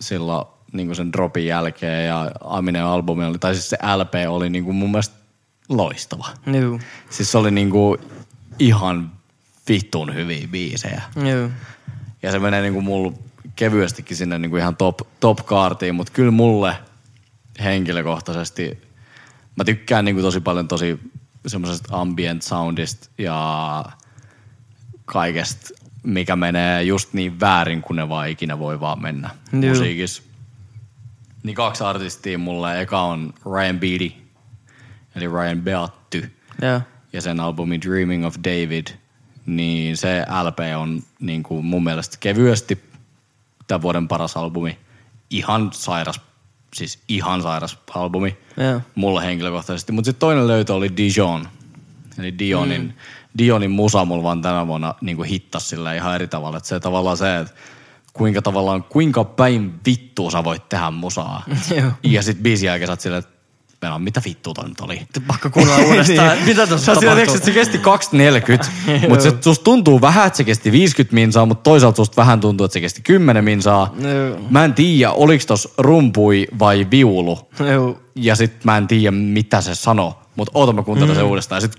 Speaker 4: silloin niinku sen dropin jälkeen ja Aminen albumi oli, tai siis se LP oli niinku mun mielestä loistava.
Speaker 3: Joo.
Speaker 4: Siis se oli niinku ihan vitun hyviä biisejä.
Speaker 3: Joo.
Speaker 4: Ja se menee niinku mulla kevyestikin sinne niinku ihan top, top kaartiin, mutta kyllä mulle henkilökohtaisesti, mä tykkään niinku tosi paljon tosi semmoisesta ambient soundista ja kaikesta, mikä menee just niin väärin kuin ne vaan ikinä voi vaan mennä
Speaker 3: Joo.
Speaker 4: musiikissa. Niin kaksi artistia mulle. Eka on Ryan Beatty, eli Ryan Beatty
Speaker 3: Joo.
Speaker 4: ja sen albumi Dreaming of David, niin se LP on niin kuin mun mielestä kevyesti tämän vuoden paras albumi. Ihan sairas, siis ihan sairas albumi
Speaker 3: Joo.
Speaker 4: mulle henkilökohtaisesti. Mutta sitten toinen löytö oli Dijon, eli Dionin, mm. Dionin musa mulla vaan tänä vuonna niin kuin hittas sillä ihan eri tavalla. Et se tavallaan se, että kuinka tavallaan, kuinka päin vittua sä voit tehdä musaa.
Speaker 3: Joo.
Speaker 4: ja sitten biisin jälkeen sä oot silleen, että Meillä on, mitä vittua toi nyt oli?
Speaker 3: Pakko kuunnella uudestaan.
Speaker 4: Niin.
Speaker 3: Mitä tuossa
Speaker 4: Sä tiedät,
Speaker 3: tapahtuu?
Speaker 4: että se kesti 2.40, mutta se susta tuntuu vähän, että se kesti 50 minsaa, mutta toisaalta susta vähän tuntuu, että se kesti 10 minsaa.
Speaker 3: Joo.
Speaker 4: Mä en tiedä, oliko tos rumpui vai viulu.
Speaker 3: Joo.
Speaker 4: Ja sit mä en tiedä, mitä se sanoo. Mutta oota, mä kuuntelen mm. sen uudestaan. Ja sit,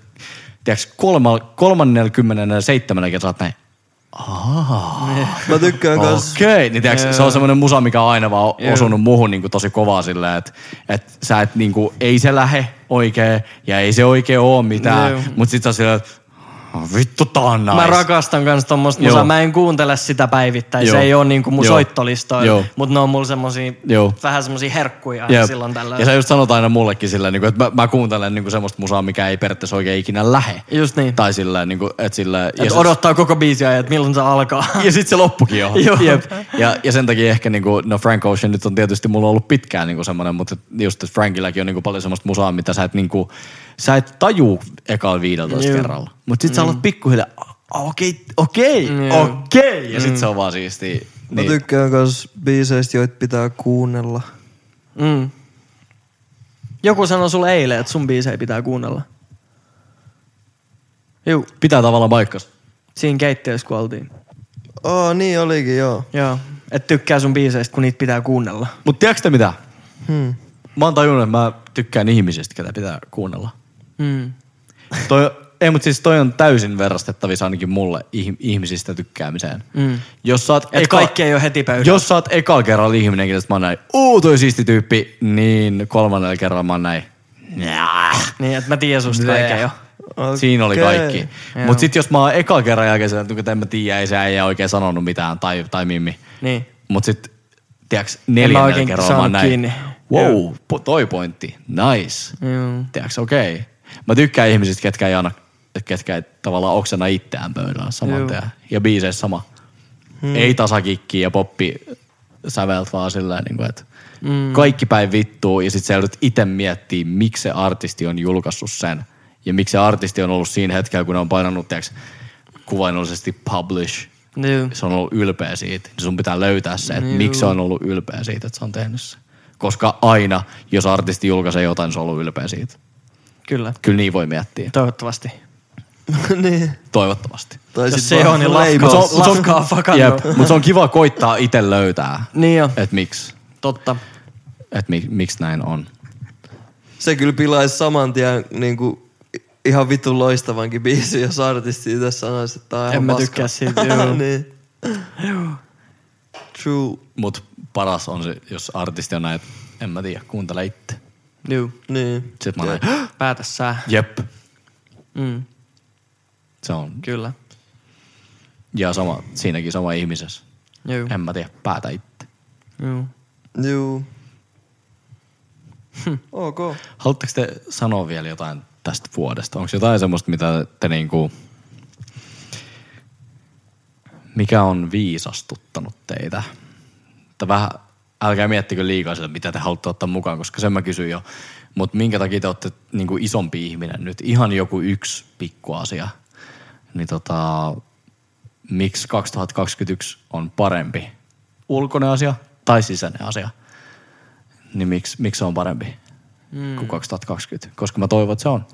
Speaker 4: tiedätkö, kolma, 37 kertaa sä oot näin.
Speaker 2: Mä tykkään
Speaker 3: Oh.
Speaker 4: Okei,
Speaker 2: kans.
Speaker 4: okay. niin tiiäks, se on semmoinen musa, mikä on aina vaan osunut muhun niin tosi kovaa silleen, että et sä et niin kuin, ei se lähe oikein ja ei se oikein oo mitään,
Speaker 3: Joo.
Speaker 4: mut sit sä oot silleen, että vittu tää on nice.
Speaker 3: Mä rakastan kans tommosta musaa.
Speaker 4: Joo.
Speaker 3: Mä en kuuntele sitä päivittäin.
Speaker 4: Joo.
Speaker 3: Se ei oo niinku mun
Speaker 4: Joo.
Speaker 3: soittolistoilla,
Speaker 4: Joo.
Speaker 3: mutta ne on mulla semmosia,
Speaker 4: Joo.
Speaker 3: vähän semmosia herkkuja aina
Speaker 4: Jep.
Speaker 3: silloin tällöin.
Speaker 4: Ja sä just sanot aina mullekin silleen, niin kuin, että mä, mä kuuntelen niin kuin semmoista musaa, mikä ei periaatteessa oikein ikinä lähe.
Speaker 3: Just niin.
Speaker 4: Tai silleen, niin kuin, että silleen.
Speaker 3: Et
Speaker 4: se-
Speaker 3: odottaa koko biisiä, että milloin se alkaa.
Speaker 4: ja sitten se loppukin jo.
Speaker 3: Joo.
Speaker 4: Jep. Ja, ja sen takia ehkä, niinku, no Frank Ocean nyt on tietysti mulla ollut pitkään niinku semmoinen, mutta just että Frankilläkin on niinku paljon semmoista musaa, mitä sä et, niinku, sä et tajuu ekalla 15
Speaker 3: Joo.
Speaker 4: kerralla. Mutta sitten sä alat pikkuhiljaa, "A- okei, okei, okei. Ja sitten se on vaan siisti.
Speaker 2: Oh. Mä
Speaker 4: Niin,
Speaker 2: tykkään kans biiseistä, joita pitää kuunnella.
Speaker 3: Mm. Joku sanoi sulle eilen, että sun biisejä pitää kuunnella. Juu,
Speaker 4: pitää tavallaan paikkansa.
Speaker 3: siinä keittiössä kun oltiin.
Speaker 2: Aa, niin olikin, joo.
Speaker 3: Joo. Et tykkää sun biiseistä, kun niitä pitää kuunnella.
Speaker 4: Mutta tiedätkö te mitä? Hmm. Mä oon tajunnut, että mä tykkään ihmisistä, ketä pitää kuunnella.
Speaker 3: Mm.
Speaker 4: Toi, ei, mutta siis toi on täysin verrastettavissa ainakin mulle ih- ihmisistä tykkäämiseen. Mm. Jos sä oot
Speaker 3: Ei kaikki ei ole heti pöydällä.
Speaker 4: Jos sä oot ekalla kerralla ihminen, kenestä mä oon näin, uu toi siisti tyyppi, niin kolmannella kerralla mä oon näin, "Nääh."
Speaker 3: Niin, että mä tiedän susta kaiken jo.
Speaker 4: Okay. Siinä oli
Speaker 2: Okei.
Speaker 4: kaikki. Mutta sitten jos mä oon eka kerran jälkeen, sieltä, että en mä tiedä, ei se äijä oikein sanonut mitään tai, tai mimmi.
Speaker 3: Niin.
Speaker 4: Mutta sitten, tiedäks, neljännellä
Speaker 3: oikein
Speaker 4: kerralla mä oon
Speaker 3: saanut
Speaker 4: näin.
Speaker 3: kiinni.
Speaker 4: Wow, po- toi pointti. Nice.
Speaker 3: Joo.
Speaker 4: Tiedäks, okei. Okay. Mä tykkään ihmisistä, ketkä ei anna, ketkä ei tavallaan oksena itseään pöydällä saman
Speaker 3: Joo.
Speaker 4: tien. Ja biiseissä sama. Hmm. Ei tasakikki ja poppi sävelt vaan sillä niin kuin, että
Speaker 3: Hmm.
Speaker 4: mm. kaikki päin vittuu ja sitten sä joudut itse miettimään, miksi se artisti on julkaissut sen. Ja miksi se artisti on ollut siinä hetkellä, kun ne on painanut, tiedäks, kuvainnollisesti publish.
Speaker 3: Niin.
Speaker 4: Se on ollut ylpeä siitä. Niin sun pitää löytää se, että miksi se on ollut ylpeä siitä, että se on tehnyt se. Koska aina, jos artisti julkaisee jotain, se on ollut ylpeä siitä.
Speaker 3: Kyllä.
Speaker 4: Kyllä niin voi miettiä.
Speaker 3: Toivottavasti.
Speaker 2: niin.
Speaker 4: Toivottavasti.
Speaker 2: Tai
Speaker 3: Jos
Speaker 2: sit
Speaker 3: se
Speaker 2: vaan
Speaker 3: on, niin
Speaker 2: leimaus.
Speaker 3: laskaa, laskaa fakannut.
Speaker 4: mutta se on kiva koittaa itse löytää,
Speaker 3: Niin jo.
Speaker 4: että miksi
Speaker 3: Totta.
Speaker 4: et mi, miksi näin on.
Speaker 2: Se kyllä pilaisi saman tien niin kuin, ihan vitun loistavankin biisi, jos artisti itse sanoisi, että tää on
Speaker 3: En
Speaker 2: ihan
Speaker 3: mä
Speaker 2: paskaa.
Speaker 3: tykkää siitä, joo.
Speaker 2: niin. True.
Speaker 4: Mutta paras on se, jos artisti on näin, että en mä tiedä, kuuntele itse.
Speaker 3: Juu.
Speaker 2: Niin.
Speaker 4: Sitten mä näin,
Speaker 3: Päätä sä.
Speaker 4: jep,
Speaker 3: Mm,
Speaker 4: se on.
Speaker 3: kyllä.
Speaker 4: Ja sama, siinäkin sama ihmisessä.
Speaker 3: Juu.
Speaker 4: En mä tiedä, päätä itse.
Speaker 3: Juu.
Speaker 2: Juu.
Speaker 3: Hm.
Speaker 2: ok.
Speaker 4: Haluatteko te sanoa vielä jotain tästä vuodesta? Onko jotain semmoista, mitä te niinku... Mikä on viisastuttanut teitä? Tai vähän, älkää miettikö liikaa sitä, mitä te haluatte ottaa mukaan, koska sen mä kysyn jo. Mutta minkä takia te olette niinku isompi ihminen nyt? Ihan joku yksi pikku asia. Niin tota, miksi 2021 on parempi? Ulkoinen asia tai sisäinen asia? Niin miksi, miksi se on parempi? mm. kuin 2020, koska mä toivon, että se on.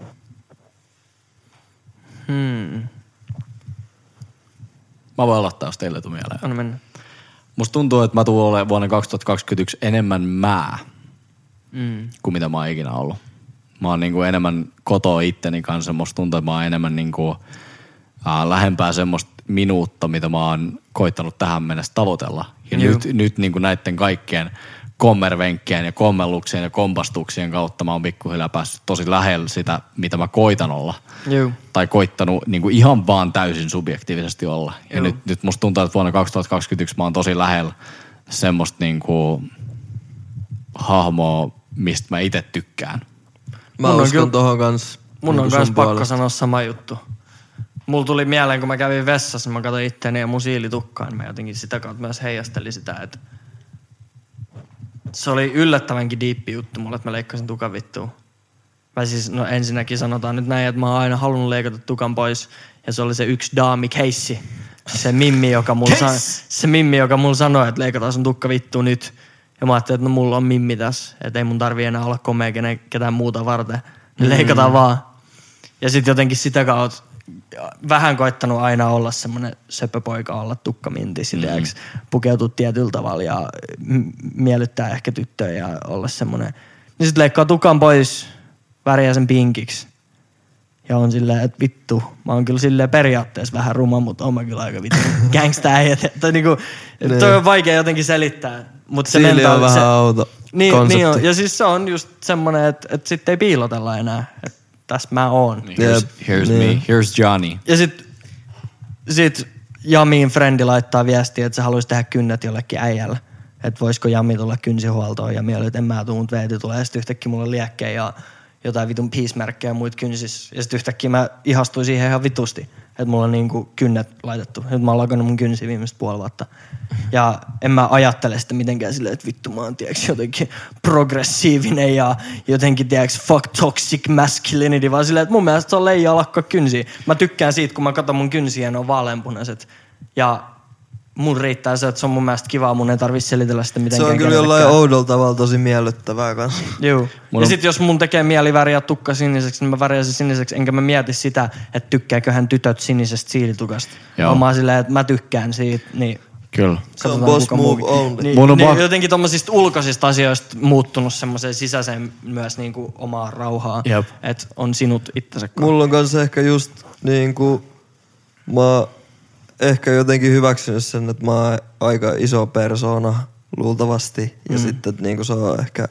Speaker 3: Hmm.
Speaker 4: Mä voin aloittaa, jos teille tulee mieleen.
Speaker 3: Anna mennä.
Speaker 4: Musta tuntuu, että mä tuun olemaan vuonna 2021 enemmän mä
Speaker 3: Mm.
Speaker 4: kuin mitä mä oon ikinä ollut. Mä oon niinku enemmän kotoa itteni kanssa. Musta tuntuu, että mä oon enemmän niinku, äh, lähempää semmoista minuutta, mitä mä oon koittanut tähän mennessä tavoitella. Ja
Speaker 3: Juu.
Speaker 4: nyt, nyt niinku näiden kaikkien kommervenkkien ja kommelluksien ja kompastuksien kautta mä oon pikkuhiljaa päässyt tosi lähellä sitä, mitä mä koitan olla.
Speaker 3: Juu.
Speaker 4: tai koittanut niin kuin ihan vaan täysin subjektiivisesti olla. Ja nyt, nyt musta tuntuu, että vuonna 2021 mä oon tosi lähellä semmoista niin kuin hahmoa, mistä mä itse tykkään.
Speaker 2: Mä
Speaker 3: Mun on
Speaker 2: Mun uskon
Speaker 3: kyllä-
Speaker 2: tohon kans.
Speaker 3: Mun
Speaker 2: niinku
Speaker 3: on
Speaker 2: sun
Speaker 3: myös pakko
Speaker 2: puolesta.
Speaker 3: sanoa sama juttu. Mulla tuli mieleen, kun mä kävin vessassa, mä katsoin itteeni ja mun siili tukkaan. niin Mä jotenkin sitä kautta myös heijastelin sitä, että se oli yllättävänkin diippi juttu mulle, että mä leikkasin tukan vittuun. Mä siis, no ensinnäkin sanotaan nyt näin, että mä oon aina halunnut leikata tukan pois. Ja se oli se yksi daami keissi. Se mimmi, joka mulla, san, se mimmi, joka mulla sanoi, että leikataan sun tukka vittu nyt. Ja mä ajattelin, että no mulla on mimmi tässä. Että ei mun tarvi enää olla komea kenen, ketään muuta varten. Niin
Speaker 2: Mm.
Speaker 3: leikataan vaan. Ja sitten jotenkin sitä kautta vähän koittanut aina olla semmoinen söpöpoika, olla tukkaminti, mm. pukeutua tietyllä tavalla ja m- miellyttää ehkä tyttöjä ja olla semmoinen. Niin sitten leikkaa tukan pois, väriä sen pinkiksi. Ja on silleen, että vittu, mä oon kyllä silleen periaatteessa vähän ruma, mutta oon mä kyllä aika vittu gangstäijä. Tai niinku, toi on vaikea jotenkin selittää. Mutta se
Speaker 2: Niin. Siili on
Speaker 3: mentaali-
Speaker 2: vähän
Speaker 3: se-
Speaker 2: outo
Speaker 3: niin, niin on.
Speaker 2: konsepti.
Speaker 3: Ja siis se on just semmoinen, että, että sitten ei piilotella enää. Että tässä mä oon. Niin.
Speaker 4: Here's,
Speaker 2: Jep.
Speaker 4: here's me,
Speaker 2: Niin.
Speaker 4: here's Johnny.
Speaker 3: Ja sit, sit Jamiin frendi laittaa viestiä, että se haluaisi tehdä kynnet jollekin äijällä. Että voisiko Jami tulla kynsihuoltoon. Ja mieleen, että en mä tuu, mutta Veeti tulee. Sitten yhtäkkiä mulla on liekkejä ja jotain vitun piismerkkejä ja muita kynsissä. Ja sitten yhtäkkiä mä ihastuin siihen ihan vitusti. Että mulla on niinku kynnet laitettu. Nyt mä oon lakannut mun kynsiä viimeiset puoli vuotta. Ja en mä ajattele sitä mitenkään silleen, että vittu mä oon tiiäks, jotenkin progressiivinen ja jotenkin tiiäks, fuck toxic masculinity, vaan silleen, että mun mielestä se on leijaa lakkaa kynsiä. Mä tykkään siitä, kun mä katson mun kynsiä, ne on vaaleanpunaiset. Ja mun riittää se, että se on mun mielestä kivaa, mun ei tarvi selitellä sitä
Speaker 2: Se
Speaker 3: mitenkään
Speaker 2: on kyllä jollain
Speaker 3: kenellekään.
Speaker 2: oudolla tavalla tosi miellyttävää kans.
Speaker 3: Joo.
Speaker 4: Mulla
Speaker 3: ja
Speaker 4: on-
Speaker 3: sitten jos mun tekee mieli väriä tukka siniseksi, niin mä värjään se siniseksi, enkä mä mieti sitä, että tykkääkö hän tytöt sinisestä siilitukasta.
Speaker 4: Joo.
Speaker 3: Joo. Mä oon silleen, että mä tykkään siitä, niin
Speaker 4: Kyllä.
Speaker 2: Se on
Speaker 3: Katsotaan,
Speaker 2: boss
Speaker 3: kuka
Speaker 2: move
Speaker 3: muukin.
Speaker 2: only.
Speaker 3: Niin,
Speaker 4: Mun on
Speaker 3: niin
Speaker 4: pak-
Speaker 3: jotenkin tommosista ulkoisista asioista muuttunut semmoiseen sisäiseen myös niinku omaa rauhaa.
Speaker 4: Jep.
Speaker 3: Että on sinut itsensä kanssa.
Speaker 2: Mulla on kanssa ehkä just niin kuin, mä oon ehkä jotenkin hyväksynyt sen, että mä oon aika iso persoona luultavasti. Ja mm. sitten niin kuin se on ehkä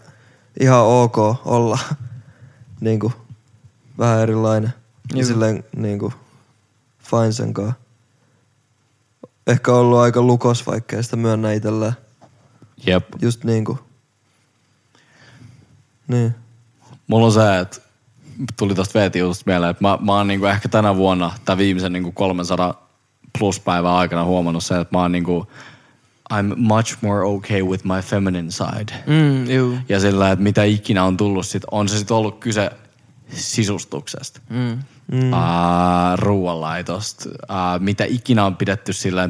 Speaker 2: ihan ok olla niin kuin, vähän erilainen. Ja silleen niin kuin, fine sen kaa. Ehkä ollut aika lukos, vaikkei sitä myönnä itselleen.
Speaker 4: Jep.
Speaker 2: Just niin kuin. Niin.
Speaker 4: Mulla on se, että tuli tosta VT-jutusta mieleen, että mä, mä oon niinku ehkä tänä vuonna tai viimeisen niinku 300 plus päivän aikana huomannut sen, että mä oon niinku, I'm much more okay with my feminine side.
Speaker 3: Mm, juu.
Speaker 4: Ja sillä, että mitä ikinä on tullut sit, on se sitten ollut kyse sisustuksesta, mm. Mm. ruoanlaitosta, ää, mitä ikinä on pidetty sillä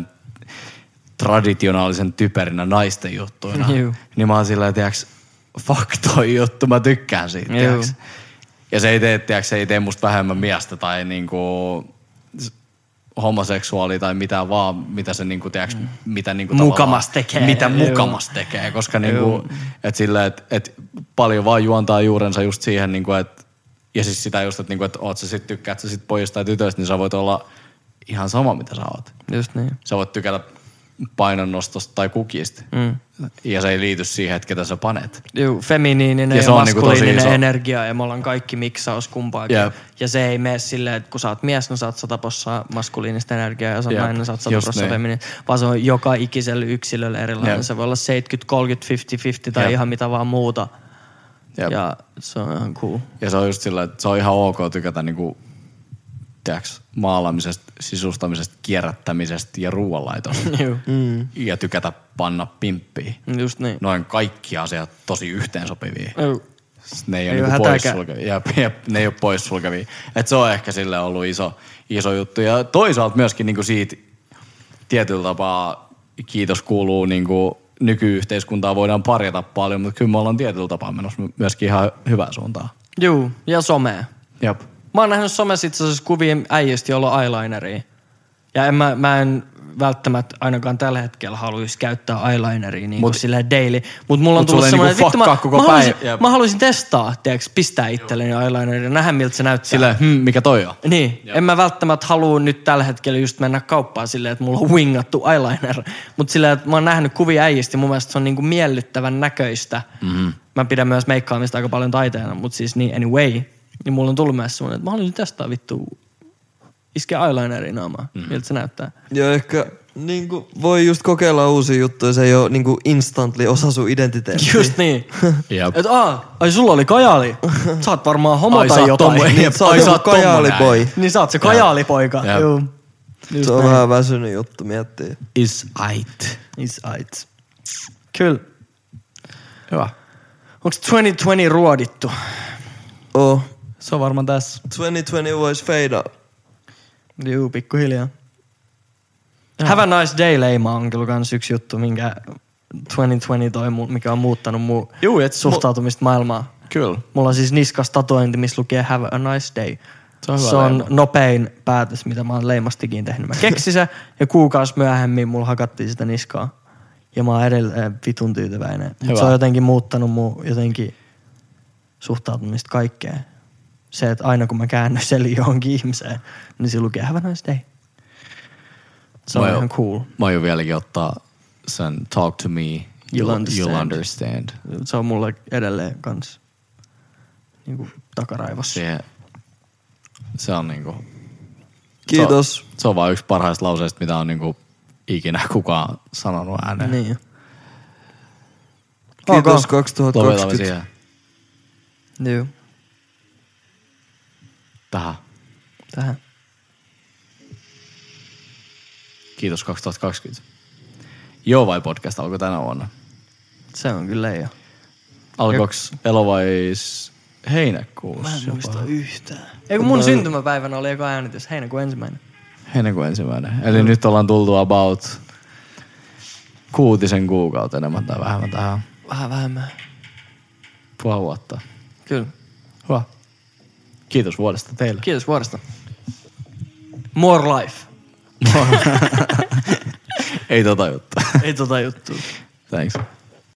Speaker 4: traditionaalisen typerinä naisten juttuina,
Speaker 3: Juu.
Speaker 4: niin mä oon sillä, tiiäks, fuck toi juttu, mä tykkään siitä,
Speaker 3: Juu.
Speaker 4: tiiäks. Ja se ei tee, tiiäks, se ei tee musta vähemmän miestä tai niinku s- homoseksuaali tai mitä vaan, mitä se niinku, tiiäks, mm. mitä niinku tavallaan-
Speaker 3: Mukamas tekee.
Speaker 4: Mitä
Speaker 3: Juu.
Speaker 4: mukamas tekee, koska niinku, et sillä, et, et paljon vaan juontaa juurensa just siihen, niinku, et, ja siis sitä just, että niinku, et oot sä sit, tykkäät sä sit pojista tai tytöistä, niin sä voit olla ihan sama, mitä sä oot.
Speaker 3: Just niin.
Speaker 4: Sä voit tykätä painonnostosta tai kukista. Mm. Ja se ei liity siihen, että ketä sä panet.
Speaker 3: Juu, feminiininen
Speaker 4: Ja
Speaker 3: ja,
Speaker 4: se
Speaker 3: ja
Speaker 4: on niinku tosi
Speaker 3: maskuliininen
Speaker 4: iso.
Speaker 3: energia ja me ollaan kaikki miksaus kumpaakin.
Speaker 4: Jep.
Speaker 3: Ja se ei mene silleen, että kun sä oot mies, no sä oot satapossaa maskuliinista energiaa ja sä oot
Speaker 4: Jep,
Speaker 3: nainen, sä oot
Speaker 4: just
Speaker 3: satapossaa
Speaker 4: niin.
Speaker 3: feminiinistä. Vaan se on joka ikiselle yksilölle erilainen.
Speaker 4: Jep.
Speaker 3: Se voi olla 70, 30, 50, 50 tai
Speaker 4: Jep.
Speaker 3: ihan mitä vaan muuta.
Speaker 4: Jep.
Speaker 3: Ja se on ihan cool.
Speaker 4: Ja se on just sillä, että se on ihan ok tykätä niinku, tiiäks, maalaamisesta, sisustamisesta, kierrättämisestä ja ruoanlaitosta.
Speaker 3: Juu,
Speaker 4: mm. Ja tykätä panna pimppiin.
Speaker 3: just niin.
Speaker 4: Noin kaikki asiat tosi yhteensopivia.
Speaker 3: Juu.
Speaker 4: Ne ei, ole
Speaker 3: Ei oo
Speaker 4: niinku
Speaker 3: hätääkään.
Speaker 4: poissulkevia. Jep, jep, ne ei ole poissulkevia. Et se on ehkä sille ollut iso, iso juttu. Ja toisaalta myöskin niinku siitä tietyllä tapaa kiitos kuuluu niinku nykyyhteiskuntaa voidaan parjata paljon, mutta kyllä me ollaan tietyllä tapaa menossa myöskin ihan hyvään suuntaan.
Speaker 3: Juu, ja somea.
Speaker 4: Jep.
Speaker 3: Mä oon nähnyt somessa itse asiassa kuvia äijistä, jolla on eyelineria. Ja en, mä, mä en välttämättä ainakaan tällä hetkellä haluaisi käyttää eyelineria niin kuin silleen daily. Mutta mulla on
Speaker 4: Mut
Speaker 3: tullut
Speaker 4: sulla ei
Speaker 3: semmoinen,
Speaker 4: niinku
Speaker 3: että vittu
Speaker 4: fuckkaa
Speaker 3: mä,
Speaker 4: koko
Speaker 3: mä, haluaisin,
Speaker 4: päivä. Jep.
Speaker 3: mä haluaisin testaa, tiedätkö, pistää itselleni eyelineria ja nähdä miltä se näyttää.
Speaker 4: Sillä, hm, mikä toi on?
Speaker 3: Niin, Joo. en mä välttämättä halua nyt tällä hetkellä just mennä kauppaan silleen, että mulla on wingattu eyeliner. Mutta silleen, että mä oon nähnyt kuvia äijistä ja mun mielestä se on niinku miellyttävän näköistä. Mm-hmm. Mä pidän myös meikkaamista aika paljon taiteena, mutta siis niin anyway. Niin mulla on tullut myös semmoinen, että mä haluaisin testaa vittu iskeä eyelinerin naamaan, mm-hmm. miltä se näyttää.
Speaker 2: Ja ehkä niin kuin, voi just kokeilla uusia juttuja, se ei ole niin kuin instantly osa sun identiteettiä.
Speaker 3: Just niin.
Speaker 4: Jep.
Speaker 3: Et aa, ai sulla oli kajaali. Sä oot varmaan homo
Speaker 4: Ai,
Speaker 3: ai,
Speaker 4: sä
Speaker 3: tai
Speaker 4: oot
Speaker 3: jotain.
Speaker 4: tommo-
Speaker 3: niin,
Speaker 4: jep.
Speaker 2: Sä oot
Speaker 4: Ai, sä
Speaker 2: joku
Speaker 4: oot tommonen.
Speaker 2: kajaalipoika.
Speaker 3: niin sä oot se kajaalipoika.
Speaker 4: Jep.
Speaker 3: Juu.
Speaker 2: Se on vähän väsynyt juttu miettiä.
Speaker 4: Is ait.
Speaker 3: Is ait. Kyllä.
Speaker 4: Hyvä.
Speaker 3: Onko 2020 ruodittu?
Speaker 2: Oh.
Speaker 4: Se on varmaan tässä.
Speaker 2: 2020 voisi feida.
Speaker 3: Juu, pikkuhiljaa. Have a nice day leima on kyllä kans yksi juttu, minkä 2020 toi, mu- mikä on muuttanut mun
Speaker 4: Juu, et
Speaker 3: suhtautumista maailmaan.
Speaker 4: Kyllä.
Speaker 3: Mulla on siis niskas tatuointi, missä lukee Have a nice day.
Speaker 4: Se on hyvä
Speaker 3: se on
Speaker 4: leima.
Speaker 3: nopein päätös, mitä mä oon leimastikin tehnyt. Mä keksin se ja kuukausi myöhemmin mulla hakattiin sitä niskaa. Ja mä oon edelleen vitun tyytyväinen. Mut
Speaker 4: Hyvä.
Speaker 3: se on jotenkin muuttanut mun jotenkin suhtautumista kaikkeen. Se, että aina kun mä käännyn seli johonkin ihmiseen, niin se lukee have a nice day. Se on
Speaker 4: Mä jo-
Speaker 3: ihan cool.
Speaker 4: Mä aion vieläkin ottaa sen talk to me. You'll,
Speaker 3: You'll understand.
Speaker 4: You'll understand.
Speaker 3: Se on mulle edelleen kans niin kuin takaraivossa.
Speaker 4: Se, se on niinku... Se
Speaker 2: Kiitos.
Speaker 4: on, se on vaan yksi parhaista lauseista, mitä on niinku ikinä kukaan sanonut ääneen.
Speaker 3: Niin.
Speaker 2: Kiitos
Speaker 4: Lopetamme
Speaker 2: 2020.
Speaker 4: siihen.
Speaker 3: Joo,
Speaker 4: Tähän.
Speaker 3: tähän.
Speaker 4: Kiitos 2020. Joo vai podcast alkoi tänä vuonna?
Speaker 3: Se on kyllä jo.
Speaker 4: Alkoiks elo vai s- heinäkuussa?
Speaker 3: Mä en
Speaker 4: jopa?
Speaker 3: muista yhtään. Ei kun mun syntymäpäivänä oli eka äänitys, heinäkuun ensimmäinen.
Speaker 4: Heinäkuun ensimmäinen. Eli nyt ollaan tultu about kuutisen kuukautta enemmän tai vähemmän tähän
Speaker 3: Vähän vähemmän.
Speaker 4: puoli vuotta.
Speaker 3: Kyllä.
Speaker 4: Hyvä. Kiitos vuodesta teille.
Speaker 3: Kiitos vuodesta. More life. Ei tota juttua.
Speaker 4: Ei tota juttua.
Speaker 3: Thanks.